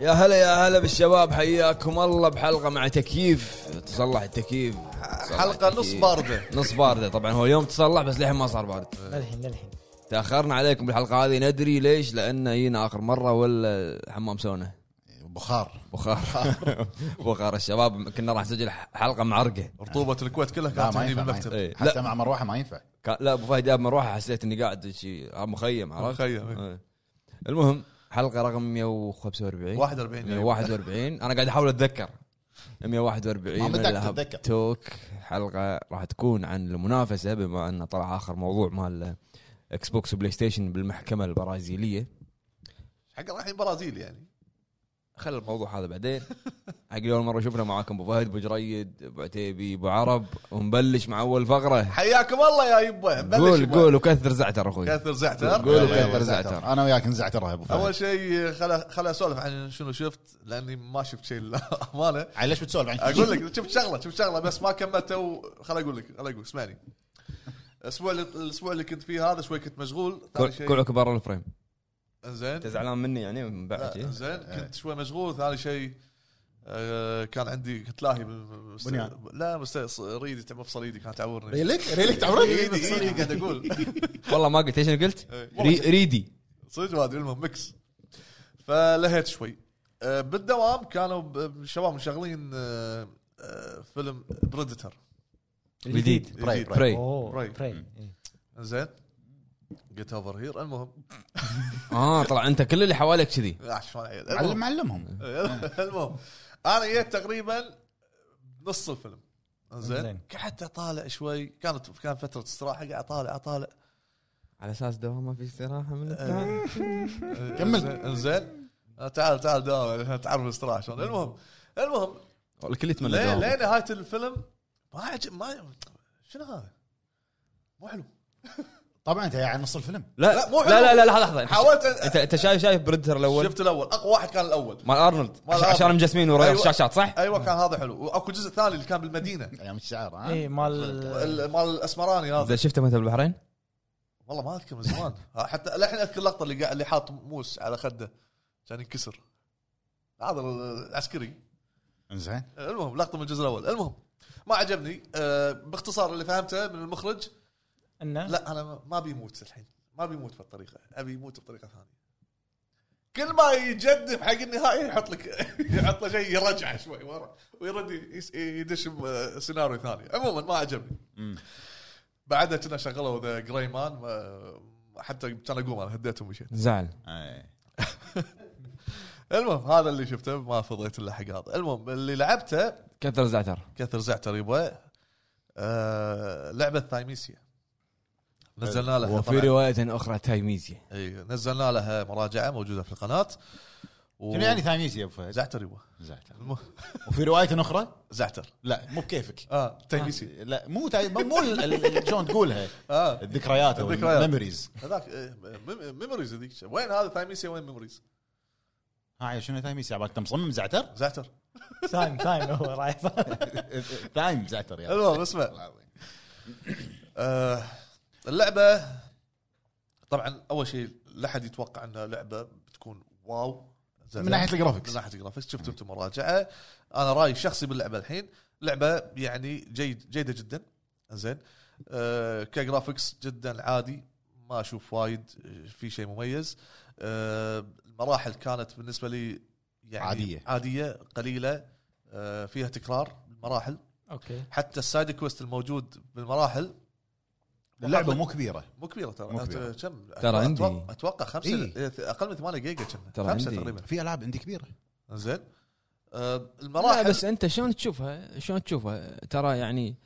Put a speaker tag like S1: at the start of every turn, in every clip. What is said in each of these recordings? S1: يا هلا يا هلا بالشباب حياكم الله بحلقه مع تكييف تصلح التكييف تصلح
S2: حلقه نص
S1: التكييف.
S2: بارده
S1: نص بارده طبعا هو اليوم تصلح بس للحين ما صار بارد
S3: للحين للحين
S1: تاخرنا عليكم بالحلقه هذه ندري ليش لان جينا اخر مره ولا حمام سونا
S2: بخار
S1: بخار بخار الشباب كنا راح نسجل حلقه معرقه
S4: رطوبه الكويت كلها
S2: لا
S4: كانت
S2: ما
S4: هني
S2: ينفع ما ينفع.
S4: بالمكتب
S1: إيه.
S2: حتى مع مروحه ما ينفع
S1: كان لا ابو فهد جاب مروحه حسيت اني قاعد شيء مخيم عرفت؟
S4: مخيم، إيه.
S1: إيه. المهم حلقه رقم 145
S4: 41 أيوة.
S1: 141 انا قاعد احاول اتذكر 141
S2: ما بدك
S1: من لهب
S2: تتذكر.
S1: توك حلقه راح تكون عن المنافسه بما انه طلع اخر موضوع مال اكس بوكس وبلاي ستيشن بالمحكمه البرازيليه
S4: حق الحين برازيل يعني
S1: خل الموضوع هذا بعدين حق اول مره شفنا معاكم ابو فهد ابو جريد ابو عتيبي ابو عرب ونبلش مع اول فقره
S4: حياكم الله يا يبا بلش
S1: قول
S4: يبا.
S1: قول وكثر زعتر اخوي
S4: كثر زعتر
S1: قول
S2: يلا،
S1: وكثر
S2: يلا،
S1: زعتر.
S2: انا وياك نزعترها يا ابو
S4: اول
S2: فهد
S4: شيء خلا خلا اسولف عن شنو شفت لاني ما شفت شيء للامانه
S2: علي ليش بتسولف عن
S4: اقول لك شفت شغله شفت شغله بس ما كملتها وخل اقول لك خل اقول لك، اسمعني الاسبوع اللي الاسبوع اللي كنت فيه هذا شوي كنت مشغول ثاني شيء
S1: كوعك برا الفريم
S4: زين
S1: انت زعلان مني يعني من بعد شي؟
S4: زين كنت شوي مشغول ثاني شيء آه، كان عندي كنت لاهي بال- بس-
S3: بنيان.
S4: لا بس ريدي تعب في صليدي كانت
S2: إيه،
S4: تعورني
S3: ريلك ريلك
S4: ايدي ايدي قاعد اقول
S1: والله ما قلت ايش أنا قلت؟ ري ريدي
S4: صدق ما ادري المهم مكس فلهيت شوي أه، بالدوام كانوا ب- الشباب مشغلين أه، أه، فيلم بريدتر طيب.
S1: جديد
S2: براي-
S4: براي.
S1: براي
S3: اوه
S4: Right.
S3: براي
S4: زين جيت اوفر هير المهم
S1: اه طلع انت كل اللي حواليك كذي
S4: آه، شلون عيل
S2: علم
S4: المهم
S2: معلمهم
S4: المهم انا جيت تقريبا نص الفيلم زين
S3: زين.
S4: قعدت اطالع شوي كانت كان فتره استراحه قاعد اطالع اطالع
S1: على اساس دوام ما في استراحه من
S4: أه.
S2: كمل.
S4: زين تعال تعال داوم تعرف الاستراحه شلون المهم المهم
S1: الكل يتمنى
S4: لين
S1: دوام
S4: لين نهايه الفيلم ما عجب ما شنو هذا؟ مو حلو
S2: طبعا انت يعني نص الفيلم
S1: لا
S4: لا، مو حلو.
S1: لا لا لا لحظه لحظه
S4: حاولت أ-
S1: انت انت شايف شايف بريدتر الاول
S4: شفت الاول اقوى واحد كان الاول
S1: مال ارنولد
S4: مال
S1: عش-
S4: أرنولد.
S1: عشان مجسمين وراء
S4: أيوة.
S1: الشاشات صح؟
S4: ايوه كان هذا حلو واكو جزء ثاني اللي كان بالمدينه
S2: ايام الشعر
S4: آه.
S2: ها
S3: اي إيه،
S4: إيه.
S3: مال
S4: ال- مال الاسمراني هذا
S1: اذا شفته متى بالبحرين؟
S4: والله ما اذكر من زمان آه، حتى الحين اذكر اللقطه اللي قاعد اللي حاط موس على خده كان ينكسر هذا العسكري
S2: زين
S4: المهم لقطه من الجزء الاول المهم ما عجبني أه باختصار اللي فهمته من المخرج
S3: انه
S4: لا انا ما- ما بيموت الحين ما بيموت بالطريقه ابي يموت بطريقه ثانيه كل ما يجدف حق النهايه يحط لك يحط له شيء يرجعه شوي ورا ويرد يس- يدش بسيناريو ثاني عموما ما عجبني بعدها كنا شغلوا ذا جراي مان ما- حتى كان اقوم انا هديتهم ومشيت
S1: زعل
S4: إيه. المهم هذا اللي شفته ما فضيت الا حق هذا المهم اللي لعبته
S1: كثر زعتر
S4: كثر زعتر يبا آه لعبه ثايميسيا نزلنا لها
S1: وفي
S4: طبعاً.
S1: روايه اخرى تايميزيا
S4: اي نزلنا لها مراجعه موجوده في القناه و...
S2: شنو يعني ثاني شيء يا ابو فهد
S4: زعتر يبا
S2: زعتر
S4: الم-
S2: وفي روايه اخرى
S4: زعتر
S2: لا آه، إيه. مو بكيفك
S4: اه تيميسي
S2: لا مو تاي- مو ال- ال- شلون تقولها
S4: اه
S2: الذكريات
S4: الذكريات.
S2: الميموريز
S4: هذاك آه، ميم- ميموريز هذيك وين هذا تايميسيا وين ميموريز
S2: ها عيل، شنو ثاني شيء عبالك أنت مصمم زعتر
S4: زعتر
S3: سايم سايم هو رايح
S2: ثايم زعتر يا
S4: المهم اسمع آه اللعبه طبعا اول شيء لا احد يتوقع انها لعبه بتكون واو زين.
S2: من ناحية الجرافيكس.
S4: من ناحيه الجرافيكس شفتوا انتم مراجعه انا رايي الشخصي باللعبه الحين لعبه يعني جيد جيده جدا زين آه كجرافيكس جدا عادي ما اشوف وايد في شيء مميز آه المراحل كانت بالنسبه لي يعني
S2: عادية.
S4: عاديه قليله آه فيها تكرار المراحل
S3: اوكي
S4: حتى السايد كويست الموجود بالمراحل
S2: اللعبه مو كبيره
S4: مو كبيره ترى
S2: مو كبيرة.
S4: أت- كم
S1: ترى
S4: أتوقع-
S1: عندي.
S4: اتوقع خمسه
S2: إيه.
S4: اقل من 8 جيجا كنا
S1: ترى
S4: خمسه
S1: عندي.
S4: تقريبا
S2: في العاب عندي كبيره
S4: زين آه،
S1: لا
S4: المراحل
S1: بس انت شلون تشوفها شلون تشوفها ترى يعني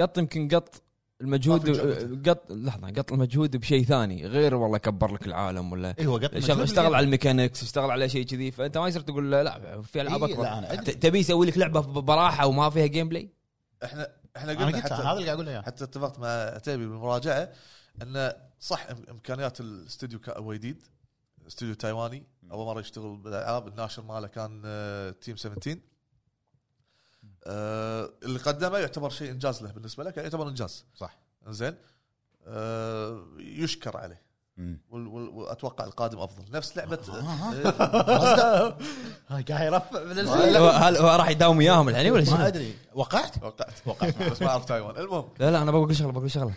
S1: قط يمكن قط المجهود
S4: ما في جودة.
S1: قط لحظه قط المجهود بشيء ثاني غير والله كبر لك العالم ولا
S4: إيه،
S2: اي هو قبل
S1: شغل اشتغل على الميكانكس اشتغل على شيء كذي فانت ما يصير تقول له لا في العاب
S2: إيه، لا،
S1: اكبر
S2: أنا
S1: ت- تبي يسوي لك لعبه براحه وما فيها جيم بلاي
S4: احنا احنا
S2: انا
S4: قلنا
S2: قلت هذا
S4: حتى
S2: اللي قاعد اقول له اياه
S4: حتى اتفقت مع عتيبي بالمراجعه انه صح إم- امكانيات الاستوديو كا- هو جديد استوديو تايواني اول مره يشتغل بالالعاب الناشر ماله كان تيم 17 آه، اللي قدمه يعتبر شيء انجاز له بالنسبه لك يعتبر انجاز
S2: صح
S4: زين آه، يشكر عليه
S2: مم.
S4: وال- وال- واتوقع القادم افضل نفس لعبه
S3: هاي قاعد يرفع من ال-
S1: هو- هل هو راح يداوم وياهم الحين ولا
S2: ما
S1: شنو؟
S2: ادري وقعت؟
S4: توقعت
S2: وقعت
S4: بس ما اعرف تايوان المهم
S1: لا لا انا بقول شغله بقول شغله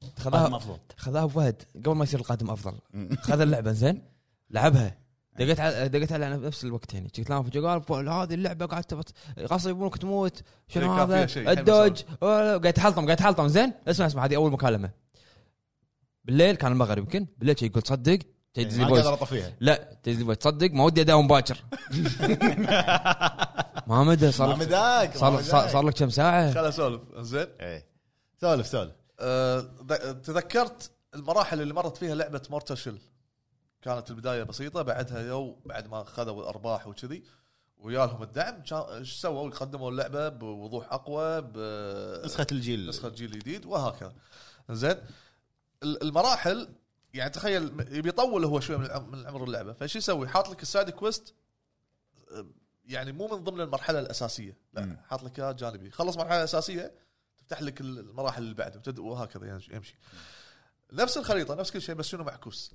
S2: قادم
S1: خذاها
S2: افضل
S1: خذاها فهد قبل ما يصير القادم افضل خذ اللعبه زين لعبها دقيت على دقيت على نفس الوقت يعني كنت لامف قال "فو- هذه اللعبه قاعد تبط غصب يبونك تموت شنو
S4: كان فيها
S1: هذا
S4: شيء، حلو
S1: الدوج أوه، قاعد تحلطم قاعد تحلطم زين اسمع اسمع هذه اول مكالمه بالليل كان المغرب يمكن بالليل شي يقول تصدق تدري
S2: إيه، ما
S1: فويس.
S2: اقدر اطفيها
S1: لا تدري فويس، تصدق ما ودي اداوم باكر ما مدى صار
S2: ما
S1: لك-
S2: مداك ما
S1: صار صار
S2: مداك.
S1: صار لك كم ساعه
S4: خل اسولف زين
S2: إيه. سولف سولف
S4: أه، ذ- تذكرت المراحل اللي مرت فيها لعبه مورتال شيل كانت البدايه بسيطه بعدها يو بعد ما خذوا الارباح وكذي ويالهم الدعم شا- ايش سووا قدموا اللعبه بوضوح اقوى ب
S2: نسخه الجيل
S4: نسخه جيل جديد وهكذا زين ال- المراحل يعني تخيل م- يبي يطول هو شوي من العم- من عمر اللعبه فشو يسوي حاط لك السايد كويست أه، يعني مو من ضمن المرحله الاساسيه
S2: مم.
S4: لا حاط لك اياها جانبي خلص مرحله اساسيه تفتح لك ال- المراحل اللي بعده وتد- وهكذا ينج- يمشي نفس الخريطه نفس كل شيء بس شنو معكوس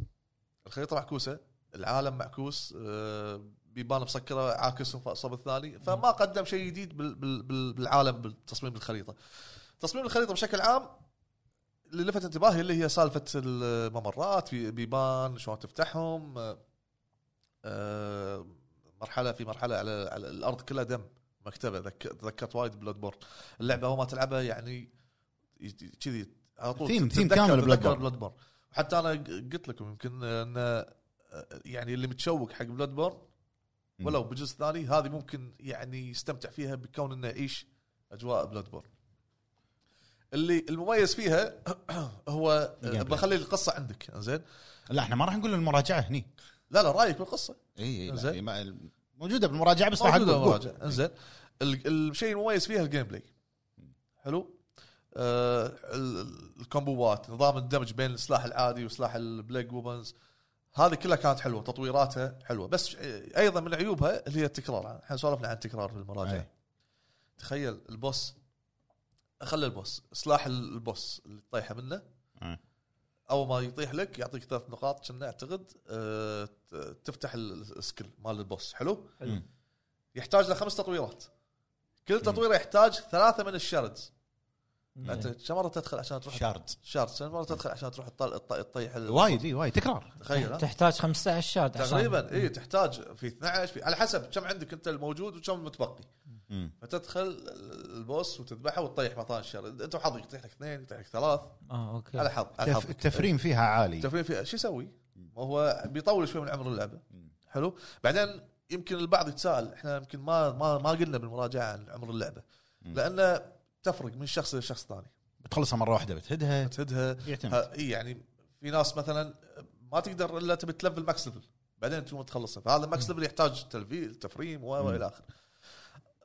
S4: الخريطه معكوسه العالم معكوس أه، بيبان مسكره عاكسهم فصب الثاني فما قدم شيء جديد بال- بال- بال- بالعالم بالتصميم الخريطه تصميم الخريطه بشكل عام اللي لفت انتباهي اللي هي سالفه الممرات بي- بيبان شلون تفتحهم آه، آه، مرحله في مرحله على, على الارض كلها دم مكتبه ذك- تذكرت وايد بلاد بورن اللعبه هو ما تلعبها يعني ي- ي- كذي على طول
S2: ثيم- ثيم
S4: تتذكر-
S2: كامل
S4: تتذكر
S2: Bloodborne.
S4: Bloodborne. وحتى انا ق- قلت لكم يمكن ان آه، يعني اللي متشوق حق بلاد بورن
S2: مم.
S4: ولو بجزء ثاني هذه ممكن يعني يستمتع فيها بكون انه يعيش اجواء بلاد بورن اللي المميز فيها هو
S2: الجيم بلاي.
S4: بخلي القصه عندك زين
S2: لا احنا ما راح نقول المراجعه هني
S4: لا لا رايك بالقصه
S2: اي
S4: لا، زين.
S2: موجوده بالمراجعه بس راح
S4: موجوده
S2: أقول- أقول.
S4: مراجعة. انزين ال- الشيء المميز فيها الجيم بلاي حلو آه ال- ال- الكومبوات نظام الدمج بين السلاح العادي وسلاح البلاك ووبنز هذه كلها كانت حلوه تطويراتها حلوه بس ش- ايضا من عيوبها اللي هي التكرار احنا سولفنا عن التكرار في المراجعه
S2: أي.
S4: تخيل البوس خلي البوس سلاح ال- البوس اللي تطيحه منه
S2: أي.
S4: اول ما يطيح لك يعطيك ثلاث نقاط كنا اعتقد آه، ت- تفتح ال- السكيل مال البوس حلو
S3: حلو.
S4: يحتاج لخمس تطويرات كل تطويره يحتاج ثلاثه من الشردز انت
S3: إيه.
S4: كم مره تدخل عشان تروح
S2: شارد
S4: شاردز كم مره تدخل عشان تروح تطل- تط- تطيح ال-
S2: وايد اي وايد تكرار
S4: تخيل ها؟
S3: تحتاج 15 شارد عشان-
S4: تقريبا اي تحتاج في 12 في على حسب كم عندك انت الموجود وكم المتبقي
S2: مم.
S4: فتدخل ال- البوس وتذبحه وتطيح مثلا الشرد انت وحظك يطيح لك اثنين يطيح لك ثلاث
S3: اه اوكي
S4: على حظ على
S2: التف-
S4: حظ
S2: التفريم فيها عالي
S4: تفريم فيها شو يسوي؟ هو بيطول شوي من عمر اللعبه
S2: مم.
S4: حلو بعدين يمكن البعض يتساءل احنا يمكن ما ما ما قلنا بالمراجعه عن عمر اللعبه
S2: مم.
S4: لان تفرق من شخص لشخص ثاني
S2: بتخلصها مره واحده بتهدها
S4: تهدها
S2: يعتمد
S4: ها- اي يعني في ناس مثلا ما تقدر الا تبي تلفل ماكس ليفل بعدين تقوم تخلصها فهذا الماكس ليفل يحتاج تلفيل تفريم و- والى اخره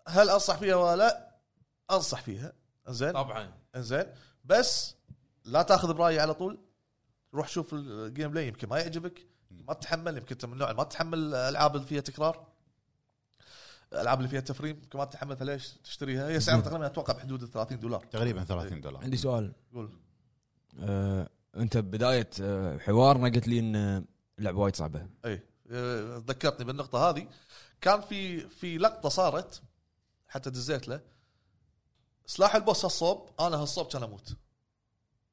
S4: هل انصح فيها ولا لا؟ انصح فيها زين
S1: طبعا
S4: انزين بس لا تاخذ برايي على طول روح شوف الجيم بلاي يمكن ما يعجبك ما تتحمل يمكن انت من النوع اللي ما تتحمل الالعاب اللي فيها تكرار الالعاب اللي فيها تفريم يمكن ما تتحمل فليش تشتريها هي سعرها تقريبا اتوقع بحدود ال 30 دولار
S2: تقريبا 30 دولار
S1: عندي سؤال
S4: يقول
S1: آه، انت ببدايه آه، حوارنا قلت لي ان آه، اللعبه وايد صعبه
S4: اي اه، ذكرتني بالنقطه هذه كان في في لقطه صارت حتى دزيت له سلاح البوس هالصوب انا هالصوب كان اموت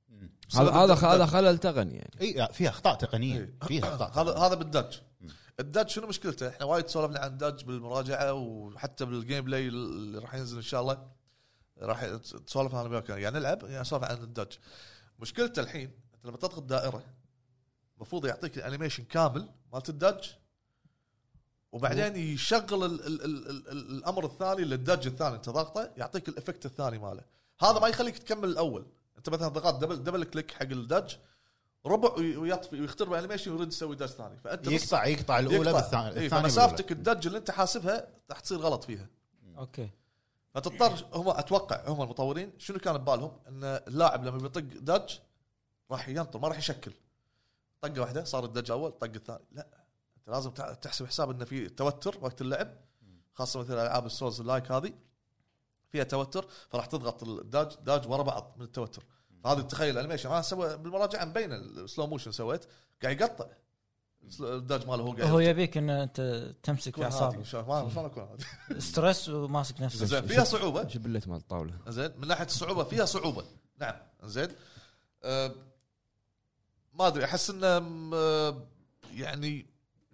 S2: مم.
S1: هذا
S4: بسبب
S1: هذا
S4: الدمج.
S1: هذا خلل تقني يعني
S2: اي لا، فيها اخطاء تقنيه
S4: إيه.
S2: فيها اخطاء
S4: هذا هذا بالدج
S2: مم.
S4: الدج شنو مشكلته؟ احنا وايد سولفنا عن الدج بالمراجعه وحتى بالجيم بلاي اللي راح ينزل ان شاء الله راح تسولف انا وياك يعني نلعب يعني نسولف عن الدج مشكلته الحين انت لما تضغط دائره المفروض يعطيك الانيميشن كامل مالت الدج وبعدين يشغل ال ال ال ال ال الامر الثاني للدج الثاني انت ضاغطه يعطيك الافكت الثاني ماله هذا ما يخليك تكمل الاول انت مثلا ضغطت دبل دبل كليك حق الدج ربع وي- ويطفي ويخترب الانيميشن ويريد يسوي دج ثاني فانت نص
S2: يقطع يقطع الاولى
S4: يقطع.
S2: بالثانيه
S4: إيه،
S2: الثانية
S4: فمسافتك الدج اللي انت حاسبها راح تصير غلط فيها
S3: اوكي
S4: فتضطر هم اتوقع هم المطورين شنو كان ببالهم ان اللاعب لما بيطق دج راح ينطر ما راح يشكل طقه واحده صار الدج اول طق الثاني لا انت لازم تع- تحسب حساب انه في توتر وقت اللعب خاصه مثل العاب السولز اللايك هذه فيها توتر فراح تضغط الداج داج ورا بعض من التوتر هذه تخيل الانيميشن انا سوى بالمراجعه مبين السلو موشن سويت قاعد يقطع الداج ماله هو قاعد
S3: هو يبيك ان انت تمسك
S4: يكون
S3: في
S4: هادي.
S3: اعصابك
S4: شلون ما- شلون اكون هادي؟
S3: ستريس وماسك
S4: زين
S3: نفسك
S4: فيها صعوبه
S1: شو بليت مال الطاوله
S4: زين من ناحيه الصعوبه فيها صعوبه نعم زين أه ما ادري احس انه م- آه، يعني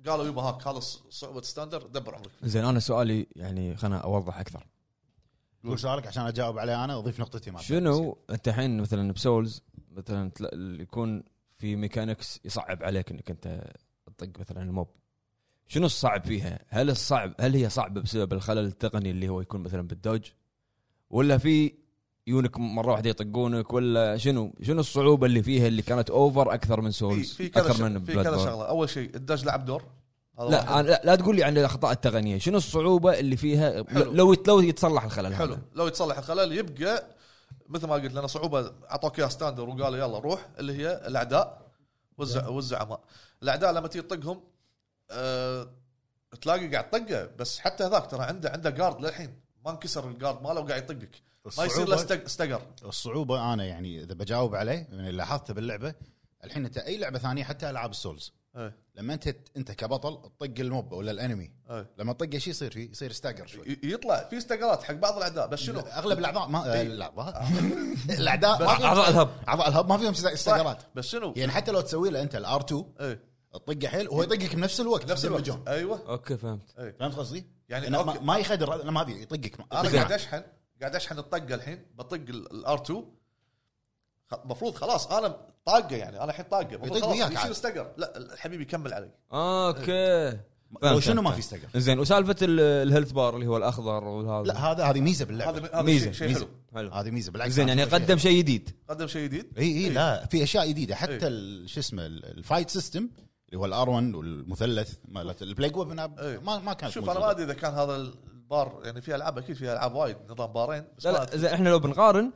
S4: قالوا يبا هاك هذا ص- صعوبه ستاندر دبر عمرك
S1: زين انا سؤالي يعني خلنا اوضح اكثر
S2: قول سؤالك عشان اجاوب عليه انا واضيف نقطتي معك
S1: شنو انت الحين مثلا بسولز مثلا تلا- اللي يكون في ميكانكس يصعب عليك انك انت تطق مثلا الموب شنو الصعب فيها؟ هل الصعب هل هي صعبه بسبب الخلل التقني اللي هو يكون مثلا بالدوج؟ ولا في يونك مره واحده يطقونك ولا شنو؟ شنو الصعوبه اللي فيها اللي كانت اوفر اكثر من
S4: في
S1: سولز؟
S4: في كذا
S1: اكثر
S4: ش-
S1: من
S4: في
S1: Bloodborne؟
S4: كذا شغله اول شيء الداج لعب دور هذا واحد.
S1: لا أنا- لا, لا تقول لي عن الاخطاء التقنيه، شنو الصعوبه اللي فيها
S4: حلو.
S1: لو لو يتصلح الخلل
S4: حلو
S1: هذا؟
S4: لو يتصلح الخلل يبقى مثل ما قلت لنا صعوبه اعطوك اياها ستاندر وقالوا يلا روح اللي هي الاعداء والزع والزعماء الاعداء لما تيجي تطقهم أه تلاقي قاعد طقه بس حتى هذاك ترى عنده عنده جارد للحين ما انكسر الجارد ماله وقاعد يطقك ما يصير له استق-
S2: الصعوبه
S4: استقر
S2: الصعوبه انا يعني اذا بجاوب عليه من اللي لاحظته باللعبه الحين انت اي لعبه ثانيه حتى العاب السولز
S4: إيه.
S2: لما انت انت كبطل تطق الموب ولا الانمي
S4: إيه.
S2: لما تطقه شيء يصير فيه يصير استاجر شوي
S4: ي- يطلع في استقرات حق بعض الاعداء بس شنو
S2: شنو اغلب الاعضاء ما
S4: إيه.
S2: الاعضاء الاعداء ما فيهم-
S1: اعضاء الهب
S2: اعضاء الهب ما فيهم استاجرات
S4: بس شنو
S2: يعني حتى لو تسوي له انت الار 2
S4: ايه
S2: تطقه حيل وهو يطقك بنفس الوقت
S4: نفس الوقت
S2: يدمجون.
S4: ايوه
S1: اوكي فهمت
S2: فهمت قصدي؟
S4: يعني
S2: يعني ما,
S4: أوكي.
S2: ما يخدر لما هذه يطقك
S4: انا
S2: يطقك.
S4: قاعد اشحن قاعد اشحن الطقه الحين بطق الار 2 المفروض خلاص انا طاقه يعني انا الحين طاقه المفروض
S2: يطق
S4: خلاص
S2: وياك عاد.
S4: يصير استقر لا حبيبي كمل علي
S1: اوكي
S2: هو
S1: فهمت،
S2: شنو ما
S1: فهمت.
S2: في استقر
S1: زين وسالفه ال- الهيلث بار اللي هو الاخضر والهذا
S2: لا هذا هذه ميزه باللعبه
S4: هذا هذا
S1: ميزه
S4: شيء- شيء
S1: ميزة.
S4: حلو
S1: حلو
S2: هذه ميزه بالعكس
S1: زين يعني قدم شيء جديد
S4: قدم شيء جديد
S2: اي اي لا في اشياء جديده
S4: إيه.
S2: حتى ال- شو اسمه ال- الفايت سيستم اللي هو الار 1 والمثلث مالت البلاك ويبن
S4: إيه.
S2: ما ما كانت
S4: شوف انا ما
S2: موجودة.
S4: ادري اذا كان هذا البار يعني في العاب اكيد في العاب وايد نظام بارين بس
S1: لا
S4: ما
S1: لا
S4: أدري.
S1: زين احنا لو بنقارن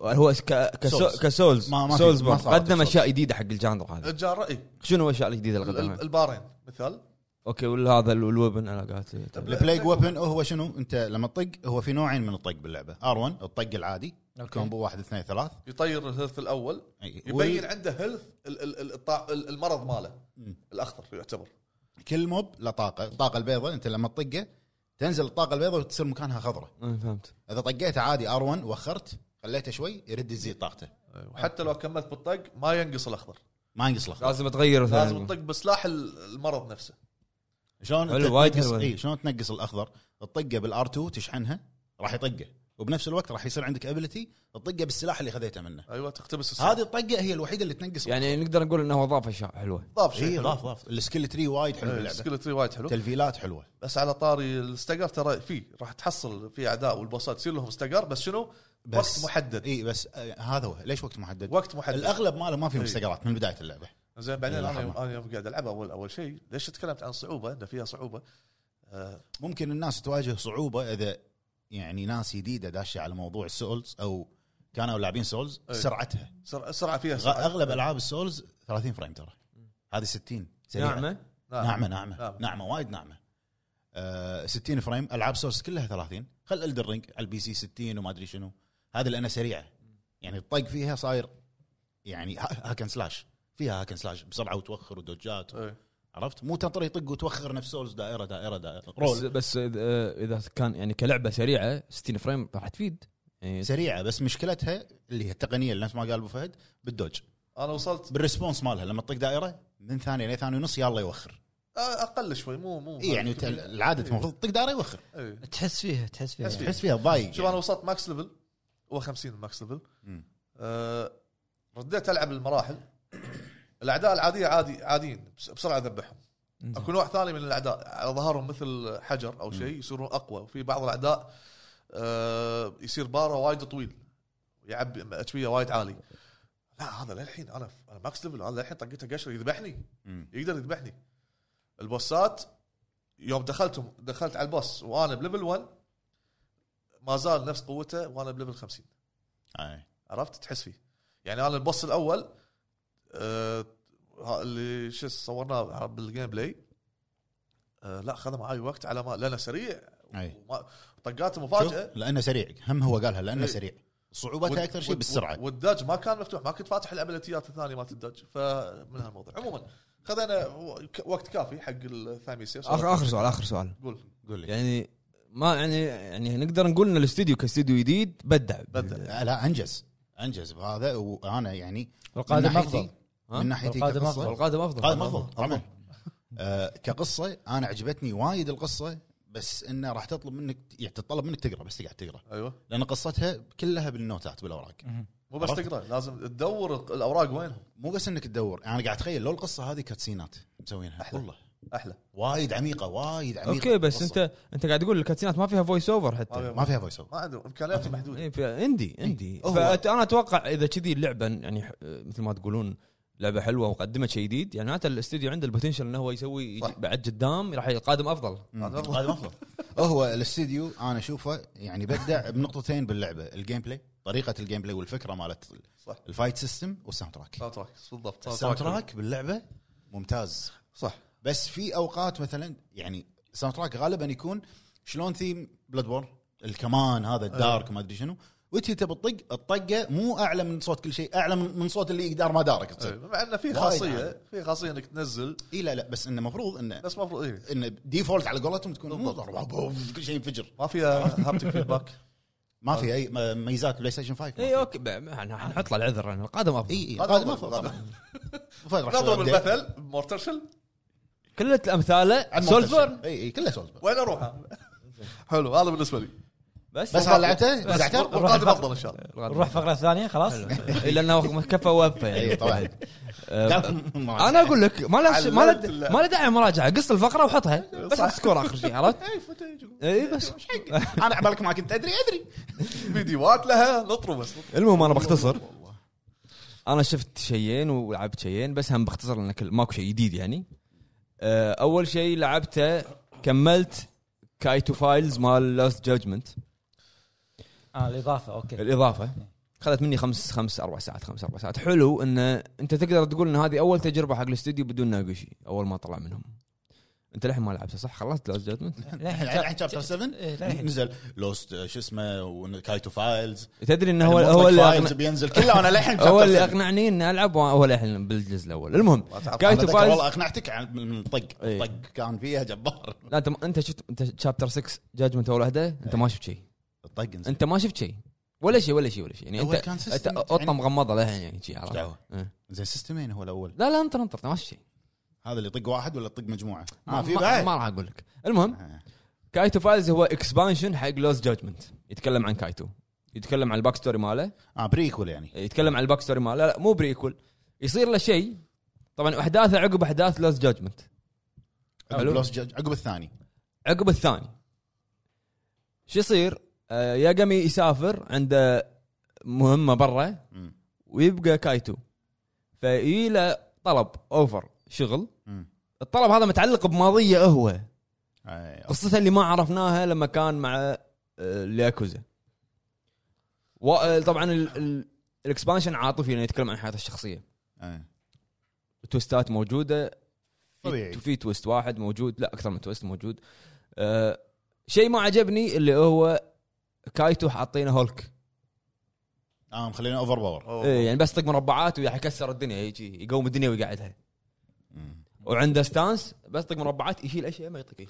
S1: هو ك- كسو-
S2: سولز.
S1: كسولز
S2: ما- ما في-
S1: سولز
S2: ما
S1: بار.
S2: صارت
S1: قدم
S2: سولز.
S1: اشياء جديده حق الجانر هذا
S4: الجار راي
S1: شنو الاشياء الجديده اللي
S4: إيه، ال-
S1: قدمها
S4: ال- البارين مثال
S1: اوكي ولا هذا ال- الوبن انا قالت لي.
S2: البلاك ويبن هو شنو انت لما تطق هو في نوعين من الطق باللعبه ار 1 الطق العادي كومبو واحد اثنين ثلاث
S4: يطير الهيلث الاول
S2: أي.
S4: يبين عنده هيلث ال- ال- ال- الطا- ال- المرض ماله
S2: مم.
S4: الاخضر يعتبر
S2: كل موب له طاقه الطاقه البيضاء انت لما تطقه تنزل الطاقه البيضاء وتصير مكانها خضراء
S1: أمم، فهمت
S2: اذا طقيته عادي ار 1 وخرت خليته شوي يرد يزيد طاقته
S4: وحتى لو كملت بالطق ما ينقص الاخضر
S2: ما ينقص له
S1: لازم تغير مثلاً.
S4: لازم تطق بسلاح ال- المرض نفسه
S2: شلون
S1: حلو،
S2: أنت
S1: وايد
S2: تنقص
S1: حلوة.
S2: اي شلون تنقص الاخضر تطقه بالار 2 تشحنها راح يطقه وبنفس الوقت راح يصير عندك ابيلتي تطقه بالسلاح اللي خذيته منه
S4: ايوه تقتبس السلاح.
S2: هذه الطقه هي الوحيده اللي تنقص
S1: يعني نقدر نقول انه ضاف اشياء حلوه
S4: ضاف شيء
S2: اي
S4: حلو.
S2: إيه، ضاف ضاف السكيل تري وايد حلو
S4: إيه،
S2: باللعبه
S4: سكيل تري وايد حلو
S2: تلفيلات حلوه
S4: بس على طاري الاستقر ترى في راح تحصل في اعداء والبوسات يصير لهم استقر بس شنو؟
S2: بس
S4: وقت محدد
S2: اي بس آه، هذا هو ليش وقت محدد؟
S4: وقت محدد
S2: الاغلب ماله ما في
S4: إيه.
S2: مستقرات من بدايه اللعبه
S4: زين بعدين
S2: لا
S4: انا يوم
S2: حرام.
S4: انا يوم قاعد العبها اول اول شيء ليش تكلمت عن صعوبه انه فيها صعوبه؟ آه
S2: ممكن الناس تواجه صعوبه اذا يعني ناس جديده داشه على موضوع السولز او كانوا لاعبين سولز
S4: إيه.
S2: سرعتها
S4: سر- سرعه فيها
S2: غ-
S4: سرعه
S2: اغلب العاب السولز 30 فريم ترى هذه
S4: يعني
S2: 60 سريعه نعمه
S1: نعمه
S4: نعم.
S2: نعمه نعمه,
S4: نعم.
S2: نعمة وايد نعمه آه 60 فريم العاب سولز كلها 30 خل الدرينج على البي سي 60 وما ادري شنو هذه لانها سريعه يعني الطق فيها صاير يعني ها- هاكن سلاش فيها هاكن سلاش بسرعه وتوخر ودوجات
S4: إيه.
S2: عرفت مو تنطر يطق وتوخر نفس سولز دائره دائره دائره
S1: بس,
S2: رول
S1: بس اذا إذا كان يعني كلعبه سريعه 60 فريم راح تفيد يعني
S2: سريعه بس مشكلتها اللي هي التقنيه اللي نفس ما قال ابو فهد بالدوج
S4: انا وصلت
S2: بالريسبونس مالها لما تطق دائره من ثانيه لثانيه ونص يلا يوخر
S4: آه اقل شوي مو مو
S2: اي يعني ت- العاده المفروض تطق دائره يوخر
S4: إيه.
S3: تحس فيها تحس فيها
S4: تحس فيها.
S2: تحس فيها ضايق
S4: شوف انا وصلت ماكس ليفل هو 50 الماكس ليفل
S2: مم.
S4: آه رديت العب المراحل الاعداء العاديه عادي عاديين بس- بسرعه اذبحهم
S3: إنزين.
S4: اكو نوع ثاني من الاعداء على ظهرهم مثل حجر او شيء يصيرون اقوى وفي بعض الاعداء آه، يصير باره وايد طويل يعبي اتش بي وايد عالي لا هذا للحين انا انا ماكس ليفل هذا للحين طقته قشر يذبحني
S2: يعني. مم.
S4: يقدر يذبحني البوسات يوم دخلتهم دخلت على البوس وانا بليفل 1 ما زال نفس قوته وانا بليفل 50
S2: أي.
S4: عرفت تحس فيه يعني انا البوس الاول آه ها- اللي شو صورناه بالجيم بلاي آه لا خذ معاي وقت على ما لانه سريع
S2: أي.
S4: وما- طقاته
S2: شوف،
S4: مفاجاه
S2: لانه سريع هم هو قالها لانه
S4: إيه.
S2: سريع صعوبتها اكثر شيء
S4: وال-
S2: بالسرعه
S4: والدج ما كان مفتوح ما كنت فاتح الابيلتيات الثانيه مالت الدج فمن هالموضوع عموما خذينا و- ك- وقت كافي حق الثاميسيه
S1: اخر اخر سؤال اخر سؤال
S4: قول
S2: قول لي
S1: يعني ما يعني يعني نقدر نقول ان الاستوديو كاستوديو جديد بدع
S4: بدع.
S2: آه، لا انجز انجز بهذا وانا يعني من
S3: القادم
S2: ناحيتي-
S3: افضل
S1: ها؟
S2: من ناحيتي
S3: القادم
S2: كقصة-
S3: أفضل.
S1: القادم افضل
S2: القادم افضل طبعا آه، كقصه انا عجبتني وايد القصه بس انه راح تطلب منك يعني تتطلب منك تقرا بس تقعد تقرا
S4: ايوه
S2: لان قصتها كلها بالنوتات بالاوراق
S3: مهم.
S4: مو بس
S2: أيوة. عرفت؟
S4: تقرا لازم تدور الق- الاوراق وينهم
S2: مو بس انك تدور انا قاعد اتخيل لو القصه هذه كاتسينات مسوينها
S4: أحلى.
S2: والله
S4: احلى
S2: وايد عميقه وايد عميقه
S1: اوكي بس
S2: القصة.
S1: انت انت قاعد تقول الكاتسينات طيب، ما إيه. فيها فويس اوفر حتى
S4: ما
S2: ما فيها فويس اوفر
S4: ما عندهم امكانياته محدوده
S1: اي في اندي اندي
S2: هو-
S1: فانا اتوقع اذا كذي اللعبه يعني ح- مثل ما تقولون لعبه حلوه وقدمت شيء جديد يعني معناته الاستديو عنده البوتنشل انه هو يسوي يجي-
S4: صح.
S1: بعد قدام راح يقادم افضل
S4: هذا أفضل.
S2: هذا افضل هو الاستديو انا اشوفه يعني بدع بنقطتين باللعبه الجيم بلاي طريقه الجيم بلاي والفكره مالت
S4: صح.
S2: الفايت سيستم والساوند تراك
S4: ساوند تراك بالضبط
S2: الساوند تراك باللعبه ممتاز
S4: صح
S2: بس في اوقات مثلا يعني الساوند تراك غالبا يكون شلون ثيم بلاد بور الكمان هذا الدارك ما ادري شنو وتي تبي تطق الطقه مو اعلى من صوت كل شيء اعلى من من صوت اللي يقدر ما دارك
S4: أيوة.
S2: تصير
S4: مع انه في
S2: طيب. وايد
S4: خاصيه
S2: عالي.
S4: في خاصيه انك تنزل
S2: اي لا لا بس انه المفروض انه
S4: بس مفروض ايه
S2: انه ديفولت على قولتهم تكون مو
S4: بالضبط.
S2: ضربة، بوف، كل شيء ينفجر
S4: ما فيها هابتك فيدباك
S2: ما في اي م- ميزات بلاي ستيشن 5
S3: إيه،
S1: اي اوكي إيه، ب- ما- أنا حنحط له العذر أنا القادم افضل
S2: اي اي
S4: هذا
S2: هذا ما
S4: أفضل. نضرب
S2: نضرب
S4: المثل بمورتشل
S1: كل امثاله سولفر
S2: اي اي إيه، كله سولفر
S4: وين اروح أنا؟ حلو هذا بالنسبه لي
S1: بس
S2: بس هذا لعبته
S1: بس
S2: بدعته؟
S4: والقادم افضل ان شاء الله
S3: نروح فقره ثانيه خلاص
S1: إيه، لانه كفى وفى يعني
S2: اي طبعا
S1: آه، انا اقول لك ما له ما له
S4: علمت اللعبة.
S1: ما له داعي مراجعه قص الفقره وحطها بس
S4: صح. إيه،
S1: حط سكور اخر شيء عرفت؟
S4: اي فوتج
S1: اي بس
S2: انا عبالك ما كنت ادري ادري
S3: إيه،
S4: فيديوهات لها نطرو بس نطرو.
S1: المهم انا بختصر انا شفت شيئين ولعبت شيئين بس هم باختصر لان كل- ماكو شيء جديد يعني آه، اول شيء لعبته كملت كايتو فايلز مال لاست جادجمنت
S3: اه الاضافه اوكي
S1: الاضافه خذت مني خمس خمس اربع ساعات خمس اربع ساعات حلو ان انت تقدر تقول ان هذه اول تجربه حق الاستوديو بدون ناقوشي اول ما طلع منهم انت للحين ما لعبته صح خلصت لاست جادجمنت
S3: للحين
S2: الحين شابتر 7
S3: إيه، للحين.
S2: نزل لوست شو اسمه وكايتو فايلز
S1: تدري انه
S4: يعني
S1: هو هو اللي
S2: فايلز
S1: أقنع-
S2: بينزل كله انا للحين
S1: هو اللي اقنعني اني العب وهو للحين بالجزء الاول المهم
S4: ما تعرف.
S1: كايتو فايلز
S2: والله اقنعتك عن- من الطق
S1: إيه.
S2: الطق كان فيها جبار
S1: لا انت ما- انت شفت انت شابتر 6 جادجمنت اول وحده انت ما شفت شيء
S2: الطق نزل
S1: انت ما شفت شيء ولا شيء ولا شيء ولا شيء يعني
S2: هو
S1: انت
S2: كان system
S1: انت
S2: يعني-
S1: قطه مغمضه لها يعني شي عرفت؟
S2: دعوة.
S1: إيه.
S2: زين سيستمين هو الاول
S1: لا لا انطر انطر أنت ما شفت شيء
S2: هذا اللي يطق واحد ولا يطق مجموعه ما في
S1: ما
S2: بعد
S1: ما راح اقول لك المهم
S2: آه.
S1: كايتو فايلز هو اكسبانشن حق لوز جادجمنت يتكلم عن كايتو يتكلم عن الباك ستوري ماله
S2: اه بريكول يعني
S1: يتكلم عن الباك ستوري ماله لا, لا مو بريكول يصير له شيء طبعا احداثه عقب احداث لوز جادجمنت حلو.
S2: لوست جاج- عقب الثاني
S1: عقب الثاني شو يصير آه ياجامي يسافر عنده مهمه برا
S2: مم.
S1: ويبقى كايتو فيجي له طلب اوفر شغل
S2: مم.
S1: الطلب هذا متعلق بماضيه هو
S2: آه،
S1: قصته اللي ما عرفناها لما كان مع آه، الياكوزا و- آه، طبعا ال- ال- الاكسبانشن عاطفي لانه يتكلم عن حياته الشخصيه
S2: آه.
S1: توستات موجوده في-
S2: طبيعي.
S1: في تويست واحد موجود لا اكثر من تويست موجود أه شيء ما عجبني اللي هو كايتو حاطينه هولك
S2: اه مخلينا اوفر باور
S4: أوه.
S1: إيه يعني بس طق مربعات ويكسر الدنيا يجي يقوم الدنيا ويقعدها
S2: مم.
S1: وعنده ستانس بس طق مربعات يشيل اشياء ما يطق شيء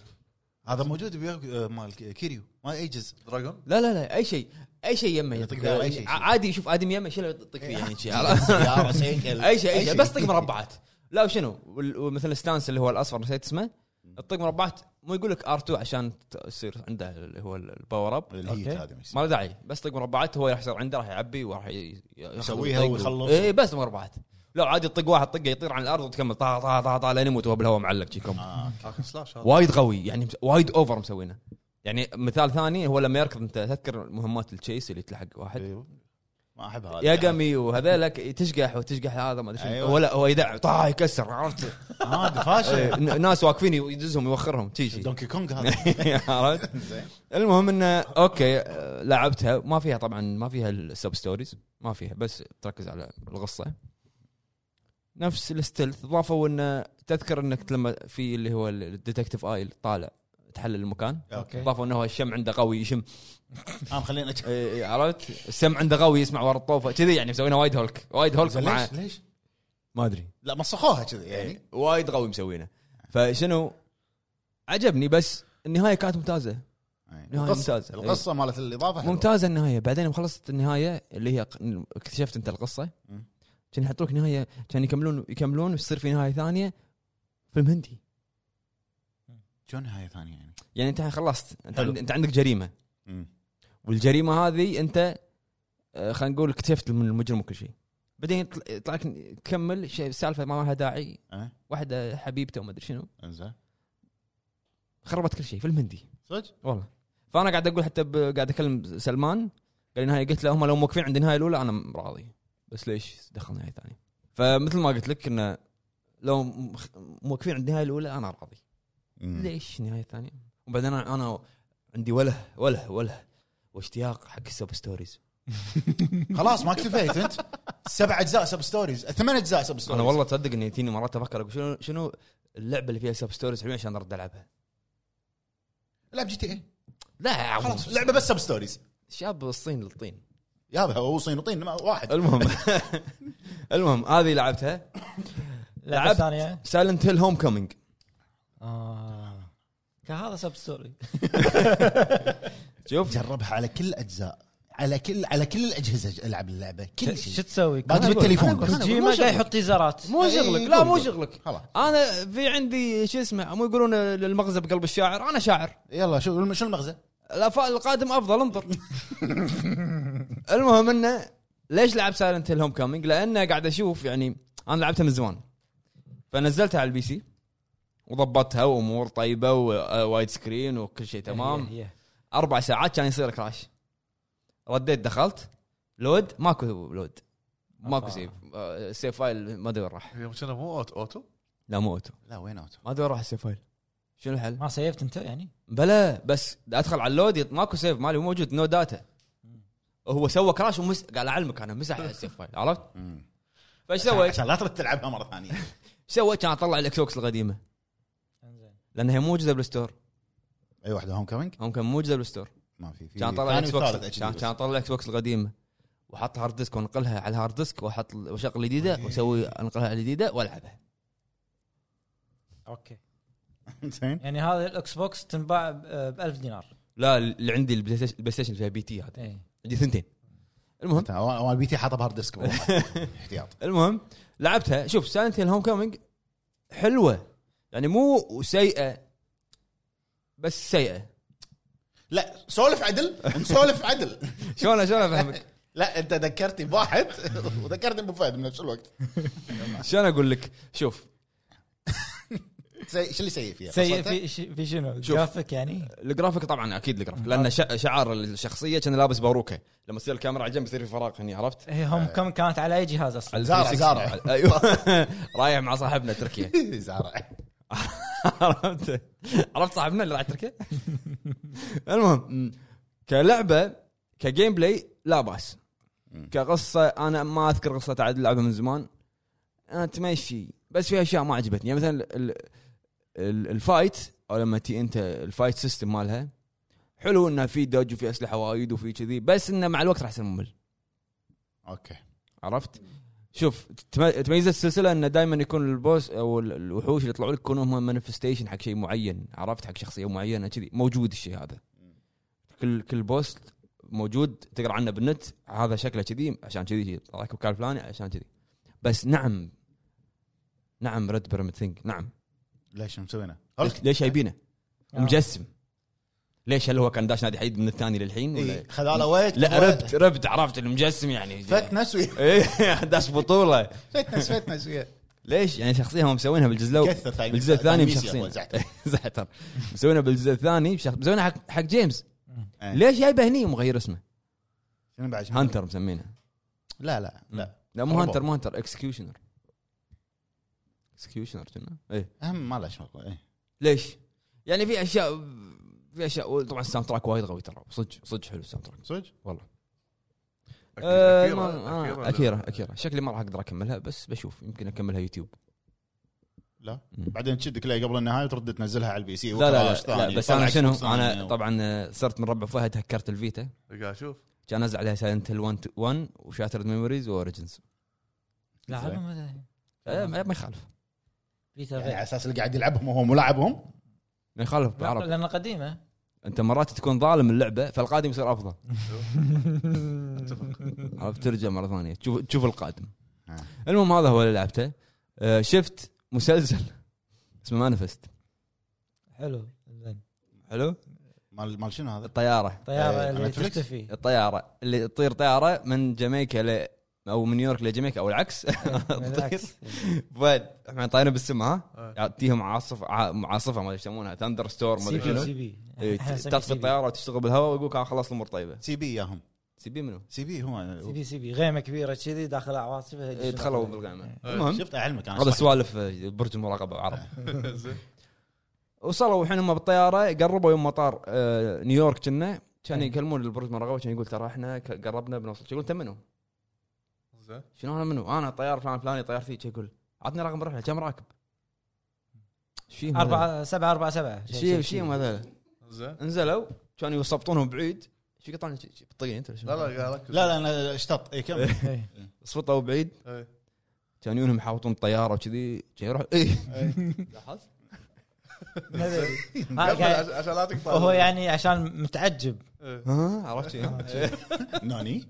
S2: هذا موجود بياك- آه، مال ك- كيريو ما ايجز
S4: دراجون
S1: لا لا لا اي شيء اي شيء يمه يطق
S2: يطق دار، أي شيء.
S1: عادي يشوف ادم يمه يشيله يطق فيه يعني شيء
S2: سيارة، سيكل.
S1: اي شيء اي شيء بس طق مربعات لا وشنو وال- ومثل الستانس اللي هو الاصفر نسيت اسمه الطق مربعات مو يقول لك ار2 عشان ت- يصير عنده اللي هو ال- الباور اب
S2: الهيت
S3: أوكي.
S2: هذا ما يصير.
S1: ما له داعي بس طق مربعات هو راح يصير عنده راح يعبي وراح ي- ياخذ
S2: يسويها
S1: الطق و-
S2: ويخلص.
S1: اي بس مربعات لا عادي يطق واحد طقه يطير عن الارض وتكمل طا طا طا طا لين يموت وهو بالهواء معلق شي كومبو.
S2: آه.
S4: هاكن سلاش هذا
S1: وايد قوي يعني مس- وايد اوفر مسوينه يعني مثال ثاني هو لما يركض انت تذكر مهمات التشيس اللي تلحق واحد
S2: أيوه. ما احب هذا
S1: ياجامي وهذيلك تشقح وتشقح هذا ما ادري شنو
S2: إيه. أيوة.
S1: ولا هو يدع طا يكسر عرفت
S2: هذا فاشل
S1: ن- ناس واقفين يدزهم يوخرهم تشي شي
S2: دونكي كونغ
S1: إيه.
S2: هذا
S1: عرفت
S2: زين.
S1: المهم انه اوكي آه، لعبتها ما فيها طبعا ما فيها السب ستوريز ما فيها بس تركز على القصه نفس الستلث ضافوا انه تذكر انك لما في اللي هو الديتكتيف اي طالع تحلل المكان
S3: اوكي
S1: اضافوا انه هو الشم عنده قوي يشم
S2: اه خلينا أج-
S1: إي- إي، عرفت السم عنده قوي يسمع ورا الطوفه كذي يعني مسوينا وايد هولك وايد هولك
S2: زين
S1: مع
S2: ليش ليش؟
S1: ما ادري
S2: لا مسخوها كذي يعني
S1: وايد قوي مسوينه فشنو عجبني بس النهايه كانت ممتازه نهاية
S2: القصه
S1: ممتازة.
S2: القصه يعني مالت الاضافه حلوة.
S1: ممتازه النهايه بعدين يوم خلصت النهايه اللي هي ق- اكتشفت انت القصه
S2: مم.
S1: كان يحطوا لك نهايه كان يكملون يكملون ويصير في نهايه ثانيه فيلم هندي
S2: شو نهايه ثانيه يعني
S1: يعني انت خلصت انت
S2: حلو.
S1: عند- انت عندك جريمه
S2: مم.
S1: والجريمه هذه انت آه، خلينا نقول اكتشفت من المجرم وكل شيء بعدين يطل- يطلع لك تكمل شيء سالفه ما لها داعي
S2: أه.
S1: واحده حبيبته وما ادري شنو
S2: انزين
S1: خربت كل شيء فيلم هندي
S2: صدق؟
S1: والله فانا قاعد اقول حتى ب... قاعد اكلم سلمان قال نهايه قلت له هم لو موقفين عند النهايه الاولى انا راضي بس ليش دخل نهايه ثانيه فمثل ما قلت لك انه لو مخ- موقفين عند النهايه الاولى انا راضي
S2: مم.
S1: ليش النهايه الثانيه؟ وبعدين انا أنا عندي وله وله وله واشتياق حق السب ستوريز
S2: خلاص ما اكتفيت انت سبع اجزاء سب ستوريز ثمان اجزاء سب ستوريز
S1: انا والله تصدق اني تجيني مرات افكر اقول شنو شنو اللعبه اللي فيها سب ستوريز حلوه عشان ارد العبها
S2: لعب جي تي اي
S1: لا يا عمو،
S2: خلاص لعبه بس سب ستوريز
S1: شاب الصين للطين
S2: يابا هو صين وطين ما- واحد
S1: المهم المهم هذه لعبتها
S3: لعبه
S1: لعبت.
S3: ثانيه
S1: سايلنت هيل هوم كومينج
S3: آه. كهذا سب ستوري
S1: شوف
S2: جربها على كل اجزاء على كل على كل الاجهزه العب اللعبه كل
S3: شو
S2: شيء
S3: تسوي؟
S2: باقي بالتليفون بس.
S3: كوجيما قاعد يحط تيزرات
S2: إيه،
S1: مو شغلك لا مو شغلك
S2: خلاص
S1: انا في عندي شو اسمه مو يقولون المغزى بقلب الشاعر انا شاعر
S2: يلا شو شو المغزى؟
S1: الأف- القادم افضل انظر المهم انه ليش لعب سايلنت هيل هوم كامينج؟ لانه قاعد اشوف يعني انا لعبتها من زمان فنزلتها على البي سي وضبطتها وامور طيبه ووايد سكرين آه، وكل شيء تمام
S3: هي- هي.
S1: اربع ساعات كان يصير كراش رديت دخلت لود ماكو لود ماكو
S3: أفا.
S1: سيف آه، السيف فايل ما ادري وين راح
S4: هي كنا مو أوت- اوتو
S1: لا مو اوتو
S2: لا وين اوتو؟
S1: ما ادري وين راح السيف فايل شنو الحل؟
S3: ما سيفت انت يعني؟
S1: بلا بس ادخل على اللود يط- ماكو سيف مالي مو موجود نو داتا هو سوى كراش ومس قال اعلمك انا مسح السيف فايل عرفت؟
S2: مم.
S1: فايش سويت؟
S2: عشان لا ترد تلعبها مره ثانيه
S1: سويت كان اطلع الاكس بوكس القديمه
S3: انزين
S1: لان هي مو موجوده بالستور
S2: اي واحده هوم كومينج
S1: هم كان مو موجوده بالستور
S2: ما في في
S1: كان اطلع
S2: ثاني
S1: الاكس
S2: وثالث
S1: بوكس
S2: HD
S1: كان
S2: بس.
S1: كان اطلع الاكس بوكس القديمه واحط هارد ديسك وانقلها على الهارد ديسك واحط واشغل الجديده واسوي انقلها على الجديده والعبها
S3: اوكي
S2: زين
S3: يعني هذا الاكس بوكس تنباع ب 1000 دينار
S1: لا اللي عندي البلاي ستيشن- البلاي ستيشن فيها بي تي هذا
S3: اي
S1: عندي ثنتين المهم
S2: تا- اول بي تي حاطه بهارد ديسك والله. احتياط
S1: المهم لعبتها شوف سايلنت هيل هوم كومينج حلوه يعني مو سيئه بس سيئه
S2: لا سولف عدل نسولف عدل
S1: شلون شلون افهمك؟
S2: لا انت ذكرتي بواحد وذكرتني بابو فهد بنفس الوقت
S1: شلون اقول لك؟ شوف
S2: سي- شو اللي سيء فيها؟
S3: سيء
S2: قصته؟
S3: في ش- في شنو؟
S1: شوف.
S3: جرافيك يعني؟
S1: الجرافيك طبعا اكيد الجرافيك لان شع- شعار الشخصيه كان لابس باروكه لما تصير الكاميرا على جنب يصير في فراغ هني عرفت؟
S3: هي إيه، هم كم كانت على اي جهاز اصلا؟
S1: على
S2: زارع-
S1: 360.
S2: زارع.
S1: ايوه رايح مع صاحبنا تركيا
S2: زارع
S1: عرفت عرفت صاحبنا اللي راح تركيا المهم كلعبه كجيم بلاي لا باس
S2: مم.
S1: كقصه انا ما اذكر قصه عاد اللعبه من زمان انا تمشي بس في اشياء ما عجبتني يعني مثلا ال- ال- الفايت او لما تي انت الفايت سيستم مالها حلو انه في دوج وفي اسلحه وايد وفي كذي بس انه مع الوقت راح يصير ممل
S2: اوكي
S1: عرفت؟ شوف تم- تميزت السلسله انه دائما يكون البوس او ال- الوحوش اللي يطلعوا لك يكونوا هم مانيفستيشن حق شيء معين عرفت حق شخصيه معينه كذي موجود الشيء هذا كل كل بوس موجود تقرا عنه بالنت هذا شكله كذي عشان كذي راكب كار فلاني عشان كذي بس نعم نعم ريد بيرمت ثينج نعم
S2: ليش مسوينا؟
S1: ليش- ليش جايبينه؟
S3: آه.
S1: مجسم ليش هل هو كان داش نادي حيد من الثاني للحين ولا
S2: إيه، خذاله ويت
S1: لا ربد ربد عرفت المجسم يعني
S2: فتنس وياه
S1: ايه داش بطوله
S2: فتنس فتنس وياه
S1: ليش يعني شخصيه هم مسوينها بالجزء الاول
S2: كثر ثاني
S1: بالجزء الثاني
S2: تلميسي
S1: بشخصين
S2: أول زعتر.
S1: زعتر مسوينها بالجزء الثاني بشخ... مسوينها حق حق جيمس
S2: إيه.
S1: ليش جايبه هني ومغير اسمه
S2: شنو بعد شنو؟
S1: هانتر مسمينه
S2: لا لا لا
S1: لا مو
S2: خربوا.
S1: هانتر مو هانتر اكسكيوشنر اكسكيوشنر كنا ايه
S2: اهم ما له شغل إيه.
S1: ليش؟ يعني في اشياء في اشياء طبعا الساوند تراك وايد قوي ترى صدق صدق حلو الساوند تراك
S2: صدق؟
S1: والله
S4: أكيد-
S1: آه،
S4: أكيرا-
S1: ما- آه،
S4: أكيرا-
S1: اكيرا اكيرا شكلي ما راح اقدر اكملها بس بشوف يمكن اكملها يوتيوب
S2: لا
S1: مم.
S2: بعدين تشدك لها قبل النهايه وترد تنزلها على البي سي
S1: لا لا,
S2: وكراش
S1: لا,
S2: ثاني، يعني.
S1: لا بس
S2: طلع
S1: انا شنو
S2: Xbox ثاني
S1: انا
S2: و-
S1: طبعا آه، صرت من ربع فهد هكرت الفيتا
S4: قاعد اشوف
S1: كان انزل عليها سايلنت هيل 1 1 وشاترد ميموريز واوريجنز
S3: لعبهم هذا
S1: آه، ما ما يخالف
S3: بيتا
S2: يعني
S3: غير.
S2: على اساس اللي قاعد يلعبهم وهو ملاعبهم
S1: ما يخالف
S3: لا،
S1: بالعرب
S3: لان قديمه
S1: انت مرات تكون ظالم اللعبه فالقادم يصير افضل عرفت ترجع مره ثانيه تشوف تشوف القادم
S2: آه.
S1: المهم هذا هو اللي لعبته آه، شفت مسلسل اسمه مانفست
S3: حلو زين
S1: حلو
S2: مال مال شنو هذا؟
S1: الطياره
S3: الطياره
S2: إيه،
S3: اللي
S2: نتفليكس؟
S3: تختفي
S1: الطياره اللي تطير طياره من جامايكا ل او من نيويورك لجامايكا او العكس تطير
S3: بالعكس.
S1: فهد احنا طايرين بالسما ها
S4: آه.
S1: يعطيهم عاصفه ع- عاصفه ما أدري يسمونها تندر ستورم ما
S3: سي
S1: ادري
S3: بي
S1: شنو
S3: سي بي
S1: إيه،
S3: إحنا نسميه
S1: تطفي
S3: سي بي.
S1: الطياره وتشتغل بالهواء ويقول لك أنا خلاص الامور طيبه
S2: سي بي ياهم
S1: سي بي منو؟
S2: سي بي هو
S3: سي بي سي بي غيمه كبيره كذي داخل عواصفها
S1: إيه، دخلوا بالغيمه
S4: آه.
S1: المهم
S2: شفت اعلمك انا
S1: هذا
S2: صح.
S1: سوالف آه، برج المراقبه عرب
S4: زين
S1: وصلوا الحين هم بالطياره قربوا يوم مطار آه، نيويورك كنا كان يكلمون البرج المراقبه كان يقول ترى احنا ك- قربنا بنوصل يقول انت منو؟
S4: زين
S1: شنو انا منو؟ انا طيار فلان فلاني طيارتي شي يقول عطني رقم رحله كم راكب؟ ايش فيهم هذول؟
S3: أربعة سبعة أربعة سبعة
S1: شي شي هم هذول
S4: زين
S1: نزلوا كانوا يوسبطونهم بعيد شو قطعنا بطقين انت ولا شنو؟
S4: لا لا قاعد اركز
S2: لا لا انا اشتط اي كمل
S3: إيه.
S1: صفطوا بعيد
S4: إيه.
S1: كان يونهم يحاوطون الطياره وكذي كان يروح إيه. اي لاحظت؟
S3: هذول. ها،
S4: قبل
S3: قاعد-
S4: عش- عشان لا تقطع
S3: آه، يعني هو يعني عشان متعجب
S4: إيه.
S1: ها عرفت شنو؟
S2: ناني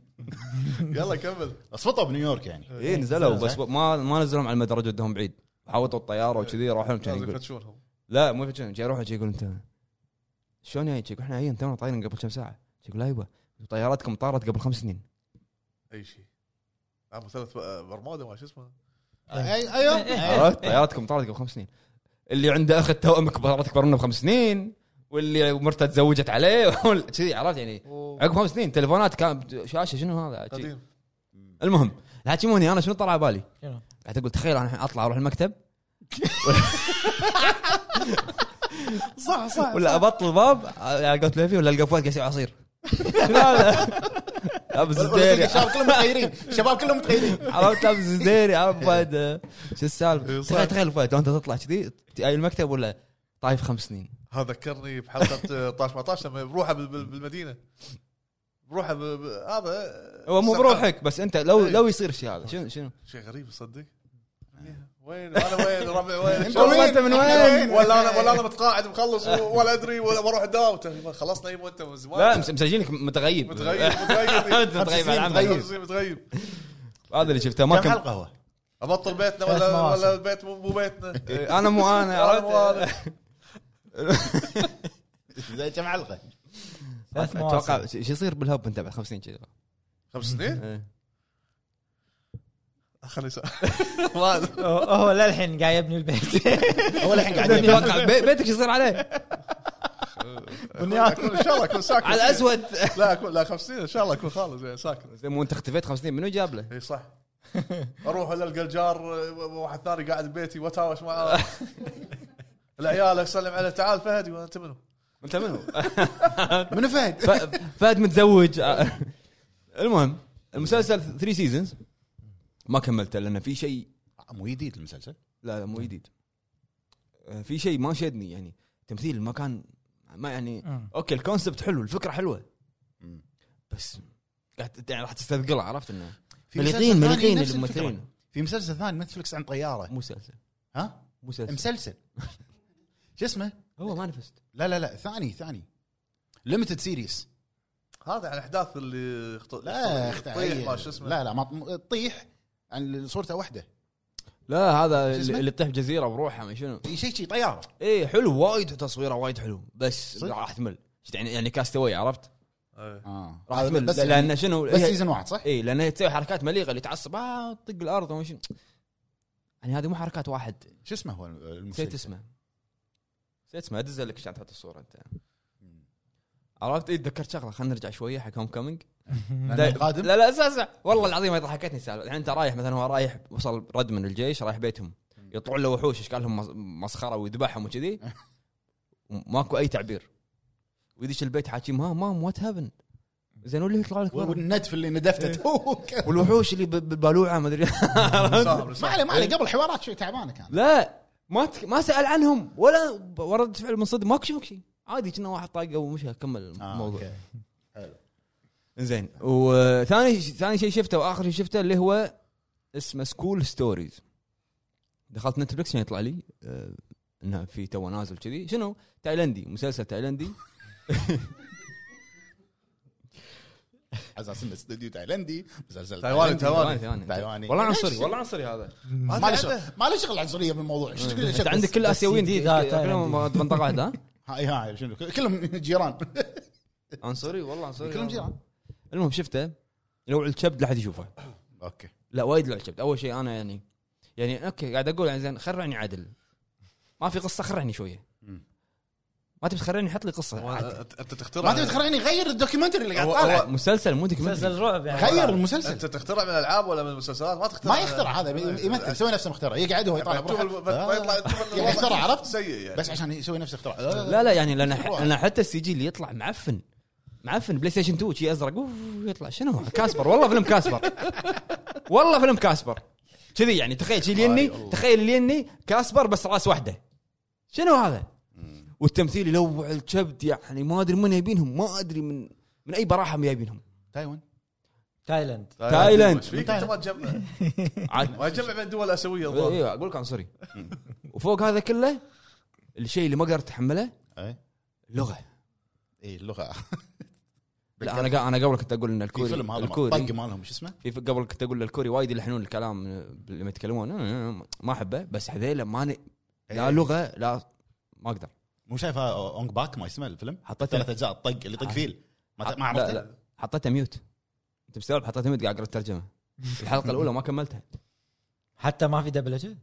S4: يلا كمل
S2: اصفطوا بنيويورك يعني
S1: اي إيه، نزلوا بس ما ما نزلهم على المدرج ودهم بعيد حاوطوا الطياره وكذي راحوا كان
S4: لازم
S1: يقول
S4: يفتشونهم
S1: لا مو فجأة جاي يروح جاي يقول انت شلون يعني يقول احنا هين تونا طايرين قبل كم ساعه يقول ايوه طياراتكم طارت قبل خمس سنين
S4: اي شيء عم ثلاث برمودا ما شو اسمه
S2: اي ايوه أيوه.
S1: عرفت طياراتكم طارت قبل خمس سنين اللي عنده اخ توأم كبر اكبر منه بخمس سنين واللي مرته تزوجت عليه كذي عرفت يعني عقب خمس سنين تليفونات كان شاشه شنو هذا شي.
S4: قديم
S1: المهم الحكيموني انا شنو طلع على بالي؟
S3: شنو؟
S1: قاعد اقول تخيل انا الحين اطلع اروح المكتب
S2: صح صح
S1: ولا ابطل الباب القى تلفي ولا القى فؤاد قاعد يسوي عصير لا لا لابس زديري
S2: الشباب كلهم متغيرين الشباب كلهم متغيرين
S1: عرفت لابس زديري عرفت فهد آه، شو السالفه
S2: إيه،
S4: صح.
S1: تخيل تخيل فهد لو انت تطلع كذي اي المكتب ولا طايف خمس سنين
S4: هذا ذكرني بحلقه طاش ما طاش لما بروحه بال- بال- بالمدينه بروحه ب- ب- هذا
S1: هو مو
S4: سرحان.
S1: بروحك بس انت لو
S4: إيه.
S1: لو يصير شيء هذا شنو شنو
S4: شيء غريب تصدق وين انا وين ربع وين
S2: أنت
S4: شلون؟
S1: والله انت إيه. من وين؟
S4: ولا انا ولا انا متقاعد مخلص ولا ادري ولا بروح الدوام ترى خلصنا يم وانت من زمان
S1: لا مس- مسجلينك متغيب
S4: متغيب متغيب
S1: أنت متغيب على العمل.
S2: متغيب.
S4: متغيب متغيب
S1: هذا اللي شفته ما
S2: كم
S1: كان
S2: حلقه هو؟
S4: ابطل بيتنا
S3: ثلاث
S4: ولا
S3: مواسم.
S4: ولا البيت مو مو بيتنا
S1: إيه، انا مو انا عرفت
S2: زي كم حلقه؟
S3: ثلاث
S1: اتوقع
S3: مواسم
S1: شو يصير بالهب انت بعد خمس سنين كذا
S4: خمس سنين
S1: إيه.
S4: خلي سا-
S3: هو هو للحين قاعد يبني البيت
S2: هو الحين قاعد يبني.
S1: اتوقع يعني بي- بيتك شو يصير عليه
S4: أكون- ان شاء الله اكون ساكن
S1: على الاسود
S4: لا اكون لا خمس سنين ان شاء الله اكون خالص يعني ساكن
S1: زين مو انت اختفيت خمس سنين منو جاب له؟
S4: اي صح اروح ولا القى الجار آه، واحد ثاني قاعد ببيتي واتهاوش معاه العيال اسلم عليه تعال فهد يقول انت منو؟
S1: انت منو؟
S2: منو فهد؟
S1: ف- فهد متزوج المهم المسلسل 3 سيزونز ما كملته لان في شيء
S2: مو جديد المسلسل
S1: لا لا مو جديد آه، في شيء ما شدني يعني تمثيل ما كان ما يعني
S3: مم.
S1: اوكي الكونسبت حلو الفكره حلوه
S2: مم.
S1: بس قاعد يعني راح تستثقلها عرفت انه
S2: في
S1: مليقين
S2: مسلسل
S1: مليقين
S2: ثاني نفس الفكرة.
S1: الممثلين
S2: في مسلسل ثاني نتفلكس عن طياره
S1: مسلسل
S2: ها؟
S1: مسلسل
S2: مسلسل شو اسمه؟
S1: هو مانفست
S2: لا لا لا ثاني ثاني ليمتد سيريس
S4: هذا عن الاحداث اللي اخت-
S2: لا
S4: اخت-
S2: اختي
S4: طيح ما شو اسمه
S2: لا لا ما م- تطيح عن صورته واحده
S1: لا هذا
S2: شو اسمه؟
S1: اللي اللي تطيح بجزيره بروحها ما شنو
S2: شيء شيء طياره
S1: ايه حلو وايد تصويره وايد حلو بس
S2: صدق؟
S1: راح احتمل يعني يعني كاستوي عرفت
S4: إيه.
S2: اه
S1: راح
S2: هذا
S1: احتمل
S2: بس
S1: لان شنو إيه،
S2: بس سيزون واحد صح؟
S1: اي لانها تسوي حركات مليقه اللي تعصب اه تطق الارض وما شنو يعني هذه مو حركات واحد
S2: شو اسمه هو
S1: نسيت
S2: المسلسل؟
S1: اسمه نسيت اسمه ادز لك عشان تحط الصوره انت عرفت اي تذكرت شغله خلينا نرجع شويه حق هوم كومينج
S2: لأنه القادم
S1: لا لا اساسا والله العظيم ضحكتني السالفه الحين انت رايح مثلا هو رايح وصل رد من الجيش رايح بيتهم يطلعون له وحوش اشكالهم مس- مسخره ويذبحهم وكذي ماكو اي تعبير ويدش البيت حاكيم ها مام وات هابن زين واللي يطلع لك برا؟
S2: والندف اللي ندفته
S1: إيه. والوحوش اللي ب- بالبالوعه ما ادري
S4: مساهم
S2: ما
S4: مساهم.
S2: عليه ما عليه قبل حوارات شوي تعبانه كان
S1: لا ما تك... ما سال عنهم ولا ب- ورد فعل من صدق ماكو شيء ماكو شيء عادي كنا واحد طاقه ومشى كمل
S2: آه،
S1: الموضوع
S2: أوكي. حلو
S1: زين وثاني ثاني شيء شفته واخر شيء شفته اللي هو اسمه سكول ستوريز دخلت نتفلكس عشان يطلع لي آه، انه في تو نازل كذي شنو؟ تايلندي مسلسل تايلندي
S2: على اساس انه استوديو تايلندي مسلسل
S4: تايواني، تايواني.
S2: تايواني.
S1: والله عنصري والله عنصري هذا
S2: ما له شغل ما له شغل عنصريه بالموضوع شو تقول- شو
S1: انت عندك كل
S3: بس
S1: اسيويين
S3: جديد، آه،
S1: كلهم منطقه واحده ها؟
S2: هاي هاي إيه، شنو كلهم جيران
S1: عنصري والله عنصري
S2: كلهم جيران
S1: المهم شفته لو الكبد لا حد يشوفه
S2: اوكي
S1: لا وايد لعب كبد اول شيء انا يعني يعني اوكي قاعد اقول يعني زين خرعني عدل ما في قصه خرعني شويه
S2: مم.
S1: ما تبي تخرعني حط لي قصه عدل.
S4: انت أنت تخترع
S2: ما تبي تخرعني غير الدوكيومنتري اللي قاعد
S4: هو-
S2: طالع
S4: هو-
S1: مسلسل مو دوكيومنتري
S3: مسلسل رعب يعني
S2: غير
S4: انت
S2: المسلسل
S4: تخترع من الالعاب ولا من المسلسلات ما تخترع
S2: ما يخترع هذا يمثل يسوي نفسه مخترع يقعد هو يطالع
S4: بعد تشوف
S2: بروحه.
S4: الب- بعد ما يطلع
S2: آه.
S4: تشوف الوضع
S2: يعني يخترع عرفت
S4: سيء يعني
S2: بس عشان يسوي نفسه اختراع
S1: لا لا يعني لان لان حتى السي جي اللي يطلع معفن معفن بلاي ستيشن 2 شي ازرق اوف يطلع شنو هذا؟ كاسبر والله فيلم كاسبر والله فيلم كاسبر كذي يعني تخيل شي ليني تخيل ليني كاسبر بس راس واحده شنو هذا؟ والتمثيل يلوع الكبد يعني ما ادري من يبينهم ما ادري من من اي براحه جايبينهم
S2: آه، تايوان
S3: تايلاند
S4: طيب.
S1: تايلاند.
S4: ايش فيك انت ما تجمع
S1: عاد
S4: ما تجمع بين دول اسيويه الظاهر
S1: ايوه اقول لك عنصري وفوق هذا كله الشيء اللي ما قدرت اتحمله
S2: اي
S1: إيه. لغه
S2: اي اللغه
S1: لا انا قا- انا قبل كنت اقول ان
S2: في
S1: الكوري
S2: فيلم هذا
S1: الكوري
S2: طق مالهم شو اسمه
S1: في قبل كنت اقول الكوري وايد يلحنون الكلام لما يتكلمون "أه، ما احبه بس هذيلا ما ن...
S2: إيه.
S1: لا لغه لا ما اقدر
S2: مو شايفها اونج باك ما اسمه الفيلم
S1: حطيته
S2: ثلاث اجزاء الطق اللي طق فيل ما ما
S1: آه. لا
S2: عرفته
S1: لا حطيته ميوت انت مستوعب حطيته ميوت قاعد اقرا الترجمه الحلقه الاولى ما كملتها
S3: حتى ما في دبلجه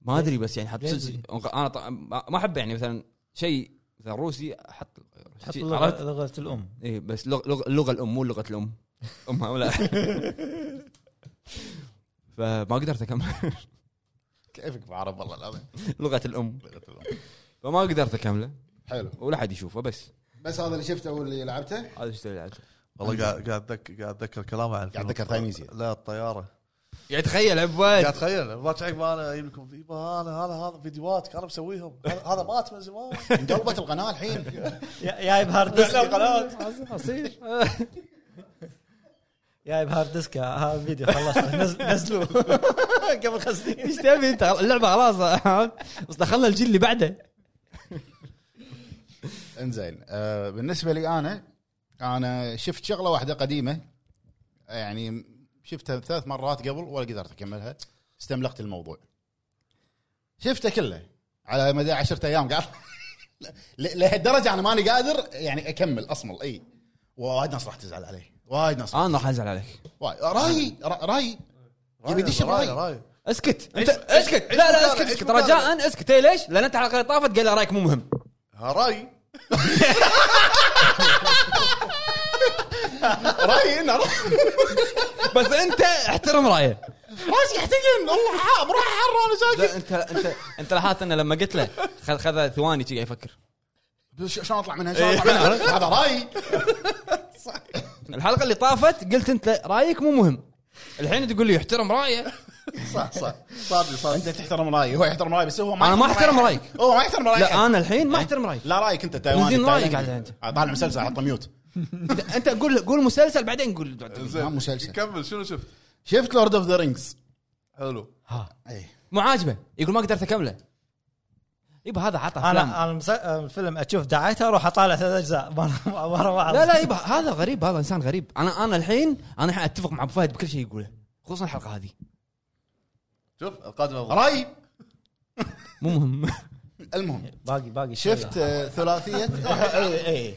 S1: ما ادري بس يعني حط
S3: ليش؟
S1: سلسلة. انا طبعاً ما احب يعني مثلا شيء مثلا روسي احط
S3: حط
S1: شيء-
S3: لغة-
S1: عرفت؟
S3: لغه الام
S1: اي بس لغ- لغ- اللغه الام مو لغه الام امها ولا فما قدرت اكمل
S2: كيفك بعرف والله العظيم
S1: لغه الام فما قدرت اكمله
S5: حلو
S1: ولا حد يشوفه بس
S5: بس هذا اللي شفته واللي لعبته
S1: هذا ايش تسوي العكس
S4: والله قاعد قاعد اتذكر قاعد اتذكر كلامه عن
S2: قاعد أتذكر إيه. تايميزي.
S4: لا الطياره
S1: يعني تخيل
S4: قاعد
S1: عباد
S4: اتخيل ما تعيب ما انا اجيب لكم يبا انا هذا هذا فيديوهات انا مسويهم هذا هذا مات من زمان
S2: انقلبت القناه الحين
S3: جايب هارد
S4: لا،
S3: ديسك
S4: قناه
S1: اصير
S3: جايب هارد ديسك هذا فيديو خلصته نز- نزلوه قبل خمس سنين
S1: ايش تبي انت اللعبه خلاص بس دخلنا الجيل اللي بعده
S2: انزين آه بالنسبه لي انا انا شفت شغله واحده قديمه يعني شفتها ثلاث مرات قبل ولا قدرت اكملها استملقت الموضوع شفته كله على مدى عشرة ايام قاعد ل- لهالدرجه انا ماني قادر يعني اكمل اصمل اي وايد ناس راح تزعل عليه وايد ناس
S1: انا راح انزل عليك
S2: وايد رايي را- رايي يبي يدش
S4: راي
S2: براي
S4: راي
S1: اسكت
S4: عيش-
S1: انت اسكت لا لا
S4: مكانه،
S1: اسكت
S4: عيش
S1: اسكت
S4: مكانه.
S1: رجاء اسكت إيه ليش؟ لان انت الحلقه اللي طافت قال لي رايك مو مهم
S4: ها راي
S2: رايي انه رايي
S1: بس انت احترم رايه
S2: راسي يحتقن والله حاب روح حر انا
S1: لا انت
S2: ساكت
S1: انت انت لاحظت انه لما قلت له خذ خذ ثواني كذي يفكر
S2: بس شلون اطلع منها شلون اطلع منها هذا رايي
S1: الحلقه اللي طافت قلت انت رايك مو مهم الحين تقول لي يحترم رايه
S2: صح صح صادق صادق انت تحترم رايي هو يحترم رايي بس هو ما
S1: أنا ما
S2: يحترم
S1: أحترم
S2: رأيي.
S1: رأيك. إيه.
S2: هو ما يحترم رايي
S1: لا
S2: أحد.
S1: انا الحين ما احترم رايك
S2: لا رايك انت تايواني
S1: من زين رايك
S2: تايلاندي.
S1: على
S2: طالع مسلسل حطه ميوت
S1: انت قول قول مسلسل بعدين قول
S4: زين
S2: ما نعم، مسلسل.
S4: كمل شنو شفت
S2: شفت لورد اوف ذا رينجز
S4: حلو
S1: مو عاجبه يقول ما قدرت اكمله يبا هذا عطى
S3: انا
S1: افلام
S3: انا المس- الفيلم اشوف دعايته اروح اطالع ثلاث اجزاء مره مره بعض
S1: لا لا يبا هذا غريب هذا انسان غريب انا انا الحين انا الحين اتفق مع ابو فهد بكل شيء يقوله خصوصا الحلقه هذه
S4: شوف القادم أفضل.
S2: رايي
S1: مو مهم
S2: المهم
S3: إيه. باقي باقي
S2: شفت آه، ثلاثيه
S3: اي اي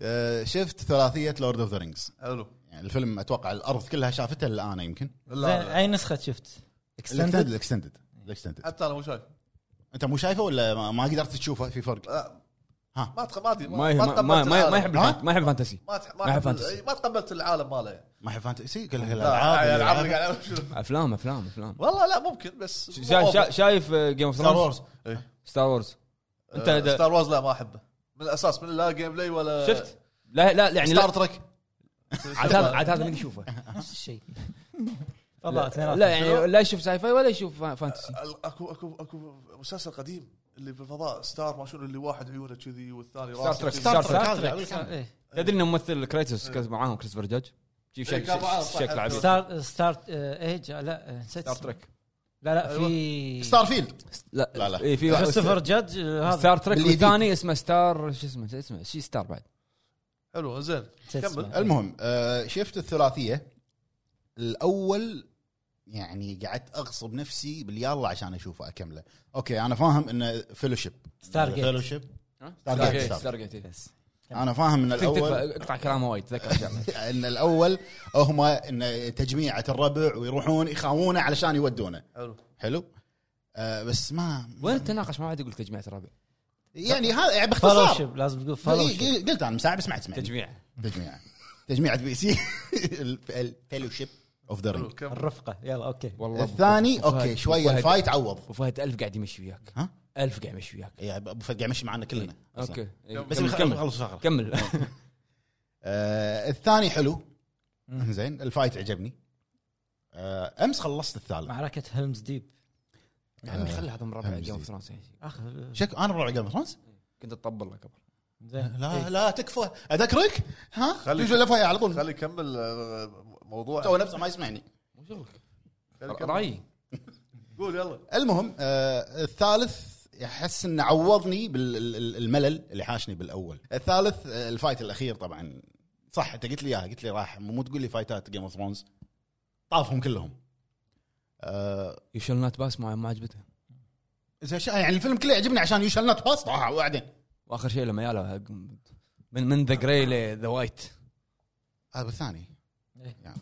S2: آه، شفت ثلاثيه لورد اوف ذا رينجز
S4: حلو
S2: يعني الفيلم اتوقع الارض كلها شافتها الا انا يمكن
S4: لا لا
S3: اي نسخه شفت؟
S2: الاكستندد الاكستندد الاكستندد
S4: حتى انا مو شايف
S2: انت مو شايفه ولا ما- ما قدرت تشوفه في فرق
S4: آه،
S2: ها.
S4: ما تق- ما أدري،
S1: ما ما
S4: تقبلت
S1: ما, ما,
S4: العالم.
S1: ما يحب
S2: ها؟
S1: الفانت- ما يحب الفانتسي
S4: ما تح-
S1: ما
S4: ما
S1: يحب
S4: يحب
S1: فانتسي.
S4: إيه، ما تقبلت العالم ماله يعني.
S2: ما يحب فانتسي كل
S4: لا،
S2: الالعاب
S4: العاب
S2: اللي
S4: اللي قاعد ألعب شنو؟
S1: افلام افلام افلام
S4: والله لا ممكن بس
S1: شا- شا- شايف جيم اوف
S2: ستار
S1: ثرونز
S2: وورز
S4: إيه.
S1: ستار وورز انت
S4: انت
S1: دا-
S4: ستار وورز آه، لا ما احبه من الاساس من لا جيم بلاي ولا
S1: شفت لا لا يعني لا
S2: ستار ترك
S1: عاد هذا عاد هذا من يشوفه
S3: نفس الشيء فضاء اثنيناتهم
S1: لا يعني لا يشوف ساي فاي ولا يشوف فا- فانتسي
S4: ال- اكو اكو اكو مسلسل قديم اللي بالفضاء ستار ما شنو اللي واحد عيونه كذي والثاني راسه
S1: تريك،
S4: كذي.
S1: ستار تريك.
S3: ستار
S2: ستار
S3: تريك.
S2: تريك.
S3: إيه.
S1: تدري ان ممثل كريتوس كان معاهم كريستوفر جاج شيف
S4: إيه،
S1: شكل
S4: كان معاهم، صح.
S1: شكل عبيط
S3: ستار ستار آه، ايج آه، لا آه، نسيت
S1: ستار
S3: اسمه.
S1: تريك
S3: لا
S2: Uh,
S3: لا في
S2: ستار فيلد
S1: لا
S2: لا، لا.
S1: إيه، في واحد
S3: كريستوفر جادج آه، هذا
S1: ستار تريك
S2: باليديد.
S1: والثاني اسمه ستار شو اسمه شو اسمه شي ستار بعد
S4: حلو زين
S3: نسيت اسمه.
S4: كمل.
S2: المهم آه، شفت الثلاثيه الاول يعني قعدت اغصب نفسي باليلا عشان اشوفه اكمله اوكي انا فاهم انه فيلوشيب
S3: ستار جيت.
S2: فيلوشيب ستار
S1: ستار
S2: جيت،
S1: جيت،
S2: ستار
S1: ستار جيت إيه.
S2: انا فاهم ان الاول
S1: تكفى، اقطع كلامه وايد تذكر إن شاء الله.
S2: ان الاول هم ان تجميعه الربع ويروحون يخاونه علشان يودونه
S4: حلو
S2: حلو آه بس ما
S1: وين التناقش ما عاد يقول تجميع الربع
S2: يعني هذا يعني باختصار
S3: فالوشيب لازم تقول فالوشيب
S2: إي، قلت انا مساعد بس ما تسمع
S1: تجميع
S2: تجميع تجميع بي سي الفيلوشيب اوف ذا
S4: حلو
S2: رينج
S4: كمل
S3: الرفقه يلا اوكي
S1: والله
S2: الثاني
S1: أبو فهد-
S2: اوكي
S1: أبو
S2: شويه
S1: فهد-
S2: الفايت عوض
S1: ابو فهد ألف قاعد يمشي وياك
S2: ها؟
S1: ألف قاعد يمشي وياك
S2: يعني ابو فهد قاعد يمشي معنا كلنا أصلاً.
S1: اوكي إيه،
S2: بس
S1: كمل كمل
S2: خلص فقرة.
S1: كمل
S2: آه، الثاني حلو زين الفايت عجبني آه، امس خلصت الثالث
S3: معركه هيلمز ديب
S1: يا عمي خلي هذا من ربع
S2: هم
S1: جيم اوف
S2: زين.
S1: ثرونز
S3: اخ
S2: شك انا ربع جيم اوف ثرونز؟
S1: كنت اتطبل له قبل
S3: زين إيه،
S2: لا لا تكفى اذكرك ها
S4: خلي-
S2: إيه. خليك على طول
S4: خلي يكمل آه، موضوع
S2: تو نفسه ما يسمعني
S1: مو شغلك
S4: خلي يكمل.
S1: رايي
S4: قول يلا
S2: المهم آه الثالث احس انه عوضني بالملل اللي حاشني بالاول الثالث آه الفايت الاخير طبعا صح انت قلت لي اياها قلت لي راح مو تقول لي فايتات جيم اوف ثرونز طافهم كلهم آه
S1: يشل نات باس ما ما عجبته
S2: إذا شا- يعني الفيلم كله يعجبني عشان يوشل نوت باس طاح آه، وبعدين
S1: واخر شيء لما ياله هق- من من ذا جراي لذا وايت
S2: هذا بالثاني
S3: إيه.
S2: يعني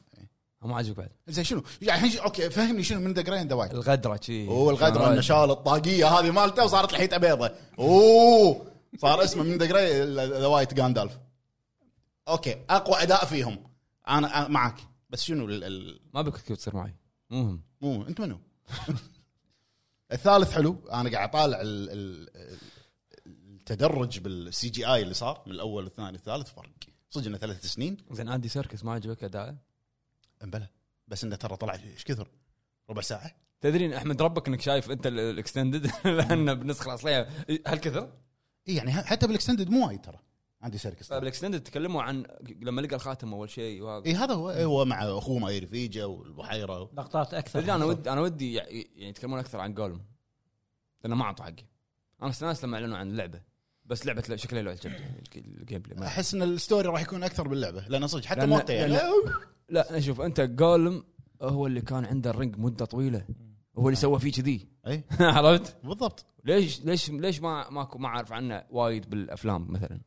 S1: ما عجبك بعد
S2: زين شنو؟ يعني الحين ش- اوكي فهمني شنو من ذا جراين ذا وايت
S1: الغدره شي آه.
S2: اوه الغدره انه شال الطاقيه هذه مالته وصارت الحيطه بيضة اوه صار اسمه من ذا جراي ذا وايت جاندالف اوكي اقوى اداء فيهم انا أنا معك بس شنو ال- ال-
S1: ما بك كيف تصير معي مو مهم
S2: مو انت منو؟ الثالث حلو انا قاعد اطالع ال- ال- التدرج بالسي جي اي اللي صار من الاول والثاني والثالث فرق صدق انه ثلاث سنين
S1: زين اندي سيركس ما عجبك اداءه
S2: امبلى بس انه ترى طلع ايش كثر؟ ربع ساعه؟
S1: تدري إن احمد ربك انك شايف انت ال- الاكستندد لان بالنسخه الاصليه هالكثر
S2: اي يعني ه- حتى بالاكستندد مو وايد ترى عندي سيركس
S1: بالاكستندد طيب، تكلموا عن لما لقى الخاتم اول شيء وهذا
S2: اي إيه، هذا هو هو مع اخوه مع رفيجه والبحيره و...
S3: لقطات اكثر
S1: تدري انا ودي انا ودي يع- يعني يتكلمون اكثر عن جولم لانه ما اعطوا حقه انا استانست لما اعلنوا عن اللعبه بس لعبه لا- شكلها لو عجبني يعني الك- الجيم بلاي ما-
S2: احس ان الستوري راح يكون اكثر باللعبه لان صدق حتى
S1: لأن-
S2: موقع يعني
S1: لا شوف انت جولم هو اللي كان عنده الرنج مده طويله هو اللي سوى فيه كذي
S2: اي
S1: عرفت؟
S2: إيه، بالضبط
S1: ليش ليش ليش ما ماكو ما اعرف عنه وايد بالافلام مثلا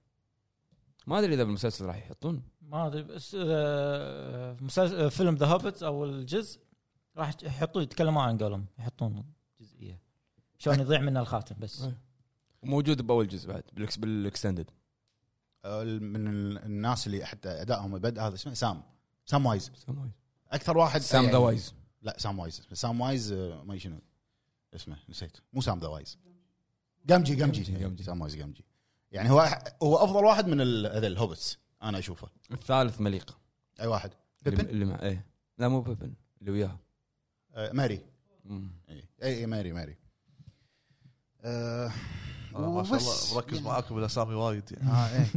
S1: ما ادري اذا بالمسلسل راح يحطون
S3: ما ادري بس آه، مسلسل آه، فيلم ذا هوبت او الجزء راح يحطون يتكلمون عن قولهم يحطون جزئيه شلون يضيع منا الخاتم بس
S2: أه.
S1: أي. موجود باول جزء بعد بالاكس بالاكستندد
S2: آه، من ال- الناس اللي حتى ادائهم بدا هذا اسمه سام سام وايز اكثر واحد
S1: سام ذا
S2: يعني-
S1: وايز
S2: لا سام وايز سام وايز آه، ما أدري شنو اسمه نسيت مو سام ذا وايز قمجي
S1: قمجي،
S2: قمجي
S1: قمجي.
S2: سام وايز قمجي يعني هو هو افضل واحد من ال- هذا الهوبتس انا اشوفه
S1: الثالث مليق
S2: اي واحد
S1: اللي,
S2: بيبن
S1: اللي مع ايه لا مو بيبن اللي وياه
S2: آه، ماري
S1: مم.
S2: اي
S4: إيه.
S2: اي إيه، ماري ماري آه
S4: أنا ما شاء
S2: وبس.
S4: الله مركز معاكم بالاسامي وايد يعني
S2: اه ايه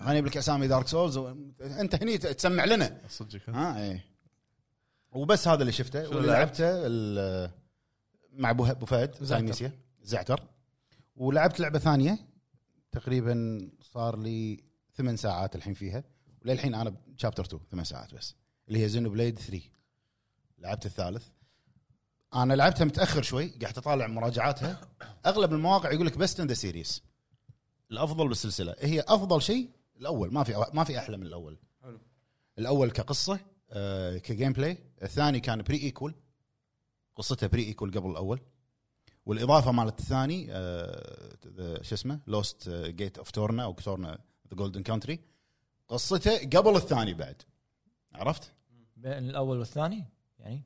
S2: انا لك اسامي دارك سولز و... انت هني ت- تسمع لنا
S4: صدقك
S1: آه.
S4: ها؟
S2: ها ايه وبس هذا اللي شفته
S4: شنو
S2: واللي
S4: لعبت؟
S2: لعبته ال- مع ابو ابو فهد
S1: زعتر.
S2: زعتر زعتر ولعبت لعبه ثانيه تقريبا صار لي ثمان ساعات الحين فيها وللحين انا شابتر 2 ثمان ساعات بس اللي هي زينو بليد 3 لعبت الثالث انا لعبتها متاخر شوي قاعد اطالع مراجعاتها اغلب المواقع يقول لك بيست ان ذا سيريز الافضل بالسلسله هي افضل شيء الاول ما في ما في احلى من الاول
S1: حلو.
S2: الاول كقصه آه كجيم بلاي الثاني كان بري ايكول قصته بري ايكول قبل الاول والاضافه مالت الثاني آه ذا- شو اسمه آه، لوست جيت اوف تورنا او تورنا ذا جولدن كونتري قصته قبل الثاني بعد عرفت؟
S3: بين الاول والثاني يعني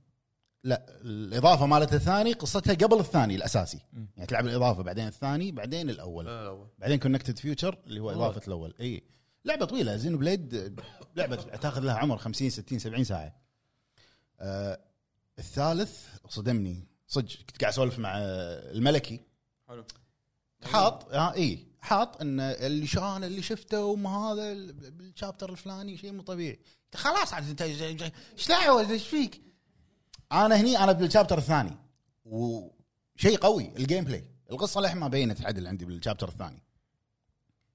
S2: لا الاضافه مالت الثاني قصتها قبل الثاني الاساسي
S3: مم.
S2: يعني تلعب الاضافه بعدين الثاني بعدين الاول
S4: لا، لا،
S2: بعدين كونكتد فيوتشر اللي هو
S3: أوه.
S2: اضافه الاول اي لعبه طويله زين بليد لعبه تاخذ لها عمر 50 60 70 ساعه آه، الثالث صدمني صدق كنت قاعد اسولف مع الملكي
S6: حلو
S2: حاط ها اي حاط ان اللي شو انا اللي شفته وما هذا ال- بالشابتر الفلاني شيء مو طبيعي خلاص عاد انت ج- ج- ايش دعوه ايش فيك؟ انا هني انا بالشابتر الثاني وشيء قوي الجيم بلاي القصه للحين ما بينت عدل عندي بالشابتر الثاني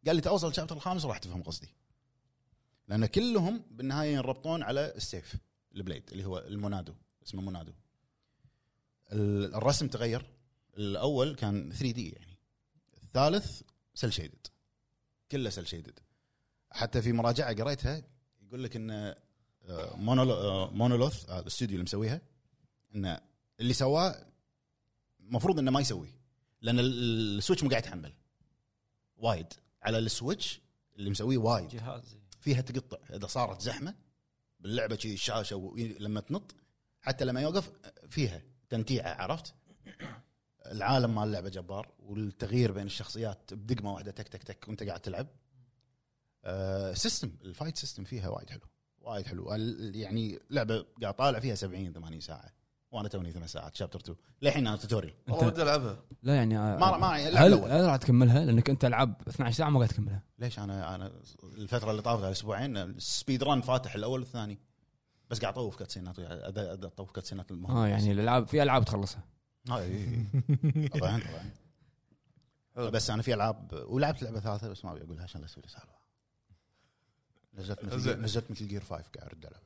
S2: قال لي توصل الشابتر الخامس راح تفهم قصدي لان كلهم بالنهايه ينربطون على السيف البليد اللي هو المونادو اسمه مونادو ال- الرسم تغير الاول كان 3 دي يعني الثالث سيل شيدد كله سيل شيدد حتى في مراجعه قريتها يقول لك ان آه، مونولو- آه، مونولوث آه، الاستوديو اللي مسويها ان اللي سواه المفروض انه ما يسويه لان ال- السويتش مو قاعد يتحمل وايد على السويتش اللي مسويه وايد
S3: جهاز
S2: فيها تقطع اذا صارت زحمه باللعبه كذي الشاشه وي- لما تنط حتى لما يوقف فيها تنتيعه عرفت؟ العالم مال اللعبه جبار والتغيير بين الشخصيات بدقمه واحده تك تك تك وانت قاعد تلعب. آه سيستم الفايت سيستم فيها وايد حلو وايد حلو ال- يعني لعبه قاعد طالع فيها 70 80 ساعه وانا توني ثمان ساعات شابتر 2 للحين انا توتوريال
S4: والله بدي العبها
S6: لا يعني
S1: آه،
S2: ما ما اللعبة
S6: هل
S2: الأول.
S6: هل راح تكملها لانك انت العاب 12 ساعه ما قاعد تكملها
S2: ليش انا انا الفتره اللي طافت على اسبوعين السبيد ران فاتح الاول والثاني بس قاعد اطوف كاتسينات ويا- أد- أد- اطوف كاتسينات المهمة
S1: آه،
S6: اه يعني الالعاب في العاب تخلصها
S2: آه، إي، إي، إي. طبعا طبعا
S4: حلو.
S2: بس انا في العاب ولعبت لعبه ثالثه بس ما ابي اقولها عشان لا اسوي لي سالفه نزلت مثل
S4: زين.
S2: نزلت مثل جير 5 قاعد ارد العب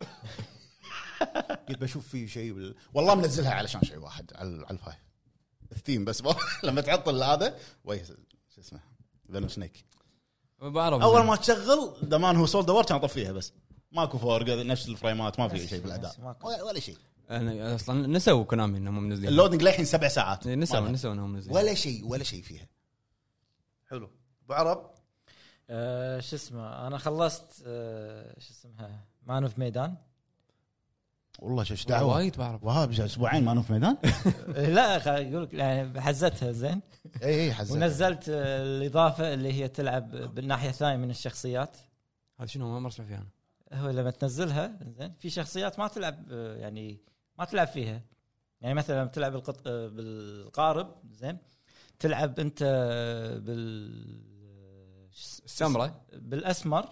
S2: قلت بشوف في شيء بال... والله منزلها علشان شيء واحد على على الفايف الثيم بس لما تعطل هذا وي شو اسمه فينوم سنيك
S6: بعرف
S2: اول ما تشغل دمان هو سولد وور كان اطفيها بس ماكو فور نفس الفريمات ما في شيء
S3: نفس-
S2: بالاداء
S3: ماكو.
S2: ولا, ولا شيء
S6: انا اصلا نسوا كونامي انهم منزلين
S2: اللودنج للحين سبع ساعات
S6: إيه، نسوا
S2: ما لها.
S6: نسوا انهم منزلين
S2: ولا شيء ولا شيء فيها
S4: حلو ابو عرب
S3: آه، شو اسمه انا خلصت آه، شو اسمها مان اوف ميدان
S2: والله شو دعوه
S6: وايد بعرف
S2: وهاب شو اسبوعين ما أنا في ميدان
S3: آه، لا خ- اقول لك يعني حزتها زين
S2: اي اي حزت
S3: ونزلت آه، الاضافه اللي هي تلعب بالناحيه الثانيه من الشخصيات
S6: هذا شنو ما اسمع فيه انا
S3: هو لما تنزلها زين في شخصيات ما تلعب آه، يعني ما تلعب فيها يعني مثلا لما تلعب القط... آه، بالقارب زين تلعب انت آه، بال آه، شو اسمه؟
S6: السمراء
S3: بالاسمر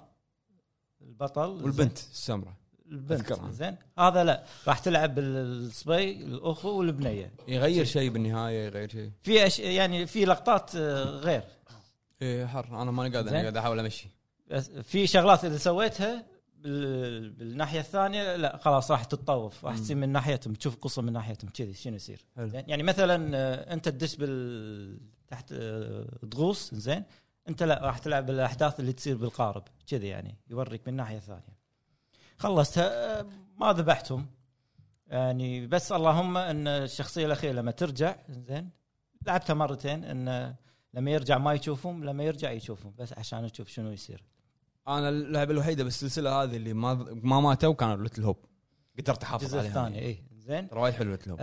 S3: البطل
S6: والبنت السمراء
S3: البنت
S6: أذكرها.
S3: زين هذا لا راح تلعب بالصبي الاخو والبنيه
S6: يغير شيء بالنهايه يغير شيء
S3: في أش... يعني في لقطات آه، غير
S6: ايه حر انا ماني قادر انا
S3: زين.
S6: قاعد احاول امشي
S3: بس في شغلات اللي سويتها بال... بالناحيه الثانيه لا خلاص راح تتطوف راح تصير من ناحيتهم تشوف قصه من ناحيتهم كذي شنو يصير
S6: حلو.
S3: زين يعني مثلا آه، انت تدش بال تحت آه، ضغوص زين انت لا راح تلعب بالاحداث اللي تصير بالقارب كذي يعني يوريك من الناحيه الثانيه خلصتها آه، ما ذبحتهم يعني بس اللهم ان الشخصيه الاخيره لما ترجع زين لعبتها مرتين ان لما يرجع ما يشوفهم لما يرجع يشوفهم بس عشان تشوف شنو يصير
S6: انا اللعبه الوحيده بالسلسله هذه اللي ما ما ماتوا كانت ليتل هوب قدرت احافظ
S3: الجزء
S6: عليها
S3: الثاني أه. اي زين
S6: ترى وايد حلو ليتل هوب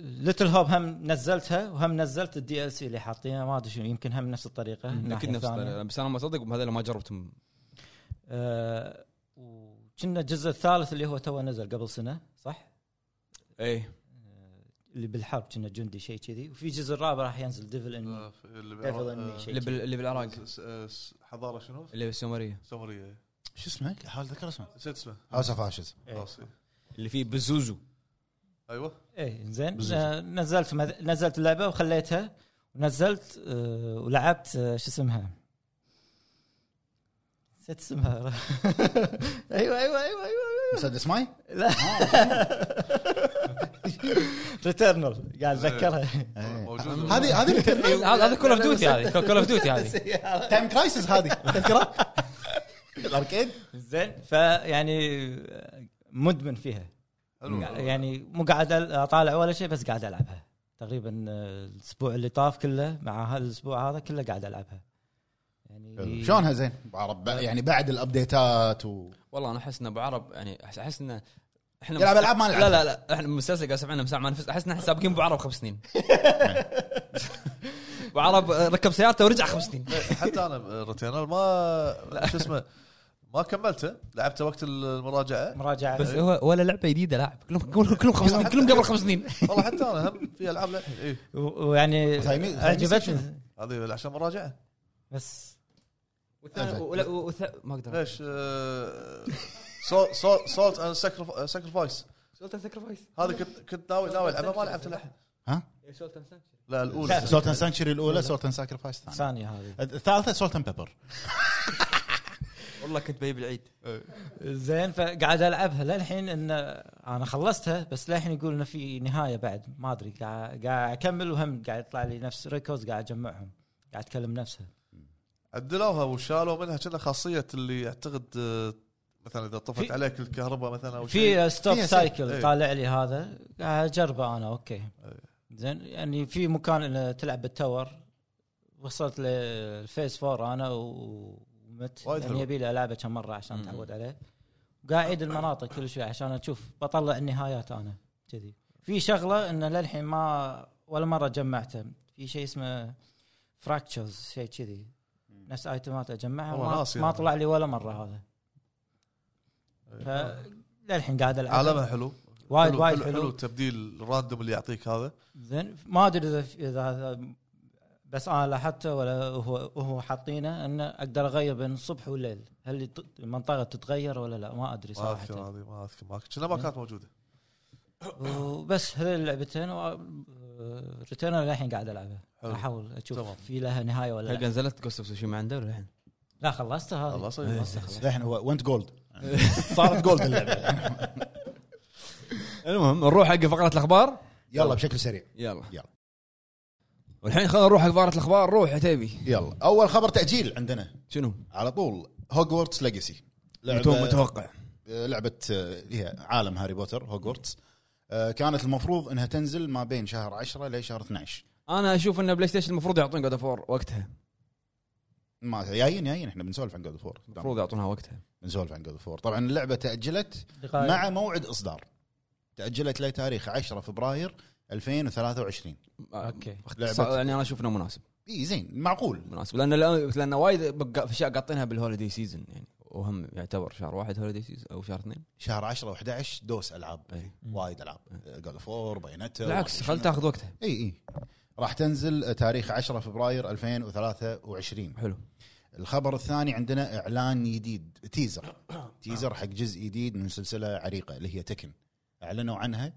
S3: ليتل هوب آه، هم نزلتها وهم نزلت الدي ال سي اللي حاطينها ما ادري شنو يمكن هم نفس الطريقه الناحية
S6: اكيد نفس
S3: الثانية.
S6: الطريقة، بس انا ما اصدق بهذول ما جربتهم
S3: آه، وكنا الجزء الثالث اللي هو تو نزل قبل سنه صح؟
S6: ايه
S3: اللي بالحرب كنا جندي شيء كذي وفي جزء رابع راح ينزل ديفل ان
S4: آه، في- اللي
S3: ديفل
S4: بالعراق-
S3: ان
S4: آه،
S3: شيء
S6: اللي بال- اللي بالعراق
S4: س- س- س- حضاره شنو؟
S6: اللي بالسومريه
S4: سومريه
S2: شو اسمه؟ حاول ذكر اسمه
S4: نسيت اسمه
S2: هاوس اوف اشز
S3: إيه.
S4: خلاص.
S6: اللي فيه بزوزو
S4: ايوه
S3: ايه زين
S2: بالزبط.
S3: آه، نزلت مذ- نزلت اللعبه وخليتها ونزلت آه، ولعبت آه، شو اسمها نسيت اسمها ايوه ايوه ايوه ايوه, أيوة.
S2: مسدس ماي؟
S3: لا ريتيرنال قاعد اتذكرها
S4: موجود
S2: هذه هذه اللي
S6: هذا هذا كول اوف ديوتي هذه كول اوف ديوتي هذه
S2: تايم كرايسس هذه تذكرها؟ الاركيد
S3: زين فيعني آه، مدمن فيها
S4: حلو
S3: يعني مو قاعد أل- اطالع ولا شيء بس قاعد العبها تقريبا آه، الاسبوع اللي طاف كله مع هالاسبوع هذا كله قاعد العبها يعني
S2: شلونها زين؟ بعرب- يعني بعد الابديتات و
S6: والله انا احس ان ابو عرب يعني أحس- احس ان احنا
S2: يلعب ألعاب ما
S6: لا
S2: نلعبها.
S6: لا لا احنا مسلسل قاعد سبعنا ساعه ما نفس احس ان احنا سابقين ابو عرب خمس سنين ابو عرب ركب سيارته ورجع خمس سنين
S4: حتى انا رتينال ما شو اسمه ما كملته لعبته وقت المراجعه
S3: مراجعه
S1: بس هو ولا لعبه جديده لاعب كلهم كلهم كلهم خمس سنين كلهم قبل خمس سنين
S4: والله حتى انا هم في العاب للحين اي
S3: و- ويعني
S2: تايمين-
S3: عجبتني
S4: هذه عشان مراجعه
S3: بس
S2: والثاني-
S1: ما اقدر
S4: ليش سولت سولت اند ساكرفايس هذه كنت كنت ناوي ناوي العبها ما لعبت للحين
S2: ها؟
S6: إيه،
S4: لا الاولى
S2: سولتن سانكشري الاولى سولتن ساكرفايس الثانيه
S3: ثانيه هذه
S2: الثالثه سولتن بيبر
S1: والله كنت بجيب العيد
S2: إيه.
S3: زين فقاعد العبها للحين ان انا خلصتها بس للحين يقول انه في نهايه بعد ما ادري قاعد قاعد اكمل وهم قاعد يطلع لي نفس ريكوردز قاعد اجمعهم قاعد اتكلم نفسها
S4: عدلوها وشالوا منها كنا خاصيه اللي اعتقد آه، مثلا اذا طفت
S3: في-
S4: عليك الكهرباء مثلا او شيء
S3: في ستوب
S2: فيها
S4: إيه.
S3: سايكل طالع لي هذا آه، قاعد اجربه انا اوكي زين يعني في مكان إنه تلعب بالتور وصلت للفيس فور انا و- ومت
S4: وايد حلو.
S3: يعني يبي لي العبه كم مره عشان اتعود عليه قاعد المناطق كل شوي عشان اشوف بطلع النهايات انا كذي في شغله انه للحين ما ولا مره جمعته في شيء اسمه فراكتشرز شيء كذي نفس ايتمات اجمعها
S4: والله
S3: ما,
S4: ناسي
S3: ما
S4: أنا.
S3: طلع لي ولا مره هذا
S4: إيه.
S3: ف- للحين قاعد
S4: عالمها
S3: العب
S4: حلو
S3: آه، وايد
S4: حلو-
S3: وايد
S4: حلو, حلو
S3: حلو
S4: التبديل الراندوم اللي يعطيك هذا
S3: زين ما ادري اذا اذا هذا بس انا لاحظته ولا هو هو حاطينه انه اقدر اغير بين الصبح والليل هل يط- المنطقه تتغير ولا لا ما ادري
S4: ما اذكر
S3: صراحه
S4: هذه ما اذكر ما كنا ما كانت موجوده
S3: وبس هذول اللعبتين ريتيرنر للحين قاعد العبها
S4: حلو.
S3: احاول اشوف
S4: تمام.
S3: في لها نهايه ولا
S1: هل
S3: لا
S1: نزلت جوست اوف سوشيما عنده ولا الحين؟
S3: لا خلصتها هذه
S4: الله يسلمك.
S2: الحين هو وانت جولد صارت جولد اللعبه
S1: المهم نروح حق فقره الاخبار
S2: يلا بشكل سريع
S1: يلا
S2: يلا.
S1: والحين خلينا نروح حق فقره الاخبار روح يا تيبي
S2: يلا اول خبر تاجيل عندنا
S1: شنو؟
S2: على طول هوجورتس ليجاسي
S1: متو- متوقع
S2: لعبه آه، هي عالم هاري بوتر هوجورتس آه، كانت المفروض انها تنزل ما بين شهر 10 لشهر 12
S1: انا اشوف ان بلاي ستيشن المفروض يعطون جود اوف وقتها
S2: ما جايين جايين احنا بنسولف عن جود فور
S1: المفروض يعطونها وقتها
S2: بنسولف عن جود فور طبعا اللعبه تاجلت
S3: طيب.
S2: مع موعد اصدار تاجلت لتاريخ 10 فبراير 2023
S3: اوكي
S2: لعبة-
S1: صع- يعني انا اشوف انه مناسب
S2: اي زين معقول
S1: مناسب لان لان- لان وايد بق- في اشياء قاطينها بالهوليدي سيزون يعني وهم يعتبر شهر واحد هوليدي سيزون او شهر اثنين
S2: شهر 10 و11 دوس العاب
S1: أي.
S2: وايد العاب جود فور باينتا
S1: إيه. بالعكس خل تاخذ وقتها
S2: اي اي راح تنزل آه، تاريخ 10 فبراير 2023
S1: حلو
S2: الخبر الثاني عندنا اعلان جديد تيزر
S1: آه.
S2: تيزر حق جزء جديد من سلسله عريقه اللي هي تكن اعلنوا عنها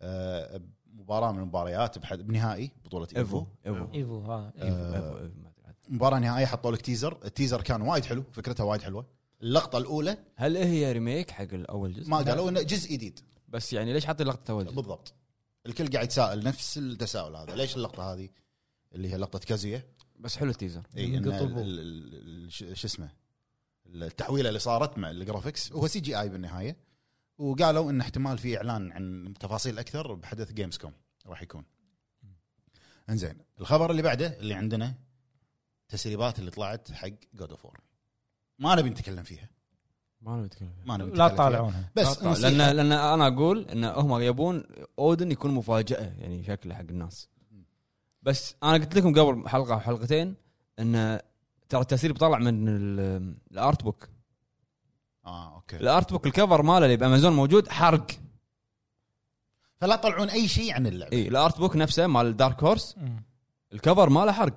S2: آه، مباراه من المباريات بحد- بنهائي بطوله
S1: ايفو
S2: ايفو
S1: ايفو
S3: ايفو ها
S4: آه،
S2: آه.
S1: ايفو إيفو، إيفو، ما أدري عاد.
S2: مباراه نهائيه حطوا لك تيزر التيزر كان وايد حلو فكرتها وايد حلوه اللقطه الاولى
S1: هل هي ريميك حق الاول جزء؟
S2: ما قالوا انه جزء جديد
S1: بس يعني ليش حاطين لقطه اول جزء؟
S2: بالضبط الكل قاعد يتساءل نفس التساؤل هذا ليش اللقطه هذه اللي هي لقطه كازويا
S1: بس حلو التيزر
S2: اي إيه، إن
S3: ينقطبوا.
S2: ال- ال- ال- ش- شو اسمه التحويله اللي صارت مع الجرافكس هو سي جي اي بالنهايه وقالوا ان احتمال في اعلان عن تفاصيل اكثر بحدث جيمز كوم راح يكون انزين الخبر اللي بعده اللي عندنا تسريبات اللي طلعت حق جود اوف ما نبي نتكلم فيها
S1: ما انا بتكلم
S2: ما نبي
S3: لا
S2: نتكلم فيها.
S3: تطالعونها
S2: بس
S1: لا،
S2: نصيحة.
S1: لان لان انا اقول ان هم يبون اودن يكون مفاجاه يعني شكله حق الناس بس انا قلت لكم قبل حلقه او حلقتين ان ترى التسريب طلع من ال- الارت بوك
S2: اه اوكي
S1: الارت بوك الكفر ماله اللي بامازون موجود حرق
S2: فلا تطلعون اي شيء عن اللعبه
S1: اي الارت بوك نفسه مال دارك هورس
S3: مم.
S1: الكفر ماله حرق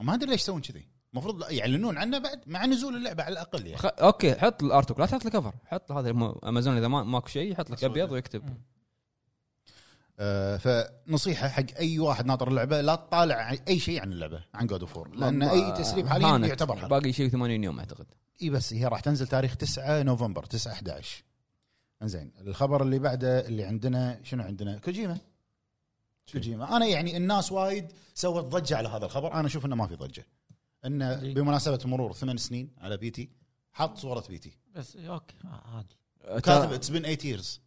S2: ما ادري ليش يسوون كذي المفروض لا- يعلنون عنه بعد مع نزول اللعبه على الاقل يعني
S1: خ... اوكي حط الارت بوك لا تحط الكفر حط هذا الم- امازون اذا ما ماكو شيء يحط لك ابيض ويكتب
S2: آه، فنصيحه حق اي واحد ناطر اللعبه لا تطالع اي شيء عن اللعبه عن جود اوف لان اي تسريب حاليا
S1: هانت.
S2: يعتبر حرق
S1: باقي شيء 80 يوم اعتقد
S2: اي بس هي راح تنزل تاريخ 9 نوفمبر 9 11 انزين الخبر اللي بعده اللي عندنا شنو عندنا كوجيما كوجيما انا يعني الناس وايد سوت ضجه على هذا الخبر انا اشوف انه ما في ضجه انه
S1: إيه.
S3: ليه؟
S2: بمناسبه مرور ثمان سنين على بيتي حط صوره بيتي
S3: بس اوكي عادي
S2: كاتب اتس بين 8 ييرز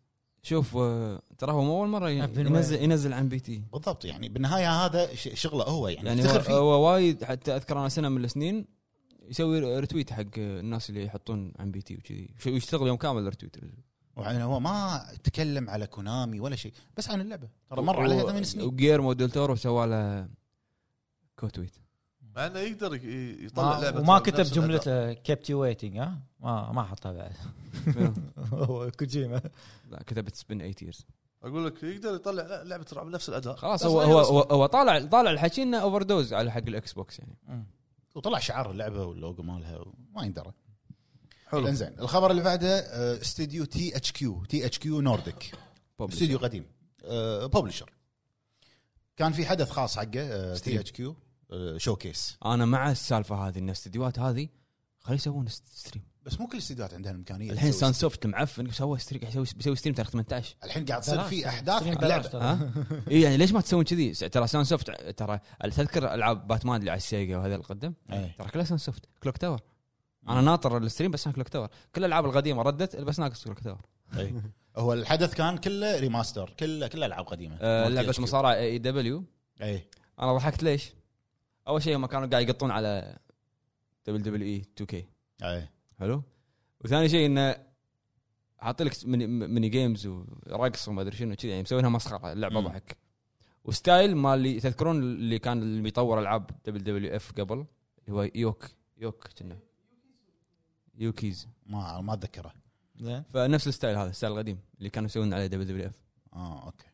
S1: شوف آه، ترى هو مو اول مره
S3: I've been
S1: ينزل ينزل عن بي تي
S2: بالضبط يعني بالنهايه هذا ش- شغله هو يعني,
S1: يعني هو,
S2: افتخر فيه
S1: هو وايد حتى اذكر انا سنه من السنين يسوي رتويت حق الناس اللي يحطون عن بي تي وكذي وش- ويشتغل يوم كامل رتويت
S2: وعن هو ما تكلم على كونامي ولا شيء بس عن اللعبه ترى مر عليها ثمان سنين
S1: وجير موديل تورو سوى له كوتويت
S4: مع انه يقدر ي- يطلع
S3: ما
S4: لعبه
S3: وما آه،
S4: نفس
S3: كتب
S4: الأداء.
S3: جملته كيبت يو ويتنج ها ما ما حطها بعد هو كوجيما
S1: لا كتبت سبن 8 ييرز
S4: اقول لك يقدر يطلع لا- لعبه رعب نفس الاداء
S1: خلاص
S4: بس
S1: هو
S4: ما
S1: هو
S4: يوصل.
S1: هو, هو طالع طالع الحكي انه اوفر دوز على حق الاكس بوكس يعني
S2: وطلع شعار اللعبه واللوجو مالها ما يندرى
S4: حلو
S2: انزين الخبر اللي بعده آه، استوديو تي اتش كيو تي اتش كيو نورديك استوديو قديم آه، ببلشر كان في حدث خاص حقه آه، تي
S7: ستيم.
S2: اتش كيو شو كيس
S1: انا مع السالفه هذه ان الاستديوهات هذه خلي يسوون است- ستريم
S2: بس مو كل الاستديوهات عندها الامكانيه
S1: الحين
S2: تسوي
S1: سان سوفت معفن سوى ستريم قاعد يسوي بيسوي ستريم تاريخ 18
S2: الحين قاعد تصير
S3: بلاش.
S2: في احداث
S3: ستريم
S2: حق
S3: يعني بلاش
S2: لعبه
S3: ترى.
S1: ها؟ اي يعني ليش ما تسوون كذي؟ س- ترى سان سوفت ترى تذكر العاب باتمان اللي على السيجا وهذا اللي قدم
S2: إيه.
S1: ترى كلها سان سوفت كلوك تاور انا ناطر الستريم بس أنا كلوك تاور كل الالعاب القديمه ردت بس ناقص كلوك تاور
S2: إي. هو الحدث كان كله ريماستر كله كله العاب قديمه
S1: آه،
S2: مال
S1: لعبه
S2: THQ.
S1: مصارعه اي دبليو
S2: اي
S1: انا ضحكت ليش؟ اول شيء هم كانوا قاعد يقطون على E دبل دبل اي 2 كي
S2: اي
S1: حلو وثاني شيء انه حاط لك ميني- ميني جيمز ورقص وما ادري شنو كذي يعني مسوينها مسخره اللعبه
S2: مم.
S1: ضحك وستايل مال اللي تذكرون اللي كان اللي بيطور العاب دبليو دبليو اف قبل اللي هو يوك يوك كنا يوكيز
S2: ما ما اتذكره
S3: زين
S1: فنفس الستايل هذا الستايل القديم اللي كانوا يسوون عليه دبليو دبليو اف
S2: اه اوكي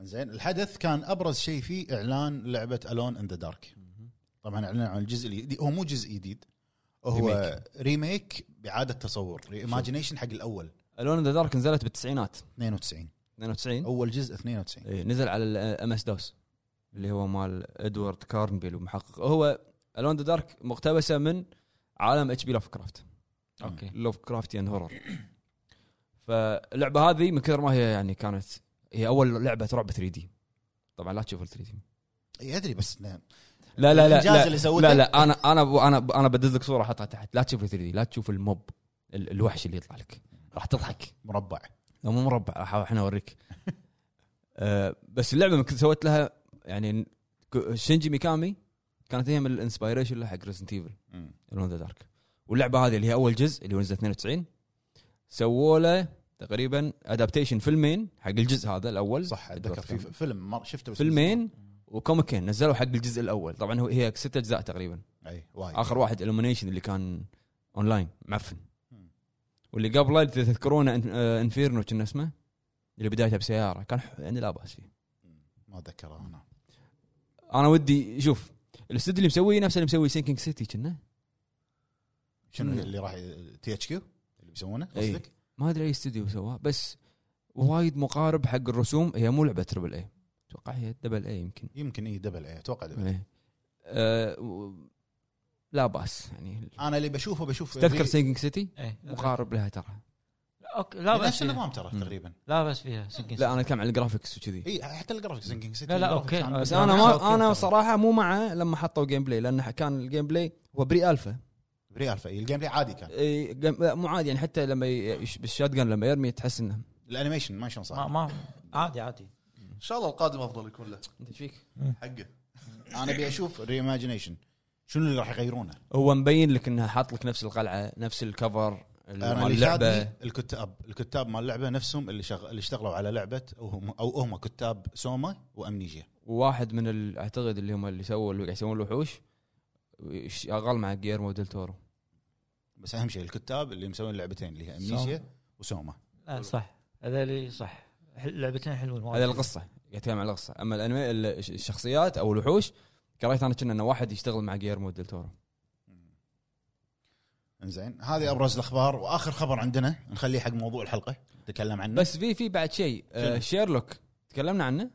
S2: زين الحدث كان ابرز شيء فيه اعلان لعبه الون ان ذا دارك طبعا اعلن عن الجزء الجديد هو مو جزء جديد هو ريميك باعاده تصور ريماجينيشن حق الاول
S1: الون ذا دارك نزلت بالتسعينات
S2: 92
S1: 92
S2: اول جزء 92
S1: إيه، نزل على الام اس دوس اللي هو مال ادوارد كارنبيل ومحقق هو الون ذا دارك مقتبسه من عالم اتش بي لوف كرافت
S2: اوكي
S1: لوف كرافتيان هورر فاللعبه هذه من كثر ما هي يعني كانت هي اول لعبه رعب 3 دي طبعا لا تشوف ال 3 دي
S2: اي ادري بس لا
S1: لا لا لا
S2: الإنجاز
S1: لا,
S2: اللي
S1: لا,
S2: سوته
S1: لا انا انا انا انا بدز لك صوره احطها تحت لا تشوف ال 3 دي لا تشوف الموب ال- الوحش اللي يطلع لك راح تضحك
S2: مربع
S1: لا مو مربع راح احنا اوريك آه، بس اللعبه من كثر سويت لها يعني ك- شينجي ميكامي كانت هي من الانسبايريشن له حق ريزنت ايفل
S2: مم.
S1: الون ذا دارك واللعبه هذه اللي هي اول جزء اللي هو نزل 92 سووا له تقريبا ادابتيشن فيلمين حق الجزء هذا الاول
S2: صح اتذكر في
S1: في
S2: فيلم مر- شفته بس
S1: فيلمين وكوميكين نزلوا حق الجزء الاول طبعا هو هي ست اجزاء تقريبا
S2: اي وايد
S1: اخر واحد الومنيشن اللي كان اونلاين معفن
S2: مم.
S1: واللي قبله اللي تذكرونه إن- آه، انفيرنو كنا اسمه اللي بدايته بسياره كان ح- يعني لا باس فيه
S2: ما اتذكره انا
S1: انا ودي شوف الاستوديو اللي مسويه نفسه اللي مسوي سينكينج سيتي كنا
S2: شنو
S1: مم.
S2: اللي راح تي اتش كيو اللي بيسوونه
S1: إي.
S2: قصدك؟
S1: ما ادري اي استوديو سواه بس وايد مقارب حق الرسوم هي مو لعبه تربل اي اتوقع هي دبل اي يمكن
S2: يمكن اي دبل اي اتوقع دبل
S1: إيه. أه و- لا باس يعني
S2: انا اللي بشوفه بشوف
S1: تذكر
S2: اللي-
S1: سينكينج سيتي
S3: إيه.
S2: آه.
S1: مقارب لها ترى
S3: اوكي لا بس
S2: إيه، نفس
S3: فيها.
S2: النظام ترى
S1: إيه. مم.
S2: تقريبا
S3: لا بس فيها سينكينج
S1: لا انا اتكلم عن الجرافكس وكذي
S2: اي حتى الجرافيك سينكينج سيتي
S3: لا، لا،
S2: الجرافيكس
S3: أوكي.
S2: كان-
S3: بس
S1: بس انا ما
S3: أوكي.
S1: انا صراحه مو مع لما حطوا جيم بلاي لان كان الجيم بلاي هو بري الفا
S2: بري الفا إي، الجيم بلاي عادي كان
S1: إي، جيم- لا، مو عادي يعني حتى لما ي- يش- بالشات جان لما يرمي تحس انه
S2: الانيميشن ما شلون
S3: ما
S2: صار
S3: ما عادي عادي
S4: ان شاء الله القادم افضل يكون له
S1: انت ايش فيك؟
S4: حقه
S2: انا ابي اشوف الريماجينيشن شنو اللي راح يغيرونه
S1: هو مبين لك انه حاط لك نفس القلعه نفس الكفر
S2: انا
S1: مال
S2: آه، اللي
S1: اللعبه
S2: شادني الكتاب الكتاب مال اللعبه نفسهم اللي شغ... اللي اشتغلوا على لعبه وهم او هم كتاب سوما وامنيجيا
S1: وواحد من ال- اعتقد اللي هم اللي سووا اللي قاعد يسوون الوحوش شغال مع جيرمو ديل تورو
S2: بس اهم شيء الكتاب اللي مسوين لعبتين اللي هي امنيجيا وسوما
S3: لا صح هذا اللي صح حل- لعبتين حلوين وايد.
S1: هذا القصه قاعد يتكلم عن القصه اما الانمي ال- الشخصيات او الوحوش قريت انا كنا انه واحد يشتغل مع جيرمو ديل تورو
S2: انزين هذه ابرز الاخبار واخر خبر عندنا نخليه حق موضوع الحلقه نتكلم عنه
S1: بس في في بعد شيء آه،
S2: شنو؟
S1: شيرلوك تكلمنا عنه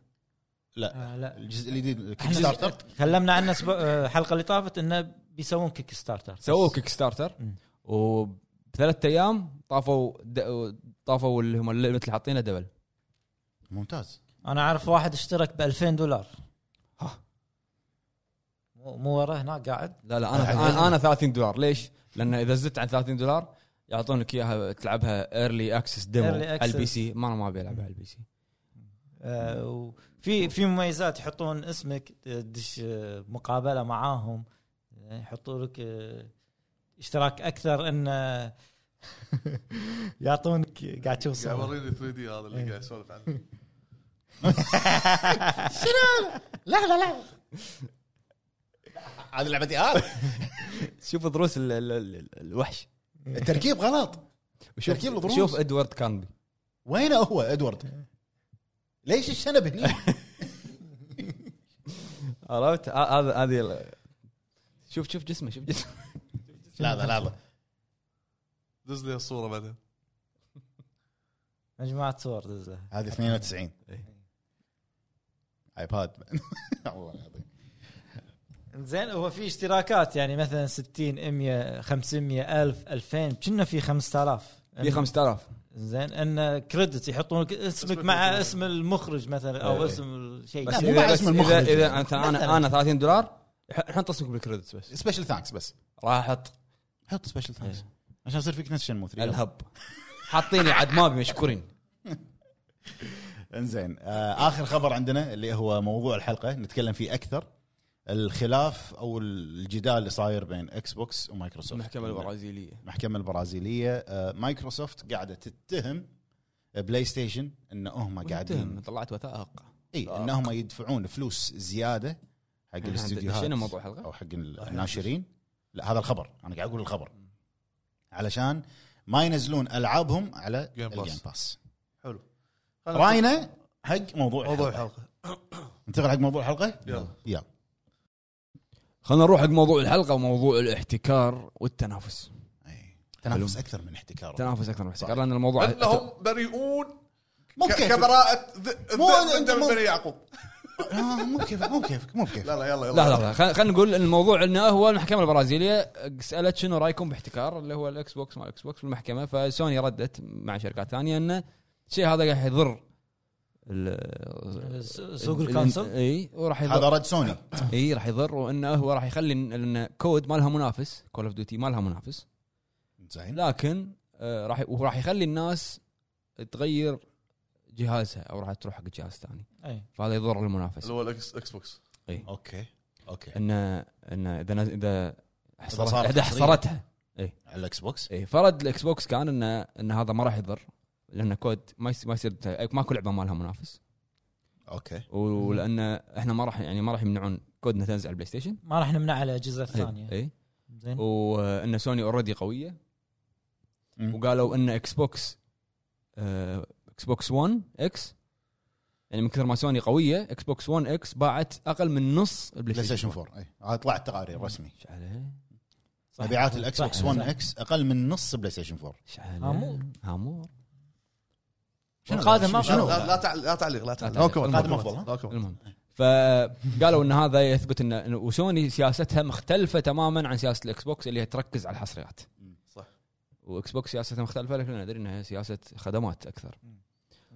S2: لا
S3: آه، لا
S2: الجزء الجديد الكيك
S3: إحنا-
S2: ستارتر
S3: تكلمنا عنه الأسبوع- آه، الحلقه اللي طافت انه بيسوون كيك ستارتر
S1: سووا كيك ستارتر
S3: مم.
S1: وبثلاث ايام طافوا د- طافوا اللي هم اللي مثل حاطينه دبل
S2: ممتاز
S3: انا اعرف واحد اشترك ب 2000 دولار
S1: ها.
S3: مو مو وراه هناك قاعد
S1: لا لا انا انا, أنا 30 دولار ليش؟ لان اذا زدت عن 30 دولار يعطونك اياها تلعبها ايرلي اكسس ديمو
S3: Early
S1: على البي
S3: access.
S1: سي ما انا ما ابي العبها على البي سي
S3: آه، وفي في مميزات يحطون اسمك تدش آه، مقابله معاهم آه، يحطوا لك آه، اشتراك اكثر ان آه، يعطونك قاعد تشوف
S4: قاعد
S3: صور
S4: يوريني 3 دي هذا اللي قاعد يسولف عنه
S2: لا لا لا هذه لعبتي هذا
S1: شوف ضروس ال- ال- ال- الوحش
S2: التركيب غلط
S1: وشوف-
S2: تركيب الضروس.
S1: شوف ادوارد كانبي
S2: وين هو ادوارد؟ ليش الشنب هني؟
S1: عرفت ه- هذا هذه ال- شوف شوف جسمه شوف جسمه
S2: لحظه لحظه
S4: دز لي الصوره بعدين
S3: مجموعه صور دز لها
S2: هذه 92
S1: إيه.
S2: ايباد والله العظيم
S3: زين هو في اشتراكات يعني مثلا 60 100 500 1000 2000 كنا في 5000
S1: في 5000
S3: زين ان كريدت يحطون لك اسمك
S4: اسمك
S3: مع
S4: وكذا.
S3: اسم المخرج مثلا او
S1: إيه.
S3: اسم الشيء نعم.
S2: بس
S3: لا،
S2: مو مع اسم المخرج.
S1: اذا اذا أنت-
S3: مثلاً.
S1: انا انا 30 دولار ح- حط اسمك بالكريدتس بس
S2: سبيشل ثانكس بس
S1: راح احط
S2: حط سبيشل ثانكس إيه. عشان يصير فيك نفس شنمو 3
S1: الهب حاطيني عاد ما بي مشكورين
S2: انزين آه، اخر خبر عندنا اللي هو موضوع الحلقه نتكلم فيه اكثر الخلاف او الجدال اللي صاير بين اكس بوكس ومايكروسوفت
S8: المحكمه البرازيليه
S2: المحكمه البرازيليه آه، مايكروسوفت قاعده تتهم بلاي ستيشن ان هم
S8: قاعدين
S2: قاعدين
S8: طلعت وثائق
S2: اي ان هم يدفعون فلوس زياده حق الاستديوهات
S1: شنو موضوع الحلقه؟
S2: او حق الناشرين لا هذا الخبر انا قاعد اقول الخبر علشان ما ينزلون العابهم على
S4: Game Pass.
S2: الجيم باس
S4: حلو
S2: راينا حق موضوع
S4: موضوع
S2: الحلقه
S4: الحلقه
S2: ننتقل حق موضوع الحلقه
S4: يلا
S2: يلا
S1: خلينا نروح حق موضوع الحلقه وموضوع الاحتكار والتنافس
S2: أي. تنافس اكثر من احتكار
S1: تنافس اكثر من الاحتكار لان الموضوع
S4: انهم بريئون ك-
S2: ممكن
S4: كبراءه ذ-
S2: مو
S4: الذئب
S2: أنت
S4: انت من
S2: مو-
S4: بني يعقوب
S2: آه، مو كيفك مو كيفك مو كيفك
S4: لا لا يلا
S1: لا
S4: يلا
S1: لا لا خل- خلينا نقول ان الموضوع انه هو المحكمه البرازيليه سالت شنو رايكم باحتكار اللي هو الاكس بوكس مال الاكس بوكس بالمحكمه فسوني ردت مع شركات ثانيه انه الشيء هذا راح يضر ال-
S3: سوق
S1: ال-
S3: الكونسل
S1: اي وراح
S2: هذا
S1: يضر
S2: رد سوني
S1: اي راح يضر وانه هو راح يخلي إن- ان كود ما لها منافس كول اوف ديوتي ما لها منافس
S2: زين
S1: لكن آه، راح وراح يخلي الناس تغير جهازها او راح تروح حق جهاز ثاني
S3: أي.
S1: فهذا يضر المنافسه
S4: اللي هو الاكس إكس بوكس
S2: اوكي اوكي
S1: ان ان اذا نز- اذا
S2: صارت
S1: حصرتها اذا
S2: حصرية.
S1: حصرتها إيه،
S2: على الاكس بوكس
S1: اي فرد الاكس بوكس كان انه ان هذا ما راح يضر لان كود ما يصير ما يصير إيه، ماكو لعبه ما لها منافس
S2: اوكي
S1: ولان احنا ما راح يعني ما راح يمنعون كود انها تنزل على البلاي ستيشن إيه.
S3: ما راح نمنع على الاجهزه الثانيه
S1: اي
S3: زين
S1: وان سوني اوريدي قويه
S2: مم.
S1: وقالوا ان اكس بوكس آه، اكس بوكس 1 اكس يعني من كثر ما سوني قويه اكس بوكس 1 اكس باعت اقل من نص
S2: بلاي
S1: البلاي ستيشن
S2: ستيشن 4 اي هذا طلعت تقارير رسمي
S1: ايش عليه؟
S3: صح.
S2: مبيعات الاكس
S3: صح،
S2: بوكس 1
S3: صح.
S2: اكس اقل من نص بلاي ستيشن 4
S1: ايش عليه؟
S3: هامور.
S1: هامور
S3: والقادم ما
S2: شنو؟
S4: لا لا تعليق لا تعليق لا تعليق
S1: لا تعليق.
S2: القادم أفضل، ها؟
S4: لا كومنت.
S1: المهم فقالوا ان هذا يثبت ان إن- وسوني سياستها مختلفه تماما عن سياسه الاكس بوكس اللي هي تركز على الحصريات
S4: صح
S1: واكس بوكس سياستها مختلفه لكن ندري انها سياسه خدمات اكثر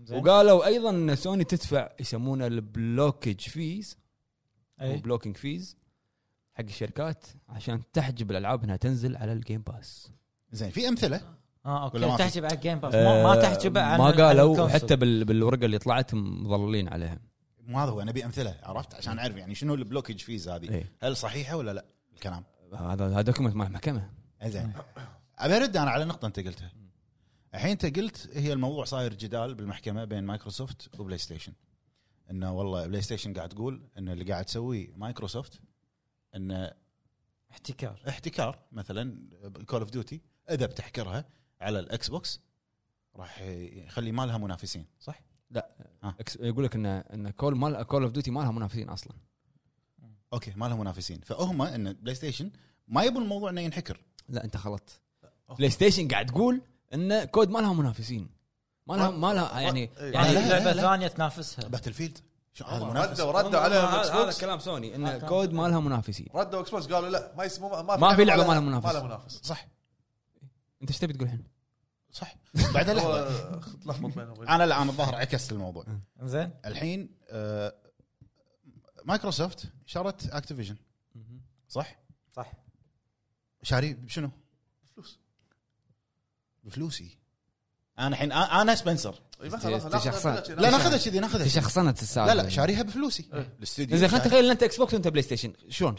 S3: زين.
S1: وقالوا ايضا ان سوني تدفع يسمونه البلوكج فيز او
S3: أي.
S1: بلوكينج فيز حق الشركات عشان تحجب الالعاب انها تنزل على الجيم باس
S2: زين في امثله
S3: اه
S2: ولا ما
S3: اوكي
S2: في؟ آه،
S3: تحجب على الجيم باس ما ما تحجب عن
S1: آه، ما
S3: عن
S1: قالوا
S3: الكونسول.
S1: حتى بال- بالورقه اللي طلعت مضللين عليها
S2: مو هذا هو نبي امثله عرفت عشان اعرف يعني شنو البلوكج فيز هذه
S1: إيه.
S2: هل صحيحه ولا لا الكلام
S1: هذا هذا دوكيمنت مال المحكمه
S2: زين ابي ارد انا على نقطه انت قلتها الحين انت قلت هي الموضوع صاير جدال بالمحكمه بين مايكروسوفت وبلاي ستيشن انه والله بلاي ستيشن قاعد تقول ان اللي قاعد تسويه مايكروسوفت انه
S3: احتكار
S2: احتكار مثلا كول اوف ديوتي اذا بتحكرها على الاكس بوكس راح يخلي ما لها منافسين صح؟
S1: إكس- يقول لك ان ان كول مال كول اوف ديوتي ما لها منافسين اصلا
S2: اوكي ما لها منافسين فهم ان بلاي ستيشن ما يبون الموضوع انه ينحكر
S1: لا انت خلطت بلاي ستيشن قاعد تقول ان كود ما لها منافسين ما لها ما لها يعني
S4: إيه.
S3: يعني
S2: لا، لا،
S3: لعبه
S2: لا.
S3: ثانيه تنافسها
S2: باتل فيلد شو هذا منافس
S4: ردوا ردوا على الاكس
S1: هذا
S4: بوكس
S1: كلام سوني
S3: آه،
S1: ان
S3: كلام
S1: كود
S3: سوني.
S1: ما لها منافسين
S4: ردوا اكس بوكس قالوا لا ما يسمو
S1: ما في لعبة ما لها منافس.
S4: ما لها منافس
S2: صح
S1: انت ايش تبي تقول الحين؟
S2: صح بعد لحظه
S4: هو تلخبط بينهم
S2: انا الان الظاهر عكست الموضوع
S3: زين
S2: الحين آه، مايكروسوفت شرت اكتيفيجن صح؟
S3: صح.
S2: شاري بشنو؟
S4: فلوس
S2: بفلوسي انا الحين آ- انا سبنسر
S4: إي، ما خلاص،
S1: تشخصن.
S4: ناخذها كذا،
S2: لا
S4: ناخذها.
S2: ناخذها كذي ناخذها كذي.
S1: تشخصنت السالفه
S2: لا لا شاريها بفلوسي
S1: إيه.
S2: الاستوديو
S1: زين خلينا
S2: شاري-
S1: نتخيل ان انت اكس بوكس وانت بلاي ستيشن شلون؟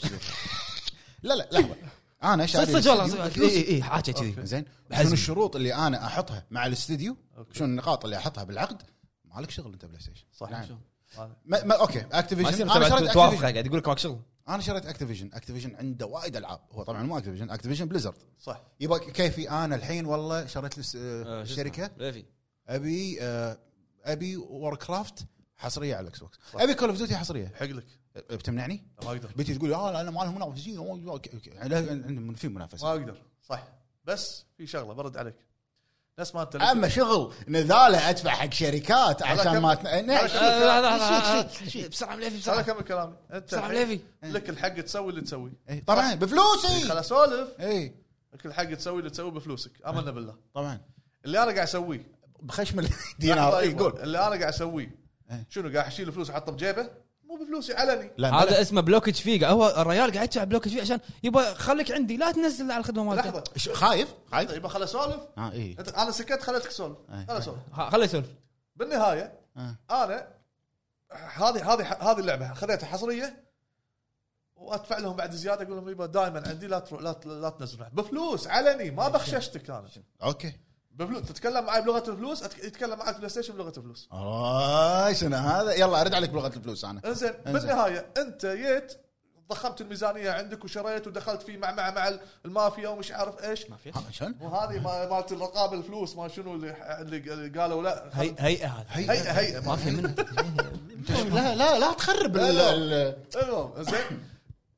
S2: لا لا لحظه انا شاري
S1: صدق إيه، والله
S2: الاستوديو.
S1: اي اي حاجه كذي
S2: زين
S1: بحزم.
S2: شنو الشروط اللي انا احطها مع الاستوديو شنو النقاط اللي احطها بالعقد مالك شغل انت بلاي ستيشن
S4: صح.
S2: نعم.
S4: ما-
S2: ما ما اوكي
S1: ما
S2: اكتيفيجن
S1: يصير
S2: انا شريت
S1: توافق
S2: اكتيفيجن
S6: آه،
S1: قاعد يقول لك ماك شغل
S2: انا شريت اكتيفيجن اكتيفيجن عنده وايد العاب هو طبعا مو اكتيفيجن اكتيفيجن بليزرد
S4: صح
S2: يبقى كيفي انا الحين والله شريت لي س-
S1: آه، شو
S2: شركه
S1: اسمه؟ ليفي
S2: ابي آه، ابي وور كرافت حصريه على الاكس بوكس ابي كول اوف ديوتي حصريه
S4: حق لك
S2: أه، بتمنعني
S4: ما اقدر
S2: بنتي تقول اه انا معلم منافسين أوه، أوكي، أوكي. يعني لا، عندهم في
S4: ما
S2: منافسه
S4: اقدر صح بس في شغله برد عليك نفس ما انت
S2: اما شغل نذاله ادفع حق شركات عشان ما تن-
S4: هذا
S2: إيه،
S4: كم-
S6: بسرعه مليفي
S4: هذا
S6: بسرعه
S4: كمل كلامي انت
S6: بسرعه
S4: الحين
S6: مليفي
S4: لك الحق تسوي اللي تسوي
S2: إيه، طبعا بفلوسي إيه،
S4: خلاص سولف
S2: اي
S4: لك الحق تسوي اللي تسوي بفلوسك امنا بالله
S2: طبعا
S4: اللي انا قاعد اسويه
S2: بخشم
S4: لحظة
S1: نعم.
S2: الدينار إيه،
S4: يقول
S2: قول
S4: اللي انا قاعد اسويه
S2: إيه.
S4: شنو قاعد اشيل فلوس احطه بجيبه مو بفلوسي علني
S2: لا ما
S6: هذا اسمه بلوكج فيه قاعد- هو الريال قاعد يدفع بلوكج فيه عشان يبا خليك عندي لا تنزل على الخدمه مالته
S4: لحظه
S2: لا. ش- خايف خايف
S4: يبا خل اسولف
S2: اه اي
S4: طيب، أنت- انا سكت خليتك تسولف
S2: إيه.
S4: خل اسولف
S6: ها، خليه يسولف
S4: بالنهايه
S2: آه.
S4: انا هذه هذه هذه اللعبه خذيتها حصريه وادفع لهم بعد زياده اقول لهم يبا دائما عندي لا ترو- لا ت- لا تنزلون بفلوس علني ما بخششتك انا
S2: اوكي
S4: بفلوس تتكلم معي بلغه الفلوس أتك- يتكلم معك بلاي ستيشن بلغه الفلوس
S2: آه شنو هذا يلا ارد عليك بلغه الفلوس انا
S4: انزين
S2: إنزين.
S4: بالنهايه انت جيت ضخمت الميزانيه عندك وشريت ودخلت في مع مع مع المافيا ومش عارف ايش
S2: ها، شلون
S4: وهذه ما- مالت الرقابه الفلوس ما شنو اللي اللي قالوا لا خل-
S6: هيئه هذا
S4: هيئه هيئه ما
S6: في منه
S2: طيب، لا لا لا تخرب
S4: لا،
S2: ال-
S4: لا.
S2: ال-
S4: المهم زين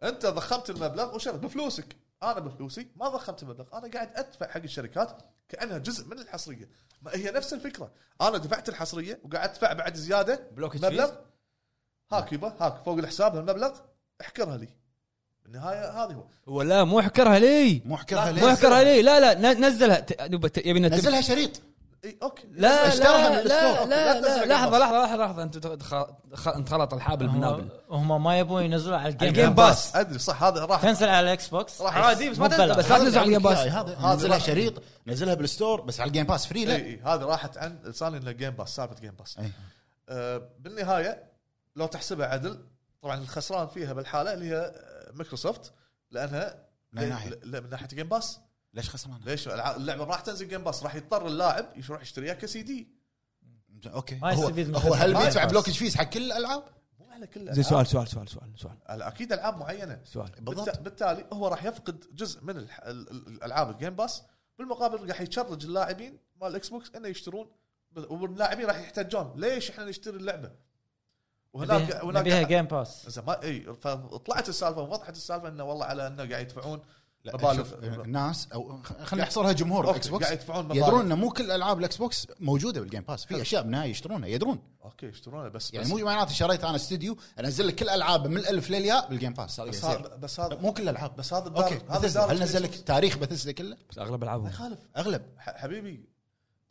S4: انت ضخمت المبلغ وشريت بفلوسك انا بفلوسي ما ضخمت المبلغ انا قاعد ادفع حق الشركات كانها جزء من الحصريه ما هي نفس الفكره انا دفعت الحصريه وقاعد ادفع بعد زياده
S6: بلوك
S4: مبلغ هاك يبا هاك فوق الحساب المبلغ احكرها لي بالنهايه هذا هو
S6: ولا مو احكرها لي
S2: مو حكرها
S6: مو
S2: ليش
S6: احكرها لي لا لا ن- نزلها ت- نبى- ت- يبي نتبع-
S2: نزلها شريط
S4: اي اوكي
S6: لا
S2: اشترها من
S6: لا
S2: الستور.
S6: لا لا
S4: أوكي، لا تنزلها
S6: لا لحظه
S4: قبل.
S6: لحظه لحظه لحظه انت تخ- انخلط الحابل بالنابل
S3: هم ما يبون ينزلوا على الجيم,
S6: الجيم باس.
S4: ادري صح هذا راح
S3: تنزل على الاكس بوكس
S4: راح عادي
S6: بس ما تنزل بس لا
S2: هذا
S6: تنزل على
S2: اللي
S6: الجيم
S2: عندك
S6: باس
S2: إياها، هذا نزلها شريط نزلها بالستور بس على الجيم باس فري لا
S4: اي هذه راحت عن لساني انه جيم باس سالفه جيم باس
S2: أي.
S4: آه، بالنهايه لو تحسبها عدل طبعا الخسران فيها بالحاله اللي هي آه، مايكروسوفت لانها
S2: من أي ناحية؟
S4: لا- لا من ناحيه جيم باس
S2: ليش خسران
S4: ليش الع- اللعبه ما راح تنزل جيم باس راح يضطر اللاعب يروح يشتريها كسي دي
S2: اوكي
S3: ما
S2: هو,
S3: يستفيد من
S2: هو هل
S3: خدمة
S2: بيدفع
S3: Game Pass؟
S2: بلوكج فيز حق كل الالعاب؟
S4: مو على كل
S6: زين
S4: الألعاب.
S6: سؤال سؤال سؤال سؤال سؤال
S4: على اكيد العاب معينه
S6: سؤال
S2: بالضبط.
S4: بالت- بالتالي هو راح يفقد جزء من الح- ال- ال- الالعاب الجيم باس بالمقابل راح يشرج اللاعبين مال الاكس بوكس انه يشترون بال- واللاعبين راح يحتاجون ليش احنا نشتري اللعبه
S3: نبيها- نبيها جيم باس
S4: زين ما اي فطلعت السالفه ووضحت السالفه انه والله على انه قاعد يدفعون
S2: لا
S4: مبالغ.
S2: شوف، يعني الناس او خ-
S4: يعني
S2: خلينا نحصرها جمهور الاكس
S4: اوكي
S2: بوكس
S4: قاعد يدفعون مبالغ
S2: يدرون انه مو كل العاب الاكس بوكس موجوده بالجيم باس في اشياء منها يشترونها يدرون
S4: اوكي يشترونه بس
S2: يعني
S4: بس-
S2: مو معناته شريت انا استوديو انزل لك كل العاب من الالف للياء بالجيم باس
S4: بس
S2: بس
S4: هذا بس هذا
S2: مو كل الالعاب
S4: بس هذا
S2: اوكي
S4: الدارج- هذا
S2: بثزدا.
S4: الدارج
S2: هل نزل
S4: بالإكس
S2: لك تاريخ بثزدا كله؟
S6: بس اغلب
S4: ما
S6: العابهم
S4: يخالف
S2: اغلب
S4: ح- حبيبي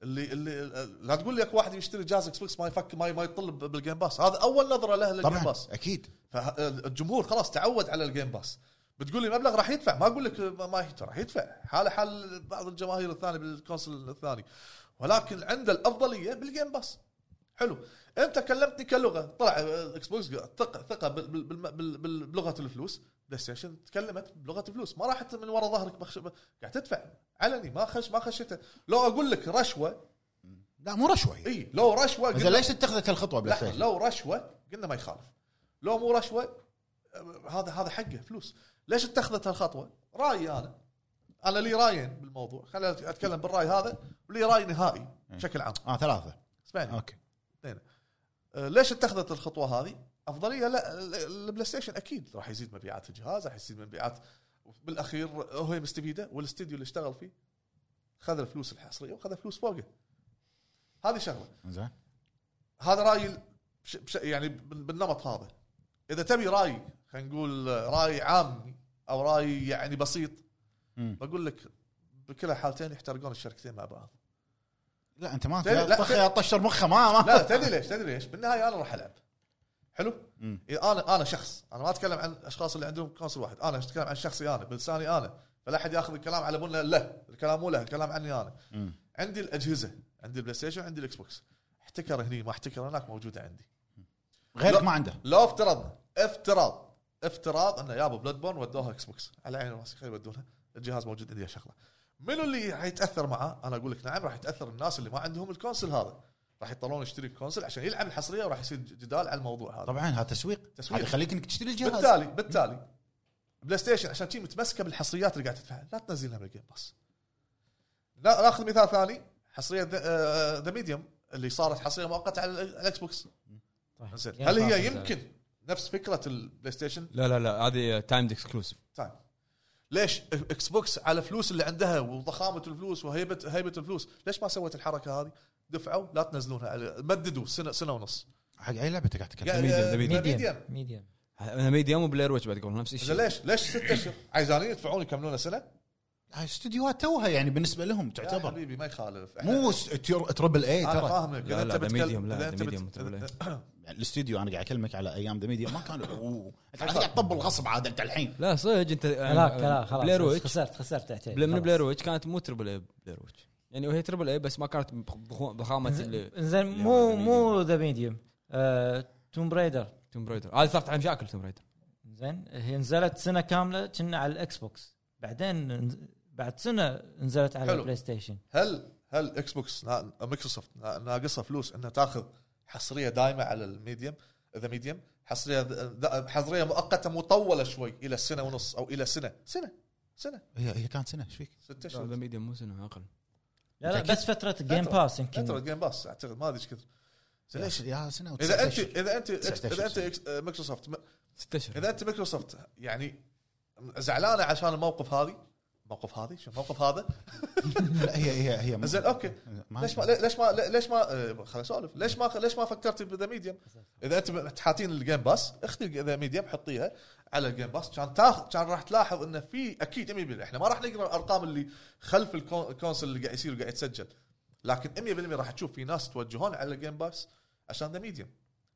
S4: اللي اللي لا تقول لي اكو واحد يشتري جهاز اكس بوكس ما يفك ما ما يطلب بالجيم باس هذا اول نظره له للجيم
S2: طبعا
S4: باس
S2: اكيد
S4: فالجمهور خلاص تعود على الجيم باس بتقول لي مبلغ راح يدفع ما اقول لك ما ما يدفع راح يدفع حاله حال بعض الجماهير الثانيه بالكونسل الثاني ولكن عنده الافضليه بالجيم باس حلو انت كلمتني كلغه طلع آه، الاكس بوكس ثقه ثقه بال- بال- بال- بال- بال- بلغه الفلوس بلاي ستيشن تكلمت بلغه الفلوس ما راحت من ورا ظهرك بخش... ب- قاعد تدفع علني ما خش ما خشيته لو اقول لك رشوه
S2: لا مو رشوه هي.
S4: اي لو رشوه قلنا-
S2: زين ليش اتخذت هالخطوه بلاي
S4: لحظه
S2: ستيشن؟
S4: لو رشوه قلنا ما يخالف لو مو رشوه آه، هذا هذا حقه فلوس ليش اتخذت هالخطوه؟ رايي انا انا لي رايين بالموضوع خليني اتكلم بالراي هذا ولي راي نهائي بشكل عام
S2: اه ثلاثه
S4: اسمعني
S2: اوكي
S4: آه، ليش اتخذت الخطوه هذه؟ افضليه لا ال- ال- البلاي ستيشن اكيد راح يزيد مبيعات الجهاز راح يزيد مبيعات بالاخير هو مستفيده والاستديو اللي اشتغل فيه خذ الفلوس الحصريه وخذ فلوس فوقه هذه شغله
S2: زين
S4: هذا رايي بش بش يعني بال- بالنمط هذا اذا تبي راي خلينا نقول راي عام او راي يعني بسيط
S2: مم.
S4: بقول لك بكلا حالتين يحترقون الشركتين مع بعض
S2: لا انت ما
S4: لا، لا،
S2: طخ يا طشر مخه ما ما
S4: لا تدري ليش تدري ليش بالنهايه انا راح العب حلو
S2: مم.
S4: إذا انا انا شخص انا ما اتكلم عن الاشخاص اللي عندهم كونسول واحد انا اتكلم عن شخصي انا بلساني انا فلا احد ياخذ الكلام على بنا له الكلام مو له الكلام عني انا
S2: مم.
S4: عندي الاجهزه عندي البلاي ستيشن عندي الاكس بوكس احتكر هني ما احتكر هناك موجوده عندي
S2: غيرك
S4: لا.
S2: ما عنده
S4: لو افترضنا افتراض افتراض انه يابا بلاد بورن ودوها اكس بوكس على عيني وراسي خلي يودونها الجهاز موجود عندي شغله منو اللي راح يتاثر معاه؟ انا اقول لك نعم راح يتاثر الناس اللي ما عندهم الكونسل هذا راح يضطرون يشتري كونسل عشان يلعب الحصريه وراح يصير جدال على الموضوع هذا
S2: طبعا هذا تسويق
S4: تسويق.
S2: هذا يخليك انك تشتري الجهاز
S4: بالتالي بالتالي بلاي ستيشن عشان شي متمسكه بالحصريات اللي قاعد تدفعها لا تنزلها من الجيم باس نا- ناخذ مثال ثاني حصريه ذا ميديوم اللي صارت حصريه مؤقته على ال- الاكس بوكس
S3: طيب.
S4: زين.
S3: يعني
S4: هل
S3: خلاص
S4: هي
S3: نزل.
S4: يمكن نفس فكره البلاي ستيشن
S1: لا لا لا هذه تايمد اكسكلوسيف
S4: تايم ليش اكس بوكس على الفلوس اللي عندها وضخامه الفلوس وهيبه هيبه الفلوس ليش ما سوت الحركه هذه دفعوا لا تنزلونها على- مددوا سنه سنه ونص
S2: حق اي لعبه أنت قاعد تتكلم
S4: قاعد-
S1: ميديا- ذا ميديا.
S4: ميديا.
S3: ميديم
S1: انا ميديوم وبلاير ويتش بعد قبل نفس
S4: زين
S1: الشيء
S4: ليش ليش ست اشهر عايزانين يدفعون يكملونها سنه
S2: هاي استديوهات توها يعني بالنسبه لهم
S4: يا
S2: تعتبر
S4: حبيبي ما يخالف إحنا-
S2: مو س- تير- تربل اي
S4: انا
S2: ترى
S4: فاهمك
S1: لا،
S4: إذا
S1: لا،
S4: أنت
S1: ده
S4: بتكلم-
S1: medium، لا،
S4: إذا
S1: ده
S4: أنت
S1: medium،
S4: بت-
S1: تقول إيه.
S2: يعني الاستديو انا قاعد اكلمك على ايام ذا ميديا ما كانوا أوه. انت قاعد قاعد تطبل غصب عاد انت الحين
S1: لا صدق آه، انت
S3: لا
S2: آه،
S3: لا خلاص
S1: بلاير ويتش
S3: خسرت خسرت تعتيل
S1: بلا- من بلاير ويتش كانت مو تربل اي بلاير ويتش يعني وهي تربل اي بس ما كانت بخو- بخامه
S3: زين
S1: اللي
S3: مو
S1: هو The
S3: مو آه، ذا ميديوم توم برايدر
S1: توم رايدر هذه صارت على مشاكل توم رايدر
S3: زين هي نزلت سنه كامله كنا على الاكس بوكس بعدين نز- بعد سنه نزلت على
S4: حلو.
S3: البلاي ستيشن
S4: هل هل اكس بوكس نا- مايكروسوفت نا- ناقصها فلوس انها تاخذ حصريه دائمه على الميديم ذا ميديم حصريه د- حصريه مؤقته مطوله شوي الى سنه ونص او الى سنه سنه سنه
S2: هي هي كانت سنه ايش فيك؟
S4: ست
S1: ذا
S4: اشهر
S1: ميديوم مو سنه اقل
S3: لا لا
S2: أكيد.
S3: بس فتره جيم
S4: فترة-
S3: باس
S4: فتره
S3: يمكن
S4: جيم باس اعتقد ما ادري ايش كثر زين ليش
S2: يا سنه وتسعة
S4: اذا انت
S2: أشهر.
S4: اذا انت
S2: تسعة
S4: اذا انت
S2: أشهر.
S4: إكس- آه، مايكروسوفت م-
S1: ست اشهر
S4: اذا انت مايكروسوفت يعني زعلانه عشان الموقف هذه الموقف هذه شو الموقف هذا
S2: لا هي هي هي
S4: زين اوكي
S2: ما-
S4: ليش ما ليش ما ليش ما آه، خليني اسولف ليش ما ليش ما فكرت بذا ميديم؟ اذا انت حاطين الجيم باس اخذ ذا ميديم حطيها على الجيم باس كان تاخذ كان راح تلاحظ انه في اكيد 100% احنا ما راح نقرا الارقام اللي خلف الكون- الكونسل اللي قاعد يصير وقاعد يتسجل لكن 100% راح تشوف في ناس توجهون على الجيم باس عشان ذا ميديم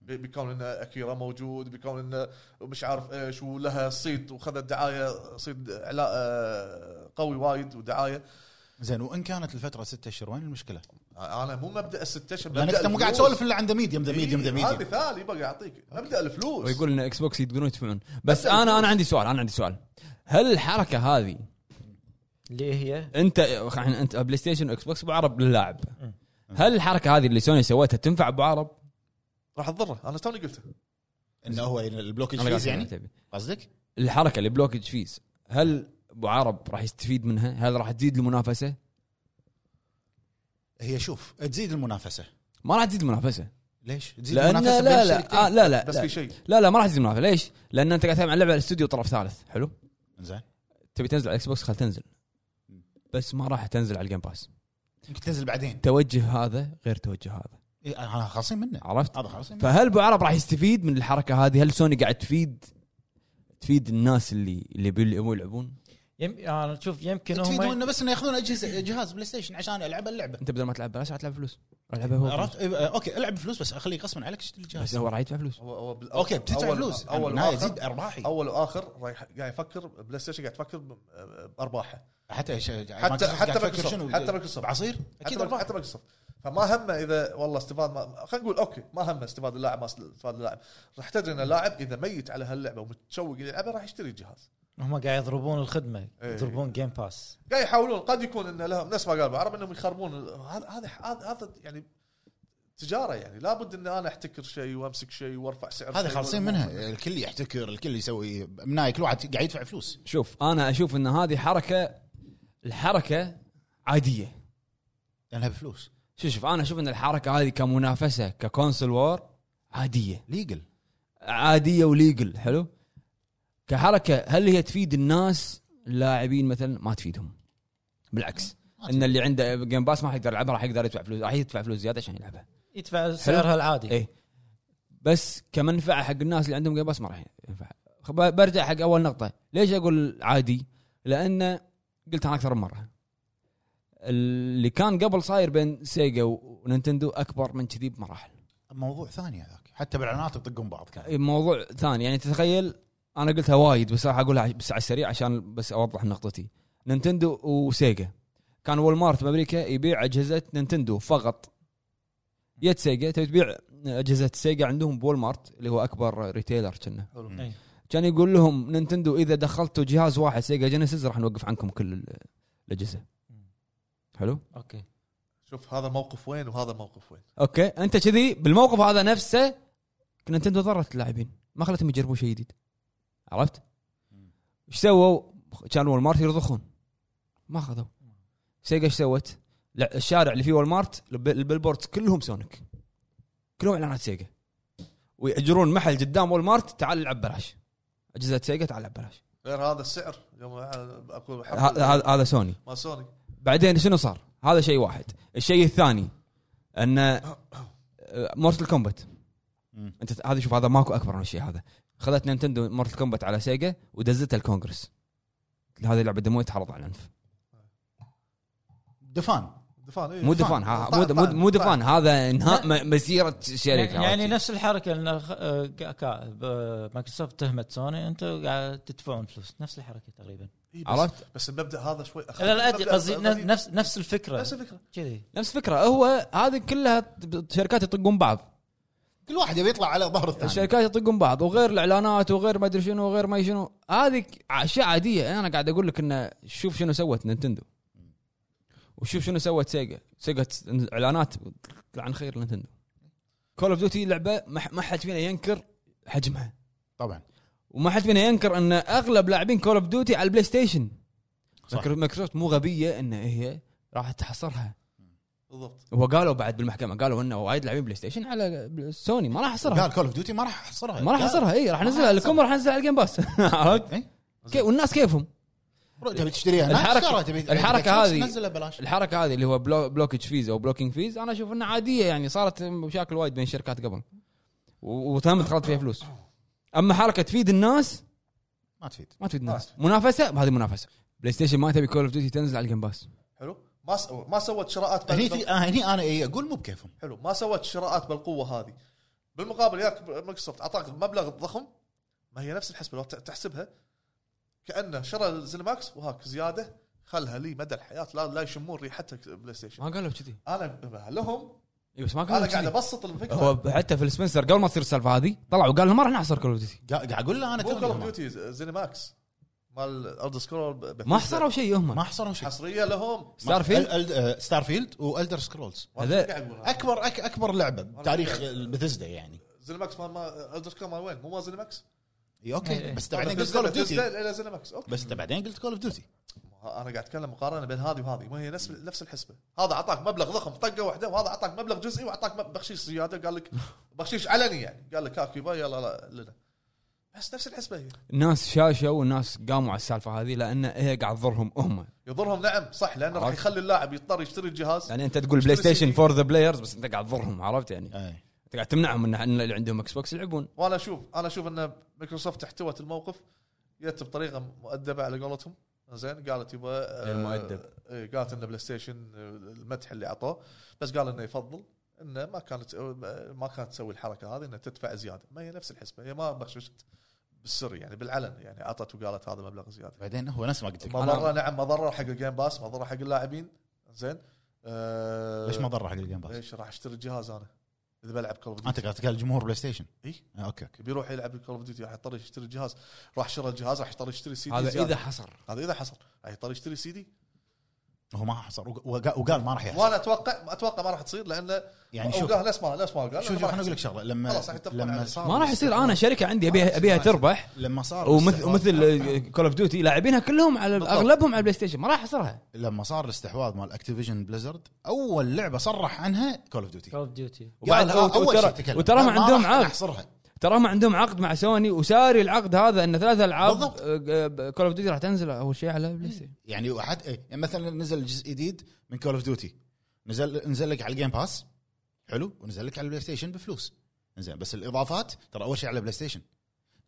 S4: بيكون انه اكيرا موجود بيكون انه مش عارف ايش ولها صيت وخذت دعايه صيت علا- آه، قوي وايد ودعايه
S2: زين وان كانت الفتره ستة اشهر وين المشكله؟
S4: انا مو مبدا الست اشهر
S2: لانك
S4: مبدأ
S2: انت مو قاعد
S4: الفلوس.
S2: تسولف الا عن ذا ميديم ذا ميديم ذا
S4: إيه، هذه
S2: ميديم
S4: مثال يبقى اعطيك مبدا الفلوس
S1: ويقول ان اكس بوكس يقدرون يدفعون بس انا انا عندي سؤال انا عندي سؤال هل الحركه هذه
S3: اللي هي
S1: انت الحين انت بلاي ستيشن واكس بوكس ابو عرب للاعب هل الحركه هذه اللي سوني سوتها تنفع ابو عرب؟
S4: راح تضره انا توني قلته
S2: انه هو البلوك
S1: أنا قاعد
S2: الفيز يعني
S1: أتابع.
S2: قصدك؟
S1: الحركه اللي بلوكج فيز هل ابو عرب راح يستفيد منها؟ هل راح تزيد المنافسه؟
S2: هي شوف تزيد المنافسه
S1: ما راح تزيد المنافسه
S2: ليش؟ تزيد
S1: لان لا
S2: المنافسه
S1: لا
S2: بين
S1: لا, آه
S2: الشركتين
S1: لا لا
S4: بس
S1: لا.
S4: في شيء
S1: لا لا ما راح تزيد المنافسه ليش؟ لان انت قاعد تتكلم عن لعبه على الاستوديو طرف ثالث حلو؟
S2: زين
S1: تبي تنزل على الاكس بوكس خل تنزل بس ما راح تنزل على الجيم باس
S2: ممكن تنزل بعدين
S1: توجه هذا غير توجه هذا
S2: إيه، انا خاصين منه
S4: آه،
S1: عرفت؟
S2: هذا خاصين منه
S1: فهل ابو عرب راح يستفيد من الحركه هذه؟ هل سوني قاعد تفيد تفيد الناس اللي اللي بيبون يلعبون؟
S3: يم... انا اشوف يمكن
S2: تفيدهم
S3: هم
S2: انه بس انه ياخذون اجهزه جهاز بلاي ستيشن عشان العب اللعبه
S1: انت بدل ما تلعب بلاش راح تلعب فلوس راح يلعبها هو
S2: عرفت؟ إيه، آه، اوكي العب بفلوس بس اخليه غصبا عليك تشتري
S1: بس
S2: الجهاز
S1: هو راح يدفع فلوس
S4: هو هو بال-
S2: اوكي بتدفع
S4: أول-
S2: فلوس يعني
S4: اول
S2: اول ما يزيد
S4: واخر
S2: ارباحي
S4: اول واخر رايح قاعد يفكر بلاي ستيشن قاعد يفكر ب- بارباحه
S2: حتى يعني
S4: حتى حتى مايكروسوفت حتى مايكروسوفت
S2: بعصير
S4: حتى
S2: اكيد ارباح
S4: حتى مايكروسوفت فما همه اذا والله استفاد ما خلينا نقول اوكي ما همه استفاد اللاعب ما استفاد اللاعب راح تدري ان اللاعب اذا ميت على هاللعبه ومتشوق يلعبها راح يشتري الجهاز
S3: هم قاعد يضربون الخدمه
S4: إيه.
S3: يضربون جيم باس
S4: قاعد يحاولون قد يكون ان لهم نفس ما قال أبو عرب انهم يخربون ال- هذا هذا هذا يعني تجاره يعني لابد ان انا احتكر شيء وامسك شيء وارفع سعر
S2: هذا
S4: شيء
S2: خالصين
S4: ولا-
S2: منها الكل يحتكر الكل يسوي مناي كل واحد قاعد يدفع فلوس
S1: شوف انا اشوف ان هذه حركه الحركه عاديه
S2: لانها بفلوس
S1: شوف شوف انا اشوف ان الحركه هذه كمنافسه ككونسل وور عاديه
S2: ليجل
S1: عاديه وليجل حلو كحركه هل هي تفيد الناس اللاعبين مثلا ما تفيدهم بالعكس ان اللي عنده جيم باس ما راح يقدر يلعبها راح يقدر يدفع فلوس راح يدفع فلوس زياده عشان يلعبها
S3: يدفع سعرها العادي
S1: اي بس كمنفعه حق الناس اللي عندهم جيم باس ما راح ينفع خب- برجع حق اول نقطه ليش اقول عادي لان قلت انا اكثر من مره اللي كان قبل صاير بين سيجا ونينتندو اكبر من كذي بمراحل
S2: موضوع ثاني هذاك حتى بالاعلانات يطقون بعض كان
S1: موضوع ثاني يعني تتخيل انا قلتها وايد بس راح اقولها بس على السريع عشان بس اوضح نقطتي نينتندو وسيجا كان وول مارت بامريكا يبيع اجهزه نينتندو فقط جت سيجا تبي تبيع اجهزه سيجا عندهم بول مارت اللي هو اكبر ريتيلر كنا
S4: حلو.
S3: إي.
S1: كان يقول لهم نينتندو اذا دخلتوا جهاز واحد سيجا جينيسيس راح نوقف عنكم كل ال- الاجهزه حلو
S3: اوكي
S4: شوف هذا موقف وين وهذا موقف وين
S1: اوكي انت كذي بالموقف هذا نفسه نتندو ضرت اللاعبين ما خلتهم يجربون شيء جديد عرفت؟ ايش سووا؟ كانوا وول مارت يرضخون ما اخذوا سيجا ايش سوت؟ لا، الشارع اللي فيه وول مارت الب- البيلبوردز كلهم سونيك كلهم اعلانات سيجا ويأجرون محل قدام وول مارت تعال العب بلاش اجهزه سيجا تعال العب بلاش
S4: غير هذا السعر يوم اكو حفل
S1: ه- هذا هذا سوني
S4: ما سوني
S1: بعدين شنو صار؟ هذا شيء واحد، الشيء الثاني آه، ان مورتل كومبات
S2: مم.
S1: انت ت- هذا شوف هذا ماكو اكبر من الشيء هذا خذت نينتندو مورتل كومبات على سيجا ودزتها الكونغرس هذه لعبه دمويه تحرض على الانف
S2: دفان
S4: دفان إيه.
S1: مو
S3: طيب،
S1: دفان ها-
S4: طعن-
S1: مو مو-
S4: طعن-
S1: مو دفان
S4: طعن.
S1: هذا انهاء م- مسيره شركه
S3: يعني
S1: عرفت؟
S3: نفس الحركه ان خ- آه، كا- كا- ب- مايكروسوفت تهمت سوني انتم قاعد تدفعون فلوس نفس الحركه تقريبا
S4: إيه، بس-
S1: عرفت؟
S4: بس المبدا هذا شوي أخف.
S3: لا لا أدري،
S4: المبدأ
S3: قصدي
S4: القديم.
S3: نفس نفس الفكره
S4: نفس الفكره
S3: كذي
S1: نفس فكره هو هذه كلها ت- شركات يطقون بعض
S2: كل واحد يبي يطلع على ظهر الثاني
S1: يعني الشركات يطقون بعض وغير الاعلانات وغير ما ادري شنو وغير ما شنو هذه اشياء عاديه انا قاعد اقول لك انه شوف شنو سوت نينتندو وشوف شنو سوت سيجا سيجا تس- اعلانات عن خير نينتندو كول اوف ديوتي لعبه ما ح- ما حد فينا ينكر حجمها
S2: طبعا
S1: وما حد فينا ينكر ان اغلب لاعبين كول اوف ديوتي على البلاي ستيشن
S2: صح.
S1: مايكرو- مايكروسوفت مو غبيه ان هي راح تحصرها
S4: بالضبط
S1: وقالوا بعد بالمحكمه قالوا انه وايد لاعبين بلاي ستيشن على سوني ما راح احصرها
S2: قال كول اوف ديوتي ما راح احصرها
S1: ما راح احصرها اي راح انزلها لكم راح انزلها على الجيم باس عرفت؟
S2: إي.
S1: كي- والناس كيفهم
S2: تبي تشتريها هناك،
S1: الحركة-
S2: اشترها، تبي
S1: الحركة
S2: تبي تكسر،
S1: هذه-
S2: نزلها ببلاش
S1: الحركه هذه اللي هو بلو بلوكج فيز او بلوكينج فيز انا اشوف انها عاديه يعني صارت مشاكل وايد بين الشركات قبل و- وتم خلط فيها فلوس اما حركه تفيد الناس
S2: ما تفيد
S1: ما تفيد الناس منافسه هذه منافسه بلاي ستيشن ما تبي كول اوف ديوتي تنزل على الجيم باس
S4: حلو ما سو... ما سوت شراءات
S2: هني
S4: بالقوة.
S2: في آه، هني انا إي اقول مو بكيفهم
S4: حلو ما سوت شراءات بالقوه هذه بالمقابل ياك مايكروسوفت اعطاك مبلغ ضخم ما هي نفس الحسبه لو ت- تحسبها كانه شرى الزينماكس وهاك زياده خلها لي مدى الحياه لا لا يشمون ريحتها بلاي ستيشن
S1: ما قالوا كذي
S4: انا لهم
S1: اي إيه، بس ما
S4: انا
S1: قالوا
S4: قاعد
S1: كذي
S4: ابسط الفكره
S1: هو حتى في السبنسر قبل ما تصير السالفه هذه طلع وقال لهم ما راح نحصر كول اوف ديوتي
S2: قا- قاعد اقول له انا
S4: مو
S2: توني
S4: كول اوف
S2: والله.
S4: ديوتي زينماكس مال ارض سكرول
S1: ما حصروا شيء
S2: ما
S1: هم
S2: حصرهم شيء
S4: حصريه لهم
S1: ستار فيلد
S2: ال- ال- آه، ستار فيلد والدر سكرولز
S1: هذا-
S4: آه.
S2: اكبر أك- اكبر لعبه بتاريخ بثزدا يعني
S4: زينماكس مال ما ارض سكرول مال وين مو مال زينماكس
S2: اي اوكي
S3: إي.
S2: بس بعدين قلت كول اوف ديوتي
S4: الى زينماكس اوكي
S2: بس انت بعدين قلت كول اوف ديوتي
S4: انا قاعد اتكلم مقارنه بين هذه وهذه ما هي نفس نفس الحسبه هذا اعطاك مبلغ ضخم طقه واحده وهذا اعطاك مبلغ جزئي واعطاك مب- بخشيش زياده قال لك بخشيش علني يعني قال لك هاك يبا يلا لا لنا بس نفس الحسبه هي
S1: الناس شاشوا والناس قاموا على السالفه هذه لان هي قاعد تضرهم هم
S4: يضرهم نعم صح لانه راح
S1: عرفت.
S4: يخلي اللاعب يضطر يشتري الجهاز
S1: يعني انت تقول بلاي ستيشن فور ذا بلايرز بس انت قاعد تضرهم عرفت يعني
S2: اي
S1: انت قاعد تمنعهم ان إن اللي عندهم اكس بوكس يلعبون
S4: وانا اشوف انا اشوف ان مايكروسوفت احتوت الموقف جت بطريقه مؤدبه على قولتهم زين قالت يبا آه،
S9: المؤدب.
S4: إيه، قالت ان بلاي ستيشن آه، المدح اللي اعطوه بس قال انه يفضل انه ما كانت آه، ما كانت تسوي الحركه هذه انها تدفع زياده ما هي نفس الحسبه هي ما بخششت بالسر يعني بالعلن يعني اعطت وقالت هذا مبلغ زياده
S2: بعدين هو نفس ما قلت لك
S4: مضره نعم مضره حق الجيم باس مضره حق اللاعبين زين آه،
S2: ليش ما ضر حق الجيم باس؟
S4: ليش راح اشتري الجهاز انا اذا بلعب كول اوف
S2: انت قاعد تتكلم جمهور بلاي ستيشن
S4: إي.
S2: آه، اوكي اوكي
S4: بيروح يلعب الكول اوف ديوتي راح يضطر يشتري الجهاز راح شرى الجهاز راح يضطر يشتري سي دي
S1: هذا
S4: زيادة.
S1: اذا حصر
S4: هذا اذا حصل راح يضطر يشتري سي دي
S2: هو ما حصر وق- وق- وقال ما راح يحصل
S4: وانا اتوقع اتوقع ما راح تصير لان
S2: يعني شوف
S4: اوقاه ناس ما ناس ما قال
S2: شوف شوف انا اقول لك شغله لما
S4: خلاص راح يتفقون
S2: لما
S4: عليه.
S2: صار
S1: ما راح يصير
S4: آه.
S1: انا شركه عندي
S2: ما راح
S1: ابيها ابيها
S2: يصير.
S1: تربح
S2: لما صار
S1: ومثل
S2: الاستحواذ-
S1: مثل كول اوف ديوتي لاعبينها كلهم على
S4: بالضبط.
S1: اغلبهم على البلاي ستيشن ما راح احصرها
S2: لما صار الاستحواذ مال اكتيفيجن بليزرد اول لعبه صرح عنها كول اوف ديوتي
S3: كول اوف ديوتي
S1: وبعد-
S2: آه،
S1: وترى- وترى ما عندهم عاد.
S2: احصرها
S1: ترى ما عندهم عقد مع سوني وساري العقد هذا ان ثلاث العاب
S2: بالضبط.
S1: كول اوف ديوتي راح تنزل اول شيء على البلاي ستيشن
S2: يعني واحد إيه، يعني مثلا نزل جزء جديد من كول اوف ديوتي نزل نزل لك على الجيم باس حلو ونزل لك على البلاي ستيشن بفلوس زين بس الاضافات ترى اول شيء على البلاي ستيشن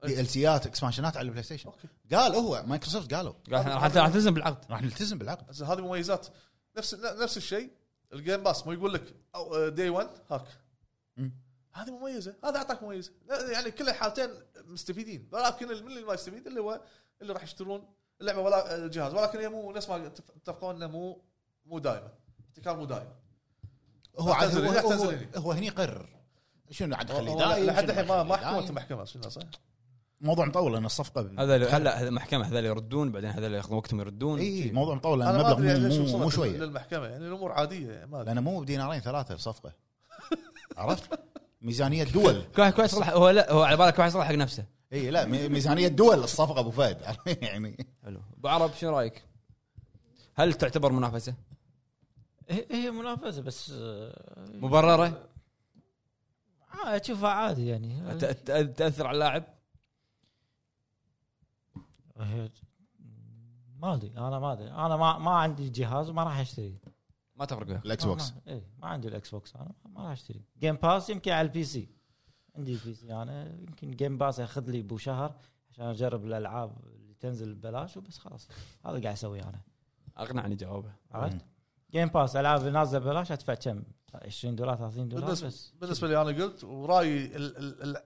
S2: دي ال سيات اكسبانشنات على البلاي ستيشن
S4: اوكي
S2: قال هو مايكروسوفت قالوا
S1: قال إحنا راح راح تنزل بالعقد
S2: راح نلتزم بالعقد
S4: بس هذه مميزات نفس نفس الشيء الجيم باس ما يقول لك دي 1 هاك
S2: مم.
S4: هذه مميزه هذا اعطاك مميزه لا، يعني كل الحالتين مستفيدين ولكن من اللي ما يستفيد اللي هو اللي راح يشترون اللعبه ولا الجهاز ولكن هي مو نفس ما اتف- اتفقوا انه مو مو دائما ابتكار مو دائما
S2: هو عاد
S4: اعتذر
S2: هو,
S4: لي،
S2: هو,
S4: اعتذر
S2: هو,
S4: لي.
S2: هو هني قرر شنو عاد خليه
S4: والله
S2: دايم
S4: لحد
S2: شنو
S4: الحين ما
S2: خليه
S4: ما حكمت
S2: دايم.
S4: المحكمه شنو صح؟
S2: موضوع مطول لان الصفقه بال-
S1: هذا هلا هذا محكمه هذول يردون بعدين هذول ياخذون وقتهم يردون
S2: اي
S1: شي.
S2: إيه، موضوع مطول لان
S4: انا ما ادري
S2: المبلغ
S4: ليش
S2: مو- مو,
S4: وصلت
S2: مو شويه
S4: للمحكمه يعني الامور عاديه يعني ما أدري.
S2: لانه مو بدينارين ثلاثه الصفقه عرفت؟ ميزانيه دول
S1: كويس كويس صلح هو لا هو على بالك واحد صلح حق نفسه
S2: اي لا مي- ميزانيه دول الصفقه ابو فهد يعني
S1: حلو ابو عرب شنو رايك؟ هل تعتبر منافسه؟
S3: هي هي منافسه بس آه،
S1: مبرره؟
S3: آه، اشوفها عادي يعني
S1: ت- ت- تاثر على اللاعب؟
S3: آه، ما ادري انا ما ادري انا ما ما عندي جهاز وما راح اشتري
S1: ما تفرق وياك
S2: الاكس بوكس
S3: ما, ما, إيه ما عندي الاكس بوكس انا ما راح اشتري جيم باس يمكن على البي سي عندي البي سي انا يمكن جيم باس ياخذ لي بو شهر عشان اجرب الالعاب اللي تنزل ببلاش وبس خلاص هذا اللي قاعد اسويه انا
S1: اقنعني جوابه
S3: عرفت؟
S2: مم.
S3: جيم باس العاب اللي نازله ببلاش ادفع كم 20 دولار 30 دولار
S4: بالنسبة-
S3: بس
S4: بالنسبه لي انا قلت ورايي ال- ال- ال-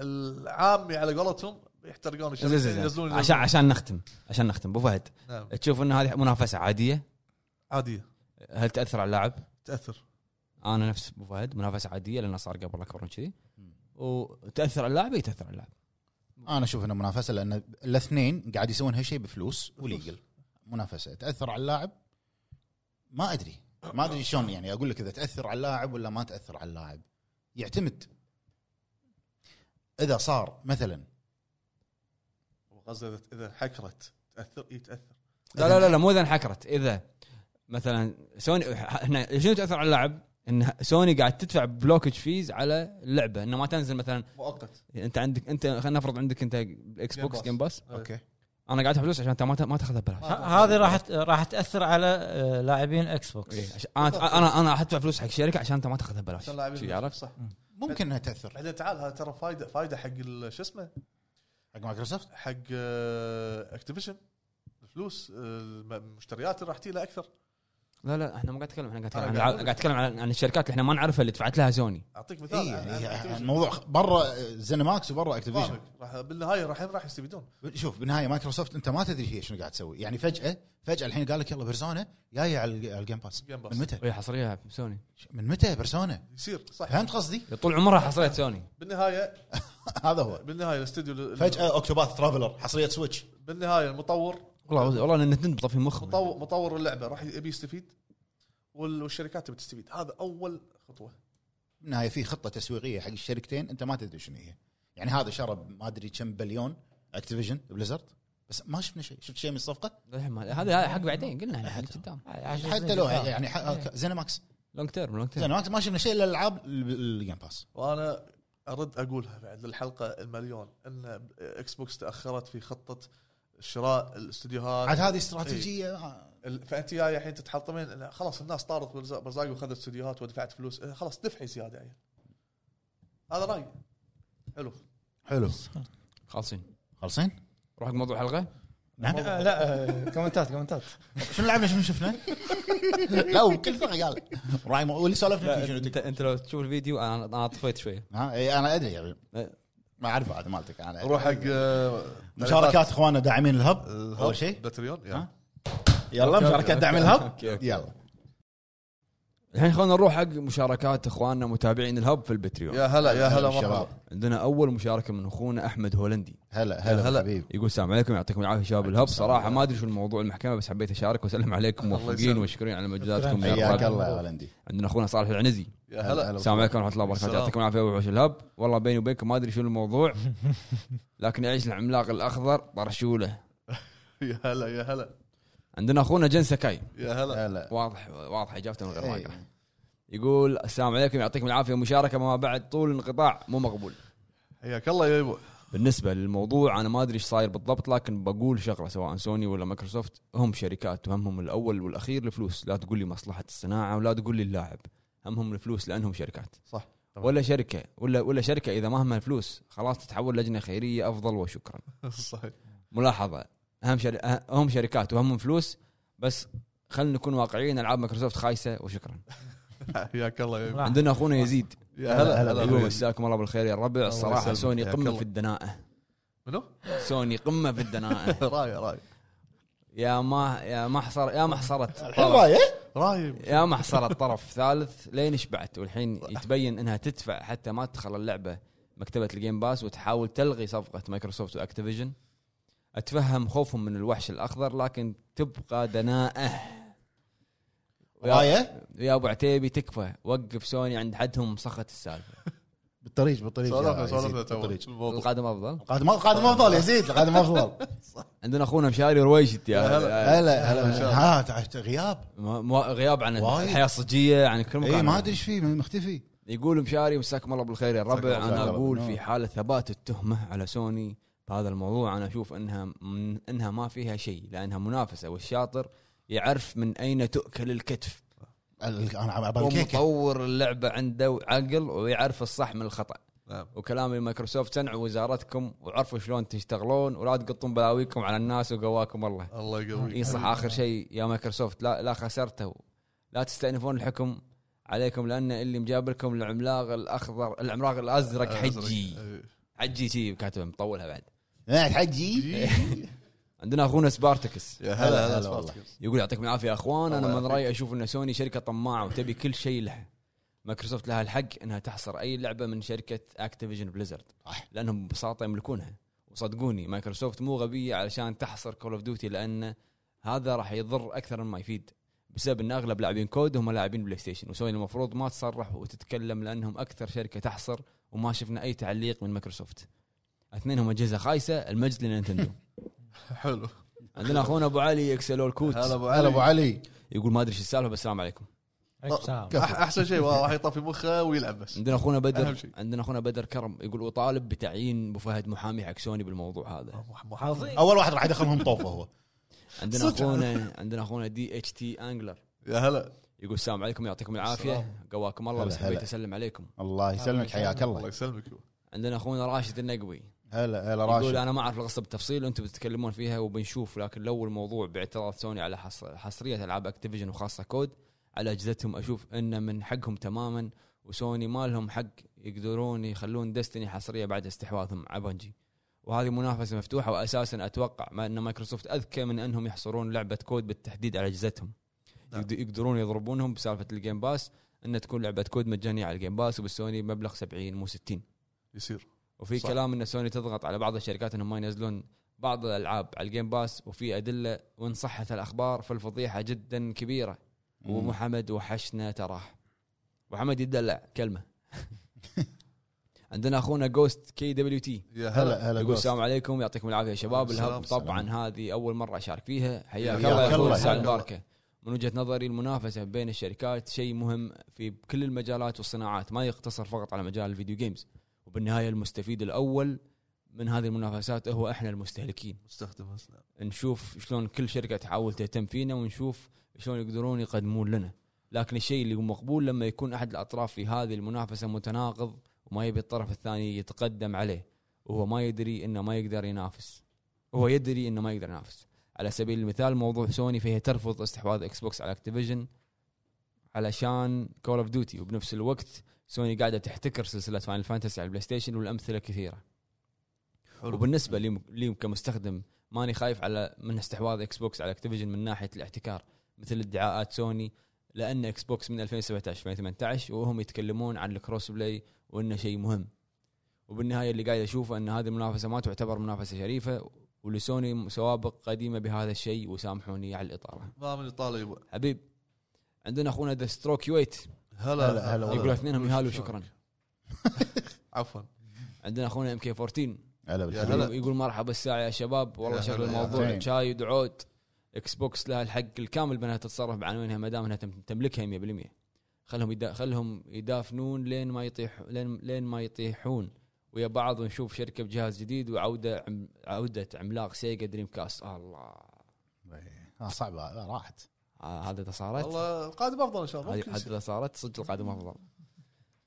S4: العامي على قولتهم يحترقون
S1: زين، زين، زين.
S4: الشركتين ينزلون
S1: عشان عشان نختم عشان نختم ابو فهد
S4: نعم
S1: تشوف ان هذه منافسه عاديه
S4: عاديه
S1: هل تاثر على اللاعب؟
S4: تاثر
S1: انا نفس ابو فهد منافسه عاديه لانه صار قبل اكبر من كذي وتاثر على اللاعب يتاثر على اللاعب
S2: انا اشوف انه منافسه لان الاثنين قاعد يسوون هالشيء بفلوس وليجل منافسه تاثر على اللاعب ما ادري ما ادري شلون يعني اقول لك اذا تاثر على اللاعب ولا ما تاثر على اللاعب يعتمد اذا صار مثلا
S4: قصدي إذا- اذا انحكرت تاثر اي تاثر
S1: لا لا لا, لا مو اذا انحكرت اذا مثلا سوني احنا شنو تاثر على اللاعب؟ ان سوني قاعد تدفع بلوكج فيز على اللعبه انه ما تنزل مثلا
S4: مؤقت
S1: انت عندك انت خلينا نفرض عندك انت اكس بوكس
S4: Pass.
S1: جيم باس
S2: اوكي
S1: انا قاعد ادفع فلوس عشان انت ما ت- ما تاخذها ببلاش
S3: ه- هذه راح ت- راح تاثر على آه، لاعبين اكس بوكس
S1: إيه، عشان- انا انا انا راح ادفع فلوس حق الشركه عشان انت ما تاخذها ببلاش
S4: عشان لاعبين
S1: شي عرفت؟
S4: صح
S2: ممكن انها تاثر
S4: بعدين تعال هذا ترى فايده فايده حق ال- شو اسمه
S2: حق مايكروسوفت
S4: حق آه، اكتيفيشن الفلوس آه، الم- المشتريات اللي راح تجي لها اكثر
S1: لا لا احنا ما قاعد نتكلم احنا قاعد نتكلم عن
S4: أنا قاعد
S1: الع-
S4: أقول
S1: قاعد نتكلم عن عن الشركات اللي احنا ما نعرفها اللي دفعت لها سوني
S4: اعطيك مثال
S2: اي
S4: عن- عن
S2: يعني
S4: Activision.
S2: الموضوع برا زينماكس وبرا اكتيفيشن
S4: فاهمك. راح بالنهايه راح راح يستفيدون
S2: شوف بالنهايه مايكروسوفت انت ما تدري هي شنو قاعد تسوي يعني فجاه فجاه الحين قال لك يلا بيرسونا جايه على الج- على الجيم باس
S4: Game Pass.
S2: من متى
S1: وهي حصريه إيه، سوني
S2: من متى بيرسونا
S4: يصير صح
S2: فهمت قصدي
S1: طول عمرها حصريه سوني
S4: بالنهايه
S2: هذا هو
S4: بالنهايه الاستوديو ال-
S2: فجاه اوكتوباث ترافلر حصريه سويتش
S4: بالنهايه المطور
S1: والله والله ان نتندو طافي مخ
S4: مطور مطور اللعبه راح يبي يستفيد وال- والشركات تبي تستفيد هذا اول خطوه
S2: بالنهايه في خطه تسويقيه حق الشركتين انت ما تدري شنو هي يعني هذا شرى ما ادري كم بليون اكتيفيجن بليزرد بس ما شفنا شيء شفت شيء من الصفقه
S1: للحين ما- هذا هذا حق بعدين قلنا احنا حق قدام
S2: حتى لو يعني ح- زينماكس
S1: لونج تيرم لونج تيرم
S2: زينماكس ما شفنا شيء الا الالعاب ال- الجيم باس
S4: وانا ارد اقولها بعد للحلقه المليون ان اكس بوكس تاخرت في خطه شراء الاستديوهات
S2: عاد هذه استراتيجيه آه،
S4: ال- فانت جاي الحين تتحطمين لا، خلاص الناس طارت برزاق برزاق وخذت استديوهات ودفعت فلوس اه، خلاص دفعي زياده يعني هذا رايي حلو
S2: حلو
S1: خالصين
S2: خالصين؟
S1: نروح حق موضوع الحلقه
S2: نعم
S3: لا آه، كومنتات كومنتات
S2: شنو لعبنا شنو شفنا؟ لا وكل فرق قال راي مو- واللي سولفنا فيه شنو
S1: انت
S2: تك-
S1: انت لو تشوف الفيديو انا انا طفيت شويه
S2: ها إي، انا ادري يعني ما اعرفه هذا مالتك انا أدري.
S4: نروح حق آه،
S2: مشاركات اخواننا داعمين الهب اول شيء
S4: باتريون
S2: ها؟ يلا مشاركات دعم الهب يلا
S1: الحين خلينا نروح حق مشاركات اخواننا متابعين الهب في البتريون
S4: يا هلا يا هلا
S2: شباب
S4: مرحبا
S1: عندنا اول مشاركه من اخونا احمد هولندي
S2: هلا هلا
S1: هلا.
S2: هلا حبيبي
S1: يقول السلام عليكم يعطيكم العافيه شباب الهب صراحه ما ادري شو الموضوع المحكمه بس حبيت اشارك واسلم عليكم
S4: الله
S1: موفقين
S4: يسلمك.
S1: ومشكورين على مجهوداتكم يا
S2: حياك
S1: رب.
S2: الله يا هولندي
S1: عندنا اخونا صالح العنزي
S4: يا هلا
S1: السلام عليكم ورحمه الله وبركاته
S4: السلام.
S1: يعطيكم العافيه وحوش الهب والله بيني وبينكم ما ادري شو الموضوع لكن يعيش العملاق الاخضر طرشوله
S4: يا هلا يا هلا
S1: عندنا اخونا جن سكاي
S4: يا هلا
S2: هلا
S1: واضح واضح اجابته من غير ما
S2: إيه.
S1: أقرأ. يقول السلام عليكم يعطيكم العافيه مشاركه ما بعد طول الانقطاع مو مقبول
S4: حياك الله يا يبو
S1: بالنسبه للموضوع انا ما ادري ايش صاير بالضبط لكن بقول شغله سواء سوني ولا مايكروسوفت هم شركات وهمهم الاول والاخير الفلوس لا تقول لي مصلحه الصناعه ولا تقول لي اللاعب همهم الفلوس لانهم شركات
S4: صح. طبعاً.
S1: ولا شركه ولا ولا شركه اذا ما همها الفلوس خلاص تتحول لجنه خيريه افضل وشكرا
S4: صحيح
S1: ملاحظه اهم شر... أه- هم شركات وهمهم فلوس بس خلينا نكون واقعيين العاب مايكروسوفت خايسه وشكرا
S4: حياك الله يا يبو
S1: عندنا اخونا يزيد
S4: يا هلا هلا
S1: يقول
S4: حبيبي.
S1: مساكم الله بالخير يا الربع الصراحه
S4: يسلمك.
S1: سوني
S4: حياك
S1: قمه
S4: الله.
S1: في الدناءه
S4: منو؟
S1: سوني قمه في الدناءه
S4: راي راي
S1: يا ما يا ما حصر يا ما حصرت
S2: الحين
S1: طرف
S2: رايه
S4: راي
S1: يا ما حصرت طرف ثالث لين شبعت والحين يتبين انها تدفع حتى ما تدخل اللعبه مكتبه الجيم باس وتحاول تلغي صفقه مايكروسوفت واكتيفيجن اتفهم خوفهم من الوحش الاخضر لكن تبقى دناءه
S2: رايه
S1: يا ابو عتيبي تكفى وقف سوني عند حدهم صخت السالفه
S2: بالطريق بالطريق يا
S4: سولفنا
S2: يزيد،
S4: سولفنا تو
S2: بالطريق
S4: الموضوع
S1: القادم افضل
S2: القادم القادم افضل يا زيد القادم افضل
S1: عندنا اخونا مشاري رويشت يا هلا
S2: هلا هلا ها تع- غياب
S1: ما- ما- غياب عن
S2: وايد.
S1: الحياه الصجيه عن كل مكان
S2: اي ما ادري ايش فيه مختفي
S1: يقول مشاري مساكم الله بالخير يا
S4: مساكم
S1: الربع
S4: الله
S1: انا
S2: بالخير.
S1: اقول في
S2: نعم.
S1: حاله ثبات التهمه على سوني بهذا الموضوع انا اشوف انها من انها ما فيها شيء لانها منافسه والشاطر يعرف من اين تؤكل الكتف
S2: ال- انا على بالي كيكه
S1: ومطور اللعبه عنده عقل ويعرف الصح من الخطا
S4: نعم.
S1: وكلام مايكروسوفت سنعوا وزارتكم وعرفوا شلون تشتغلون ولا تقطون بلاويكم على الناس وقواكم الله
S4: الله يقويك
S1: اي صح اخر شيء يا مايكروسوفت لا لا خسرته لا تستأنفون الحكم عليكم لان اللي مجابلكم العملاق الاخضر العملاق الازرق حجي
S4: أزرق. إيه.
S1: حجي شي كاتبه مطولها بعد
S2: آه، حجي
S4: إيه.
S1: عندنا اخونا سبارتكس
S4: يا هلا هلا
S2: هلا والله.
S4: سبارتكس.
S1: يقول يعطيكم العافيه يا اخوان انا
S4: الله
S1: من رايي اشوف ان سوني شركه طماعه وتبي كل شيء لها مايكروسوفت لها الحق انها تحصر اي لعبه من شركه اكتيفيجن بليزرد
S2: صح.
S1: لانهم ببساطه يملكونها وصدقوني مايكروسوفت مو غبيه علشان تحصر كول اوف ديوتي لان هذا راح يضر اكثر من ما يفيد بسبب ان اغلب لاعبين كود هم لاعبين بلاي ستيشن وسوني المفروض ما تصرح وتتكلم لانهم اكثر شركه تحصر وما شفنا اي تعليق من مايكروسوفت اثنينهم اجهزه خايسه المجد لنينتندو
S4: حلو
S1: عندنا اخونا ابو علي اكسلول كوت
S4: هلا ابو
S2: هلا ابو
S4: علي
S2: علي
S1: يقول ما ادري ايش السالفه بس السلام عليكم
S3: عليكم السلام.
S2: كفو.
S4: أح- احسن شيء والله راح يطفي مخه ويلعب بس
S1: عندنا اخونا
S4: أهم
S1: بدر
S4: شيء.
S1: عندنا اخونا بدر كرم يقول وطالب بتعيين ابو فهد محامي حق سوني بالموضوع هذا
S3: عظيم
S2: اول واحد راح يدخلهم طوفه هو
S1: عندنا
S4: صدق.
S1: اخونا عندنا اخونا دي اتش تي انجلر
S4: يا هلا
S1: يقول السلام عليكم يعطيكم العافيه قواكم الله
S2: هلا،
S1: بس حبيت
S2: هلا.
S1: اسلم عليكم
S2: الله يسلمك حياك
S4: الله
S2: الله
S4: يسلمك
S1: عندنا اخونا راشد النقبي
S2: هلا هلا
S1: يقول
S2: راشد
S1: انا ما اعرف القصه بالتفصيل انتم بتتكلمون فيها وبنشوف لكن لو الموضوع باعتراض سوني على حص- حصريه العاب اكتيفيجن وخاصه كود على اجهزتهم اشوف ان من حقهم تماما وسوني ما لهم حق يقدرون يخلون دستني حصريه بعد استحواذهم على بنجي وهذه منافسه مفتوحه واساسا اتوقع ما ان مايكروسوفت اذكى من انهم يحصرون لعبه كود بالتحديد على اجهزتهم
S4: نعم.
S1: يقد- يقدرون يضربونهم بسالفه الجيم باس ان تكون لعبه كود مجانيه على الجيم باس وبالسوني مبلغ 70 مو 60
S4: يصير
S1: وفي
S4: صح.
S1: كلام ان سوني تضغط على بعض الشركات انهم ما ينزلون بعض الالعاب على الجيم باس وفي ادله وان صحت الاخبار فالفضيحه جدا كبيره وابو حمد وحشنا تراه ابو حمد يدلع كلمه عندنا اخونا جوست كي دبليو تي
S4: يا هلا
S2: هلا هلا
S1: يقول
S2: جوست.
S1: السلام عليكم يعطيكم العافيه يا شباب
S4: السلام،
S1: الهب طبعا هذه اول مره اشارك فيها حياك
S4: حياك
S1: الله يا
S2: الله.
S1: أخوي
S2: حياك
S1: سعد
S4: الله.
S1: مباركه من وجهه نظري المنافسه بين الشركات شيء مهم في كل المجالات والصناعات ما يقتصر فقط على مجال الفيديو جيمز وبالنهايه المستفيد الاول من هذه المنافسات هو احنا المستهلكين
S4: مستخدم أصلاً.
S1: نشوف شلون كل شركه تحاول تهتم فينا ونشوف شلون يقدرون يقدمون لنا لكن الشيء اللي هو مقبول لما يكون احد الاطراف في هذه المنافسه متناقض وما يبي الطرف الثاني يتقدم عليه وهو ما يدري انه ما يقدر ينافس هو يدري انه ما يقدر ينافس على سبيل المثال موضوع سوني فهي ترفض استحواذ اكس بوكس على اكتيفيجن علشان كول اوف ديوتي وبنفس الوقت سوني قاعده تحتكر سلسله فاينل فانتسي على البلاي ستيشن والامثله كثيره وبالنسبه لي لي كمستخدم ماني خايف على من استحواذ اكس بوكس على اكتيفيجن من ناحيه الاحتكار مثل ادعاءات سوني لان اكس بوكس من 2017 2018 وهم يتكلمون عن الكروس بلاي وانه شيء مهم وبالنهايه اللي قاعد اشوفه ان هذه المنافسه ما تعتبر منافسه شريفه ولسوني سوابق قديمه بهذا الشيء وسامحوني على الاطاله
S4: ما من يطالع يبا
S1: حبيب عندنا اخونا ذا ستروك كويت
S4: هلا
S2: هلا، هلا والله.
S1: يقول اثنينهم يهالوا شكرا
S4: عفوا
S1: عندنا اخونا ام كي 14
S2: هلا
S4: يا
S2: بالحبيب
S4: يعني هلا.
S1: يقول مرحبا الساعة يا شباب والله
S4: يا
S1: شكل
S4: هلا يا
S1: الموضوع
S2: هلا.
S1: شاي ودعود اكس بوكس لها الحق الكامل بانها تتصرف بعناوينها ما دام انها تم- تملكها 100% خلهم يدا خلهم يدافنون لين ما يطيح لين لين ما يطيحون ويا بعض ونشوف شركه بجهاز جديد وعوده عم عوده عملاق سيجا دريم كاست آه الله
S2: آه، صعبه آه، راحت
S1: آه هذا إذا صارت
S4: والله القادم افضل ان شاء الله
S1: هذه
S4: ممكن
S1: هذه
S4: يصير.
S1: إذا صارت صدق القادم افضل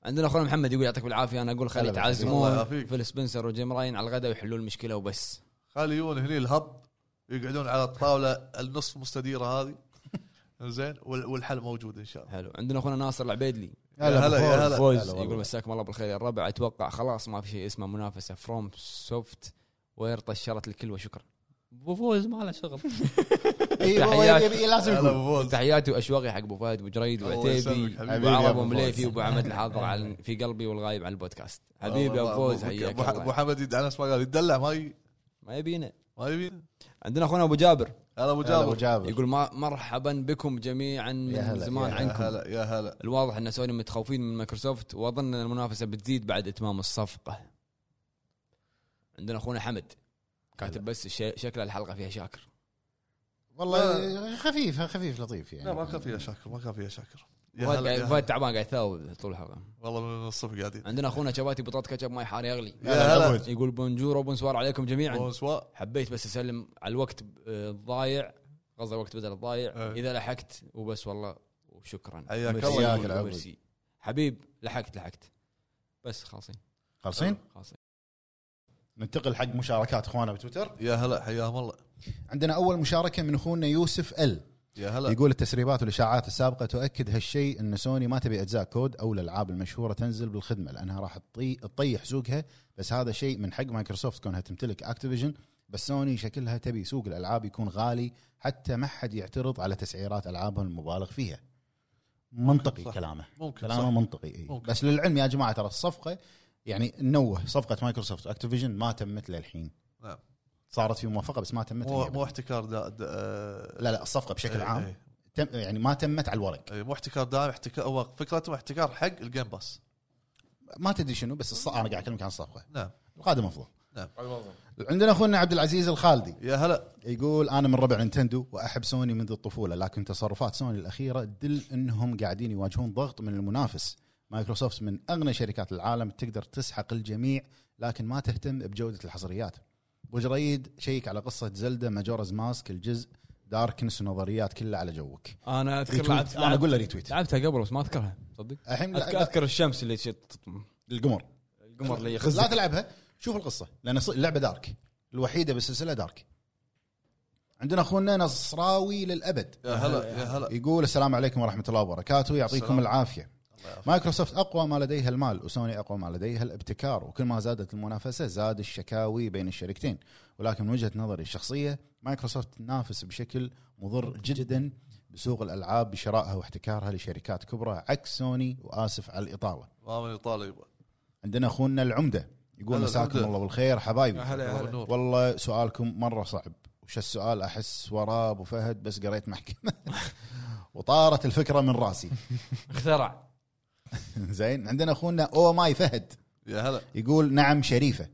S1: عندنا اخونا محمد يقول يعطيكم العافيه انا اقول خلي
S2: هلا بالحبيب.
S4: الله
S1: يتعازمون
S4: يعافيك.
S1: فيل سبنسر وجيم راين على الغداء ويحلون المشكله وبس
S4: خلي يجون هني الهب يقعدون على الطاوله النصف مستديره هذه زين وال- والحل موجود ان شاء الله
S1: حلو عندنا اخونا ناصر العبيدلي
S4: يا هلا، يا هلا.
S1: فوز
S2: والله.
S1: يقول مساكم الله بالخير يا الربع اتوقع خلاص ما في شيء اسمه منافسه فروم سوفت وير طشرت الكل وشكرا
S10: ابو فوز ما له شغل
S2: إي، هو
S1: تحياتي.
S2: إيه، يبي- لازم
S4: هلا
S2: يقول
S4: ابو فوز
S1: تحياتي واشواقي حق ابو فهد وجريد
S4: الله
S1: وعتيبي
S4: يسلمك حبيبي.
S1: وابو عرب
S2: أبو
S1: ومليفي
S2: فوز.
S1: وابو عمد الحاضر على في قلبي والغايب عن البودكاست حبيبي يا
S4: والله
S1: ابو فوز
S4: أبو-
S1: حياك
S4: أبو- ابو
S1: الله.
S4: حمد يدعي ناس ما قال يدلع ما ي-
S1: ما يبينا
S4: ما يبين
S1: عندنا اخونا ابو جابر
S4: هلا ابو
S2: هلا أبو
S4: جابر
S2: جابر
S1: يقول ما مرحبا بكم جميعا
S2: يا
S1: من
S2: هلا،
S1: زمان
S2: يا
S4: يا
S1: عنكم
S4: هلا يا هلا
S1: الواضح ان سوني متخوفين من مايكروسوفت واظن ان المنافسه بتزيد بعد اتمام الصفقه عندنا اخونا حمد كاتب بس الشي- شكل الحلقه فيها شاكر
S2: والله خفيف خفيف لطيف
S4: لا ما
S2: يعني
S4: كان فيها شاكر ما كان فيها شاكر يا
S1: فهد
S4: هلا
S1: قاعد-
S4: يا
S1: فهد
S4: هلا.
S1: تعبان قاعد يثاوب طول الحلقه
S4: والله من الصبح قاعدين
S1: عندنا اخونا شباتي بطاط كاتشب ماي حار يغلي
S4: يا هلا
S1: يقول بونجور وبونسوار عليكم جميعا
S4: بونسوا
S1: حبيت بس اسلم على الوقت آه، الضايع قصدي وقت بدل الضايع
S4: أي.
S1: اذا لحقت وبس والله وشكرا
S4: حياك
S1: ميرسي
S4: الله.
S2: حياك العبد.
S1: ميرسي. حبيب لحقت لحقت بس خالصين
S2: خالصين
S1: خالصين
S2: ننتقل حق مشاركات اخوانا بتويتر
S4: يا هلا حياهم الله
S2: عندنا اول مشاركه من اخونا يوسف ال
S4: يا هلا
S2: يقول التسريبات والاشاعات السابقه تؤكد هالشيء ان سوني ما تبي اجزاء كود او الالعاب المشهوره تنزل بالخدمه لانها راح تطي- تطيح سوقها بس هذا شيء من حق مايكروسوفت كونها تمتلك اكتيفيجن بس سوني شكلها تبي سوق الالعاب يكون غالي حتى ما حد يعترض على تسعيرات العابهم المبالغ فيها منطقي
S4: صح.
S2: كلامه
S4: ممكن صح.
S2: كلامه منطقي إيه.
S4: ممكن.
S2: بس للعلم يا جماعه ترى الصفقه يعني نوه صفقه مايكروسوفت واكتيفيجن ما تمت للحين
S4: نعم.
S2: صارت في موافقه بس ما تمت
S4: مو
S2: هي
S4: مو إيه،
S2: بعد.
S4: احتكار دا دا
S2: لا لا الصفقه بشكل عام تم يعني ما تمت على الورق
S4: إيه، مو احتكار دائم احتكار هو فكرته احتكار حق الجيم باس
S2: ما تدري شنو بس الص... انا قاعد اكلمك عن الصفقه
S4: نعم
S2: القادم افضل
S4: نعم
S2: عندنا اخونا عبد العزيز الخالدي
S4: يا هلا
S2: يقول انا من ربع نينتندو واحب سوني منذ الطفوله لكن تصرفات سوني الاخيره تدل انهم قاعدين يواجهون ضغط من المنافس مايكروسوفت من اغنى شركات العالم تقدر تسحق الجميع لكن ما تهتم بجوده الحصريات وجريد شيك على قصه زلدة ماجورز ماسك الجزء داركنس ونظريات كلها على جوك
S1: انا اذكر
S2: ريتويت
S1: لعبت
S2: انا
S1: لعبت-
S2: اقول له ريتويت
S1: لعبتها قبل بس ما اذكرها صدق
S2: الحين
S1: أذكر,
S2: لا-
S1: اذكر الشمس اللي شت
S2: القمر
S1: القمر اللي
S2: لا
S1: يخزك
S2: تلعبها شوف القصه لان ص- اللعبه دارك الوحيده بالسلسله دارك عندنا اخونا نصراوي للابد
S4: يا هلا يا هلا
S2: يقول السلام عليكم ورحمه الله وبركاته يعطيكم
S4: السلام.
S2: العافيه
S4: الله يعافيك.
S2: مايكروسوفت اقوى ما لديها المال وسوني اقوى ما لديها الابتكار وكل ما زادت المنافسه زاد الشكاوي بين الشركتين ولكن من وجهه نظري الشخصيه مايكروسوفت تنافس بشكل مضر جدا بسوق الالعاب بشرائها واحتكارها لشركات كبرى عكس سوني واسف على الاطاله
S4: ما من يطالع يبا
S2: عندنا اخونا العمده يقول
S4: هلا
S2: مساكم
S4: العمدة.
S2: الله بالخير حبايبي
S4: هلا يا هلا
S2: والله سؤالكم مره صعب وش السؤال احس وراه ابو فهد بس قريت محكمه وطارت الفكره من راسي
S1: اخترع
S2: زين عندنا اخونا او ماي فهد
S4: يا هلا
S2: يقول نعم شريفه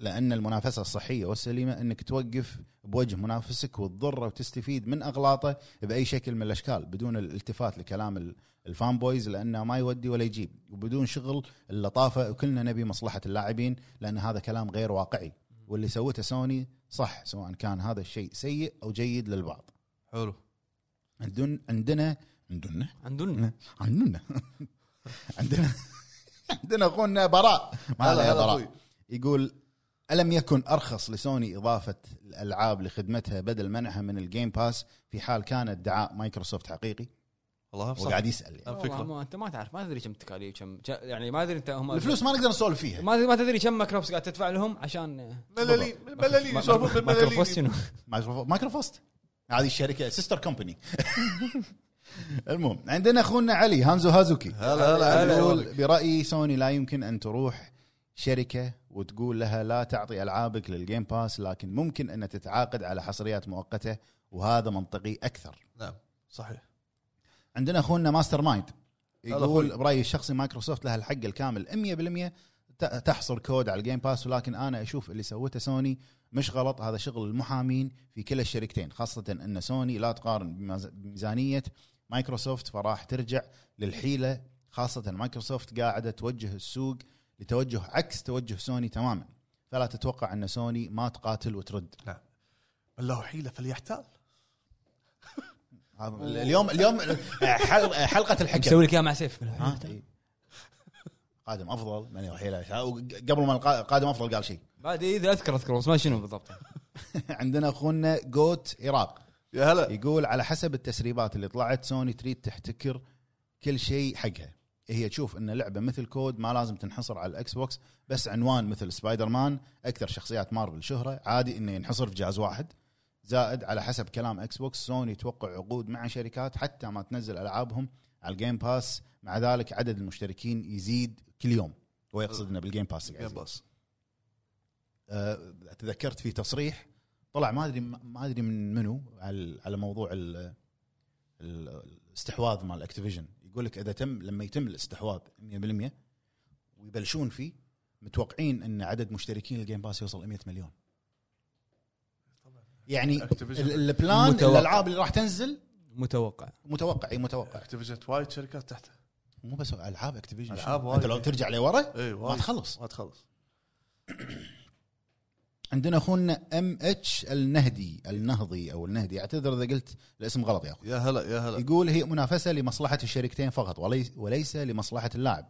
S2: لان المنافسه الصحيه والسليمه انك توقف بوجه منافسك وتضره وتستفيد من اغلاطه باي شكل من الاشكال بدون الالتفات لكلام ال- الفان بويز لانه ما يودي ولا يجيب وبدون شغل اللطافه وكلنا نبي مصلحه اللاعبين لان هذا كلام غير واقعي واللي سوته سوني صح سواء كان هذا الشيء سيء او جيد للبعض
S4: حلو
S2: عندن عندنا عندنا
S1: عندنا
S2: عندنا عندنا عندنا اخونا براء ما عليه براء
S4: أخوي.
S2: يقول الم يكن ارخص لسوني اضافه الالعاب لخدمتها بدل منعها من الجيم باس في حال كان ادعاء مايكروسوفت حقيقي
S4: والله
S2: هو
S4: صح
S2: قاعد يسال يعني.
S4: الفكرة.
S1: والله ما انت ما تعرف ما تدري كم تكاليف كم ج- يعني ما ادري انت هم
S2: الفلوس ما نقدر نسولف فيها
S1: ما تدري ما تدري كم مايكروفوس قاعد تدفع لهم عشان
S4: ملالين ملالين يسولفون
S1: مايكروفوس
S4: بالملالين
S1: شنو؟
S2: مايكروف- مايكروفوست هذه الشركه سيستر كومباني المهم عندنا اخونا علي هانزو هازوكي
S4: هلا هلا هلا
S2: يقول
S4: شلونك؟
S2: برايي سوني لا يمكن ان تروح شركه وتقول لها لا تعطي العابك للجيم باس لكن ممكن ان تتعاقد على حصريات مؤقته وهذا منطقي اكثر
S4: نعم صحيح
S2: عندنا اخونا ماستر مايند
S4: هلا
S2: يقول
S4: أخوي.
S2: برايي الشخصي مايكروسوفت لها الحق الكامل 100% ت- تحصر كود على الجيم باس ولكن انا اشوف اللي سوته سوني مش غلط هذا شغل المحامين في كلا الشركتين خاصه ان سوني لا تقارن بميز- بميزانيه مايكروسوفت فراح ترجع للحيله خاصه مايكروسوفت قاعده توجه السوق لتوجه عكس توجه سوني تماما فلا تتوقع ان سوني ما تقاتل وترد
S4: نعم. من له حيله فليحتال
S2: هذا اليوم اليوم حل- حلقه الحكم
S1: مسوي لك اياها مع سيف
S2: ها؟ إي. قادم افضل من وحيله قبل ما القا- قادم افضل قال شيء
S1: بعد اذا اذكر اذكر بس ما شنو بالضبط
S2: عندنا اخونا جوت عراق
S4: يا هلا
S2: يقول على حسب التسريبات اللي طلعت سوني تريد تحتكر كل شيء حقها هي تشوف ان لعبه مثل كود ما لازم تنحصر على الاكس بوكس بس عنوان مثل سبايدر مان اكثر شخصيات مارفل شهره عادي انه ينحصر في جهاز واحد زائد على حسب كلام اكس بوكس سوني توقع عقود مع شركات حتى ما تنزل العابهم على الجيم باس مع ذلك عدد المشتركين يزيد كل يوم هو يقصد انه بالجيم باس قاعد
S4: جيم
S2: يزيد.
S4: باس
S2: أه، تذكرت في تصريح طلع ما ادري ما ادري من منو على على موضوع ال- ال- الاستحواذ مال اكتيفيجن يقول لك اذا تم لما يتم الاستحواذ 100% ويبلشون فيه متوقعين ان عدد مشتركين الجيم باس يوصل 100 مليون يعني
S4: Activision.
S2: ال- البلان
S6: متوقع.
S2: الالعاب اللي راح تنزل
S6: متوقع
S2: متوقع اي متوقع
S4: اكتيفيجن وايد شركات تحته
S2: مو بس العاب اكتيفيجن
S4: ألعاب
S2: العاب
S4: وايد.
S2: انت لو ترجع لورا
S4: اي
S2: ما
S4: إيه، وايد
S2: تخلص
S4: ما تخلص
S2: عندنا اخونا ام اتش النهدي النهضي او النهدي اعتذر اذا قلت الاسم غلط يا اخوي
S4: يا هلا يا هلا
S2: يقول هي منافسه لمصلحه الشركتين فقط وليس وليس لمصلحه اللاعب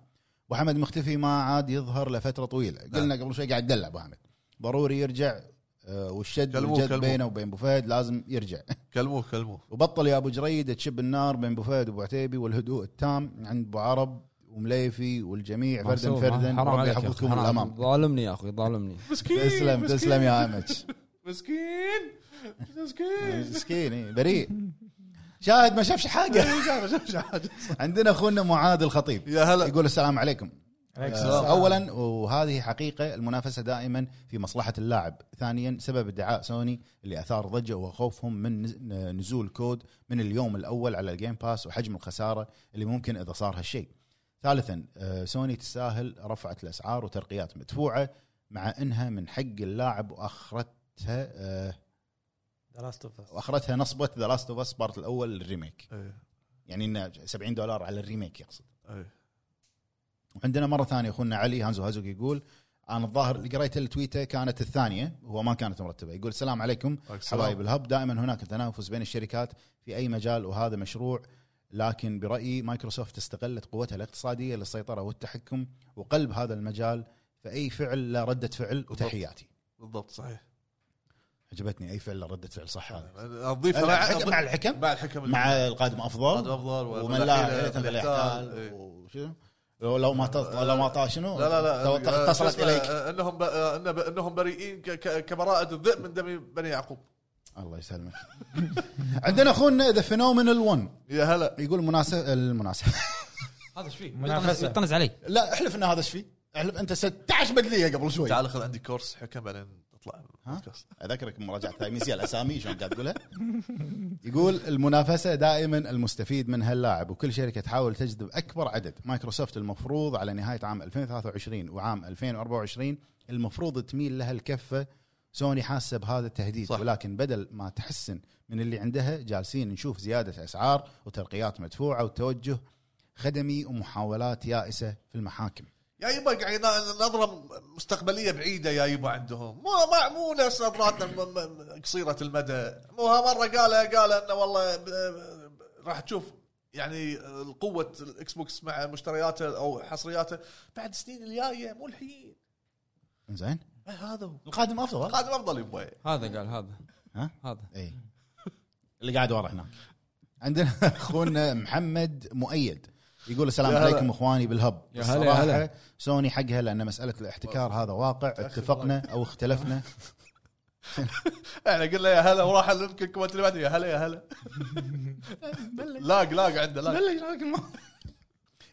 S2: وحمد مختفي ما عاد يظهر لفتره طويله قلنا قبل شوي قاعد يدلع ابو حمد ضروري يرجع آه، والشد
S4: كلموه-
S2: والجد
S4: كلموه.
S2: بينه وبين ابو فهد لازم يرجع
S4: كلموه كلموه
S2: وبطل يا ابو جريد تشب النار بين ابو فهد وابو عتيبي والهدوء التام عند ابو عرب ومليفي والجميع فردا
S6: محسوب.
S2: فردا
S6: حرام
S2: ربي
S6: عليك يا أخي،
S2: يحفظكم
S6: حرام.
S2: الامام
S6: ظالمني يا اخوي ظالمني
S4: مسكين
S2: تسلم
S4: مسكين،
S2: تسلم يا امج
S4: مسكين مسكين
S2: مسكين إيه، بريء شاهد ما شافش حاجه عندنا اخونا معاذ الخطيب
S4: يا هلا
S2: يقول السلام عليكم
S3: السلام.
S2: آه، اولا وهذه حقيقه المنافسه دائما في مصلحه اللاعب ثانيا سبب ادعاء سوني اللي اثار ضجه وخوفهم من نز- نزول كود من اليوم الاول على الجيم باس وحجم الخساره اللي ممكن اذا صار هالشيء ثالثا آه، سوني تستاهل رفعت الاسعار وترقيات مدفوعه مع انها من حق اللاعب واخرتها آه،
S3: The Last of Us.
S2: واخرتها نصبه ذا لاست اوف اس بارت الاول للريميك
S4: إيه،
S2: يعني انه 70 دولار على الريميك يقصد
S4: إيه.
S2: وعندنا مره ثانيه اخونا علي هانزو هازوك يقول انا الظاهر اللي قريته التويته كانت الثانيه هو ما كانت مرتبه يقول السلام عليكم حبايب الهب دائما هناك تنافس بين الشركات في اي مجال وهذا مشروع لكن برايي مايكروسوفت استغلت قوتها الاقتصاديه للسيطره والتحكم وقلب هذا المجال فاي فعل لا رده فعل وتحياتي
S4: بالضبط صحيح
S2: عجبتني اي فعل لا رده فعل صح هذا
S4: اضيف
S2: مع الحكم مع الحكم
S4: مع الحكم
S2: مع القادم
S4: القادم
S2: افضل
S4: افضل
S2: ومن لا يحتال فلا يحتال
S4: إيه.
S2: وشنو؟ لو لو ما تط- لو ما طاش شنو
S4: لا لا لا
S2: تو- اتصلت
S4: شو اسمه،
S2: اليك
S4: آه، انهم ب- آه، إن ب- انهم بريئين ك- ك- كبراءة الذئب من دم بني يعقوب آه.
S2: الله يسلمك عندنا اخونا ذا فينومينال 1
S4: يا هلا
S2: يقول مناسبه المناسبه
S6: هذا ايش فيه؟
S3: منافسة.
S6: طنز علي
S2: لا احلف ان هذا ايش فيه احلف انت 16 بدليه قبل شوي
S4: تعال خذ عندي كورس حكم بعدين تطلع
S2: ها؟
S4: بودكاست.
S2: اذكرك مراجعه تايميسيا الاسامي شلون قاعد تقولها يقول المنافسه دائما المستفيد منها اللاعب وكل شركه تحاول تجذب اكبر عدد مايكروسوفت المفروض على نهايه عام 2023 وعام 2024 المفروض تميل لها الكفه سوني حاسه بهذا التهديد
S4: صح.
S2: صح. ولكن بدل ما تحسن من اللي عندها جالسين نشوف زياده اسعار وترقيات مدفوعه وتوجه خدمي ومحاولات يائسه في المحاكم
S4: يا يبا قاعد نظره مستقبليه بعيده يا يبا عندهم مو ما مو نفس نظراتنا م- م- قصيره المدى مو ها مره قال قال انه والله ب- ب- راح تشوف يعني قوه الاكس بوكس مع مشترياته او حصرياته بعد سنين الجايه مو الحين
S2: زين
S4: إيه هذا هو
S2: القادم افضل
S4: قادم افضل يبا
S6: هذا قال هذا
S2: ها؟
S6: هذا
S2: اي إيه. اللي قاعد ورا هناك عندنا اخونا محمد مؤيد يقول السلام
S4: يا هلا.
S2: عليكم اخواني بالهب
S6: يا هلا،
S2: الصراحة
S6: يا هلا.
S2: سوني حقها لان مساله الاحتكار هذا واقع اتفقنا او اختلفنا
S4: احنا قلنا يا هلا وراح يمكن الكومنت اللي بعده يا هلا يا هلا لاق لاق عنده لاق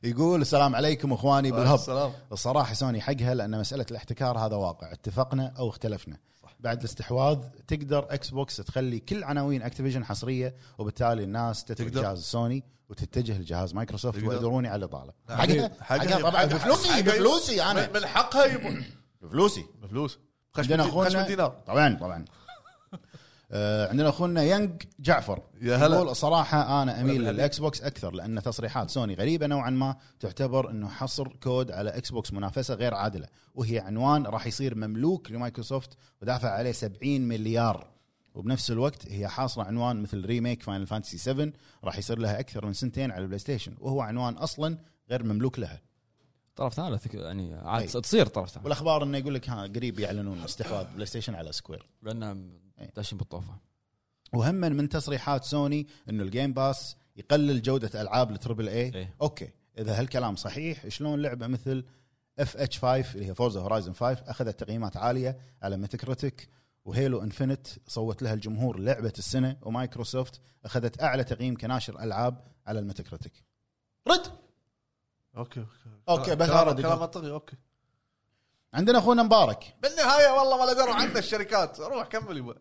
S2: يقول السلام عليكم اخواني بالهب
S4: السلام
S2: الصراحه سوني حقها لان مساله الاحتكار هذا واقع اتفقنا او اختلفنا بعد الاستحواذ تقدر اكس بوكس تخلي كل عناوين اكتيفيجن حصريه وبالتالي الناس تترك
S4: تقدر.
S2: جهاز سوني وتتجه لجهاز مايكروسوفت
S4: تقدر. نعم.
S2: ويدروني على الاطاله
S4: حقها-
S2: حقها حقها طبعا
S4: حقها-
S2: بفلوسي
S4: حقها-
S2: بفلوسي انا
S4: من- من حقها يبون
S2: بفلوسي
S4: بفلوس
S2: عندنا
S4: خشم
S2: اخونا
S4: خشم دينار
S2: طبعا طبعا آه، عندنا اخونا ينج جعفر
S4: يا هلا.
S2: يقول صراحه انا اميل للاكس بوكس اكثر لان تصريحات سوني غريبه نوعا ما تعتبر انه حصر كود على اكس بوكس منافسه غير عادله وهي عنوان راح يصير مملوك لمايكروسوفت ودافع عليه 70 مليار وبنفس الوقت هي حاصره عنوان مثل ريميك فاينل فانتسي 7 راح يصير لها اكثر من سنتين على البلاي ستيشن وهو عنوان اصلا غير مملوك لها
S6: طرف ثالث ك- يعني عاد
S2: أي.
S6: تصير طرف ثالث
S2: والاخبار انه يقول لك ها قريب يعلنون استحواذ بلاي ستيشن على سكوير
S6: لان
S2: أي.
S6: داشين بالطوفه
S2: وهم من تصريحات سوني انه الجيم باس يقلل جوده العاب التربل اي
S6: إيه.
S2: اوكي اذا هالكلام صحيح شلون لعبه مثل اف اتش 5 اللي هي فورزا هورايزن 5 اخذت تقييمات عاليه على ميتاكريتك وهيلو انفنت صوت لها الجمهور لعبه السنه ومايكروسوفت اخذت اعلى تقييم كناشر العاب على الميتاكريتيك رد
S4: اوكي اوكي
S2: أوكي، بس
S4: آه، كلام
S2: أرد.
S4: كلام منطقي اوكي
S2: عندنا اخونا مبارك
S4: بالنهايه والله ما دروا عنا الشركات روح كمل يبا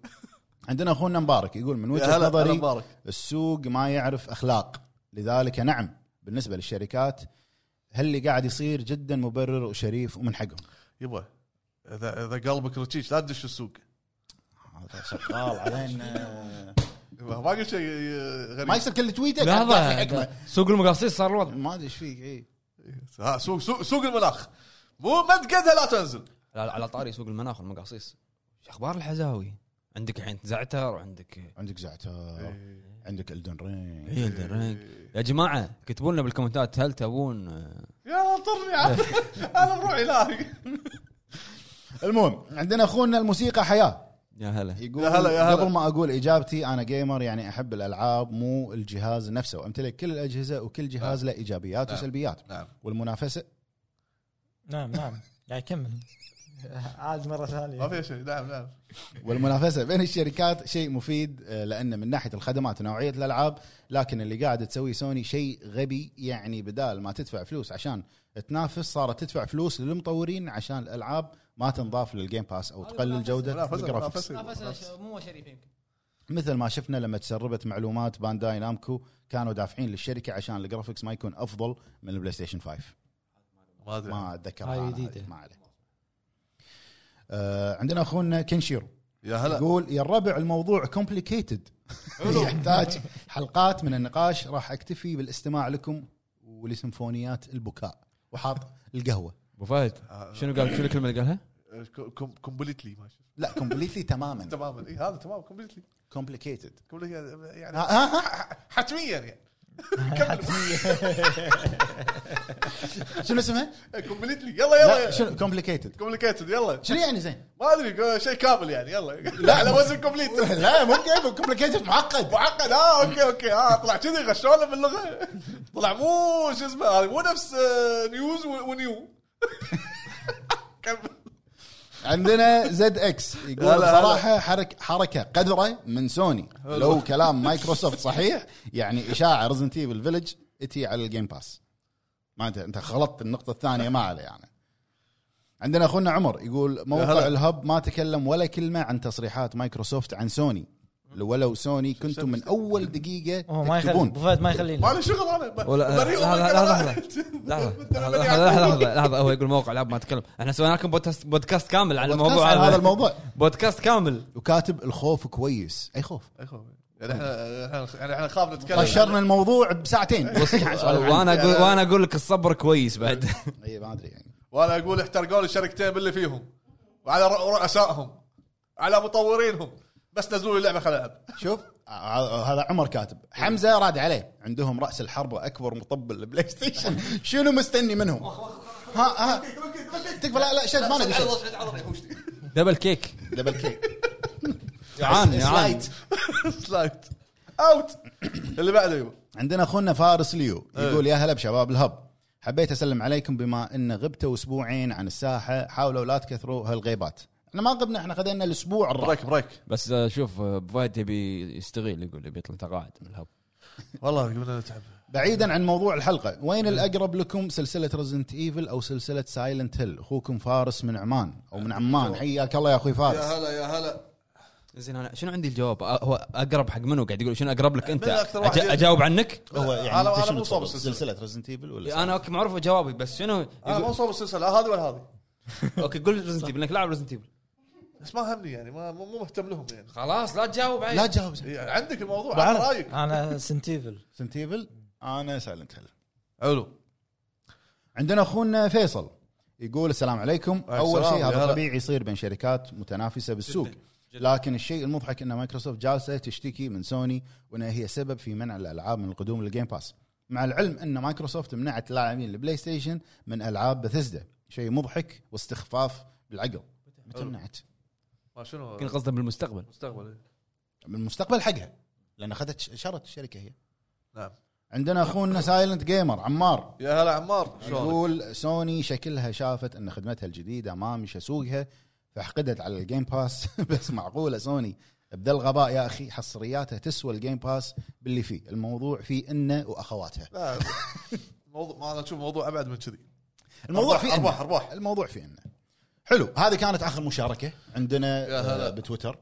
S2: عندنا اخونا مبارك يقول من
S4: يا
S2: وجهه
S4: هلا هلا
S2: نظري
S4: مبارك
S2: السوق ما يعرف اخلاق لذلك نعم بالنسبه للشركات هل اللي قاعد يصير جدا مبرر وشريف ومن حقهم
S4: يبا اذا اذا قلبك رتشيش لا تدش السوق
S2: هذا شغال علينا
S4: يبا ما قلت شيء آه، غريب
S2: ما يصير كل تويتك
S6: لحظه
S2: حكمه
S6: سوق المقاصيص صار الوضع
S2: ما ادري ايش فيك اي
S4: ها سوق سوق سوق المناخ مو ما تقدها لا تنزل
S6: على على طاري سوق المناخ والمقاصيص ايش اخبار الحزاوي؟ عندك الحين زعتر وعندك
S2: عندك
S4: إيه.
S2: زعتر عندك الدن رينج
S6: إلدن رينج. يا جماعه كتبوا لنا بالكومنتات هل تبون آه،
S4: يا طرني عاد. انا بروحي لاهي
S2: المهم عندنا اخونا الموسيقى حياه
S6: يا هلا
S2: يقول
S4: يا هلا، يا هلا.
S2: قبل ما اقول اجابتي انا جيمر يعني احب الالعاب مو الجهاز نفسه وامتلك كل الاجهزه وكل جهاز له ايجابيات
S4: نعم.
S2: وسلبيات
S4: نعم
S2: والمنافسه
S3: نعم نعم قاعد يكمل عاد مره ثانيه
S4: ما في شيء نعم نعم
S2: والمنافسه بين الشركات شيء مفيد آه، لان من ناحيه الخدمات ونوعيه الالعاب لكن اللي قاعد تسويه سوني شيء غبي يعني بدال ما تدفع فلوس عشان تنافس صارت تدفع فلوس للمطورين عشان الالعاب ما تنضاف للجيم باس او
S11: هذه
S2: تقلل
S11: منافسة.
S2: جوده
S4: منافسة،
S2: الجرافيكس
S4: منافسة.
S11: منافسه مو شريف يمكن
S2: مثل ما شفنا لما تسربت معلومات بانداي نامكو كانوا دافعين للشركه عشان الجرافيكس ما يكون افضل من البلاي ستيشن 5
S4: ما ادري
S2: ما اتذكرها
S3: هاي
S2: أنا
S3: جديدة.
S2: هذه، ما عليه آه، عندنا اخونا كنشيرو
S4: يا هلا
S2: يقول يا الربع الموضوع كومبليكيتد يحتاج حلقات من النقاش راح اكتفي بالاستماع لكم ولسيمفونيات البكاء وحاط القهوه
S6: ابو فهد
S2: آه.
S6: شنو قال شنو الكلمه اللي قالها؟
S4: كومبليتلي ماشي
S2: لا كومبليتلي تماما
S4: تماما اي هذا تمام كومبليتلي
S2: كومبليكيتد آه،
S4: يعني حتميا يعني
S2: شنو اسمها؟
S4: إيه، كومبليتلي يلا يلا يلا
S2: شنو كومبليكيتد
S4: كومبليكيتد يلا
S2: شنو يعني زين؟
S4: ما ادري شيء كامل يعني يلا لا على وزن كومبليت
S2: لا مو كيف كومبليكيتد معقد
S4: معقد اه اوكي اوكي اه طلع كذي غشونا باللغه طلع مو شو اسمه هذا مو نفس آه، نيوز و- ونيو كمل
S2: عندنا زد اكس
S4: هلا
S2: يقول
S4: هلا.
S2: صراحه حركه حركه قذره من سوني لو كلام مايكروسوفت صحيح يعني اشاعه ريزنت ايفل فيلج اتي على الجيم باس ما انت انت خلطت النقطه الثانيه ما عليه يعني عندنا اخونا عمر يقول موقع
S4: هلا.
S2: الهب ما تكلم ولا كلمه عن تصريحات مايكروسوفت عن سوني ولو سوني كنتم من اول
S3: هو
S2: دقيقه
S3: ما يخلي
S2: تكتبون
S3: ابو فهد ما
S4: ما
S3: يخلينا
S4: له شغل انا
S6: ولا-
S4: بريء
S6: لحظة-
S4: ولا-
S6: لحظة- لحظه لحظة- لحظه لحظه لحظه هو يقول موقع العاب ما تكلم احنا سوينا لكم بودكاست بودكاست كامل عن
S2: بودكاست
S6: الموضوع
S2: عن هذا الموضوع
S6: بودكاست كامل
S2: وكاتب الخوف كويس اي خوف
S4: يعني احنا إحنا- احنا خاف نتكلم
S2: قشرنا الموضوع بساعتين
S6: وانا اقول وانا اقول لك الصبر كويس بعد
S2: اي ما ادري يعني
S4: وانا اقول احترقون الشركتين باللي فيهم وعلى رؤ- رؤسائهم على مطورينهم بس نزلوا لي لعبه خل العب
S2: شوف ه- هذا عمر كاتب حمزه راد عليه عندهم راس الحرب واكبر مطبل البلاي ستيشن شنو مستني منهم ها ها تكفى لا لا شد ما نبي شد
S6: دبل كيك
S2: دبل كيك
S6: يعان يعان
S2: سلايد.
S4: سلايد اوت اللي بعده يبا
S2: عندنا اخونا فارس ليو يقول يا هلا بشباب الهب حبيت اسلم عليكم بما ان غبتوا اسبوعين عن الساحه حاولوا لا تكثروا هالغيبات احنا ما غبنا احنا خذينا الاسبوع الراحه
S4: بريك بريك
S6: بس آه، شوف آه، ابو فهد يبي يستغيل يقول يبي يطلع تقاعد من الهب
S4: والله قمنا نتعب
S2: بعيدا عن موضوع الحلقه وين الاقرب لكم سلسله ريزنت ايفل او سلسله سايلنت هيل اخوكم فارس من عمان او من عمان حياك الله يا اخوي فارس
S4: هلا يا هلا
S6: زين انا شنو عندي الجواب آه، هو اقرب حق منو قاعد يقول شنو اقرب لك انت
S4: من أكثر واحد
S6: أج-
S4: يفهم.
S6: اجاوب عنك
S2: هو يعني
S4: أنا-
S2: أنت
S4: أنا
S2: شنو
S4: مو صوب
S2: تفضل؟
S4: السلسلة.
S2: سلسله ريزنت ايفل ولا
S6: انا اوكي معروف جوابي بس شنو
S4: انا
S6: يقول-
S4: آه، مو صوب السلسله لا هذه ولا هذه
S6: اوكي قول ريزنت ايفل انك لاعب ريزنت ايفل
S4: بس ما همني يعني ما مو مو مهتم لهم يعني
S6: خلاص لا تجاوب علي
S2: لا تجاوب
S4: يعني عندك الموضوع
S2: بعرف.
S4: على رايك
S3: انا سنتيفل
S2: ريزنت ايفل انا سايلنت هيل
S4: حلو
S2: عندنا اخونا فيصل يقول السلام عليكم
S4: عليكم
S2: اول
S4: السلام،
S2: شيء
S4: يا
S2: هذا
S4: هلا.
S2: طبيعي يصير بين شركات متنافسه بالسوق لكن الشيء المضحك ان مايكروسوفت جالسه تشتكي من سوني وانها هي سبب في منع الالعاب من القدوم للجيم باس مع العلم ان مايكروسوفت منعت لاعبين البلاي ستيشن من العاب بثزدا شيء مضحك واستخفاف بالعقل متى منعت
S4: ما شنو
S6: يمكن قصده بالمستقبل
S4: المستقبل إيه.
S2: بالمستقبل حقها لان اخذت شرت الشركه هي
S4: نعم
S2: عندنا اخونا سايلنت جيمر عمار
S4: يا هلا عمار شلونك
S2: يقول سوني شكلها شافت ان خدمتها الجديده ما مشى سوقها فحقدت على الجيم باس بس معقوله سوني بدل الغباء يا اخي حصرياته تسوى الجيم باس باللي فيه الموضوع فيه انه واخواتها
S4: لا الموضوع ما انا اشوف موضوع ابعد من كذي
S2: الموضوع
S4: أرباح-
S2: فيه
S4: ارباح
S2: انه
S4: ارباح
S2: الموضوع فيه انه حلو هذه كانت اخر مشاركه عندنا
S4: يا هلا.
S2: آه، بتويتر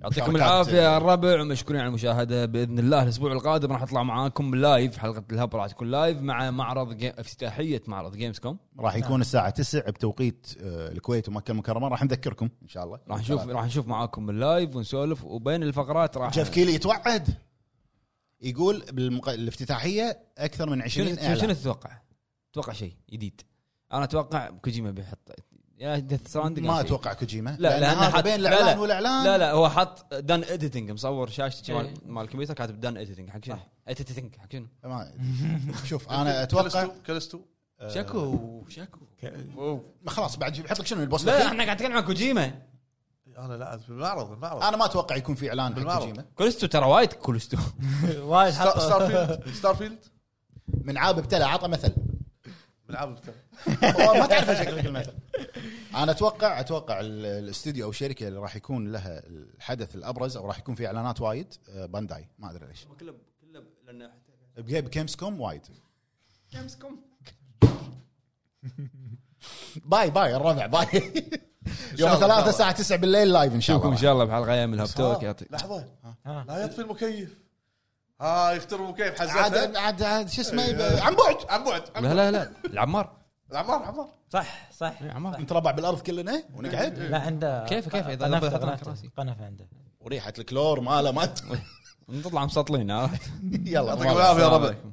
S1: يعطيكم
S2: شركات-
S1: العافيه يا الربع ومشكورين على المشاهده باذن الله الاسبوع القادم راح اطلع معاكم لايف حلقه الهب راح تكون لايف مع معرض جي... افتتاحيه معرض جيمز كوم
S2: راح يكون الساعه 9 بتوقيت آه، الكويت ومكه المكرمه راح نذكركم ان شاء الله
S1: راح نشوف راح نشوف معاكم اللايف ونسولف وبين الفقرات راح
S2: جيف كيلي يتوعد يقول بالمق... الافتتاحيه اكثر من
S1: شنو
S2: 20
S1: شنو- شنو
S2: اعلان
S1: تتوقع؟ اتوقع شيء جديد انا اتوقع كوجيما بيحط يا ديث ستراندنج
S2: ما اتوقع كوجيما
S1: لا،
S2: لا لان
S1: لأنه
S2: هذا
S1: حط-
S2: بين
S1: لا،
S2: الاعلان
S1: لا.
S2: والاعلان
S1: لا لا هو حط دان اديتنج مصور شاشته
S3: إيه.
S1: مال- مال الكمبيوتر كاتب دان اديتنج حق شنو؟ اديتنج حق شنو؟
S2: ما- شوف انا اتوقع
S4: كلستو- كلستو
S2: آه،
S1: شكو شكو
S2: ما خلاص بعد جيب- حط لك شنو البوست
S1: لا
S2: الأخير؟
S1: احنا قاعد نتكلم عن كوجيما
S4: انا لا بالمعرض بالمعرض
S2: انا ما اتوقع يكون في اعلان حق
S4: بالمعرض.
S2: كوجيما
S1: كولستو ترى وايد كولستو
S3: وايد
S4: ستار- ستار
S3: حط
S4: فيلد ستار فيلد
S2: من عاب ابتلى عطى مثل
S4: بالعاب بتاع.
S2: ما تعرف شكلك المثل انا اتوقع اتوقع ال- الاستديو او الشركه اللي راح يكون لها الحدث الابرز او راح يكون في اعلانات وايد آه، بانداي ما ادري ليش
S1: كله كله لان
S2: بكيمز كوم وايد
S1: جيمز كوم
S2: باي باي الربع باي يوم
S4: الله، إن شاء
S2: الثلاثاء
S4: الله.
S2: الساعه 9 بالليل لايف ان شاء
S1: نشوفكم ان
S2: الله
S1: شاء الله بحلقه جايه من الهاب توك يعطيك
S4: لحظه
S3: ها.
S4: آه، لا يطفي المكيف ها يختار المكيف
S2: عاد
S4: حزتها
S2: عاد عاد شو اسمه يب- عن بعد
S4: عن بعد عن
S1: لا لا لا العمار
S4: بعد. عمار عمار
S3: صح صح
S1: إيه، عمار
S2: نتربع بالارض كلنا ونقعد
S3: لا عنده
S1: كيف- كيف إذا
S3: قنفة-
S1: ضبط- ضبط
S3: قنفة-
S1: راسي.
S3: قنفة عنده
S2: وريحه الكلور ماله ما
S1: نطلع مسطلين عرفت
S2: يلا
S4: يعطيكم العافيه يا ربع
S1: عليكم.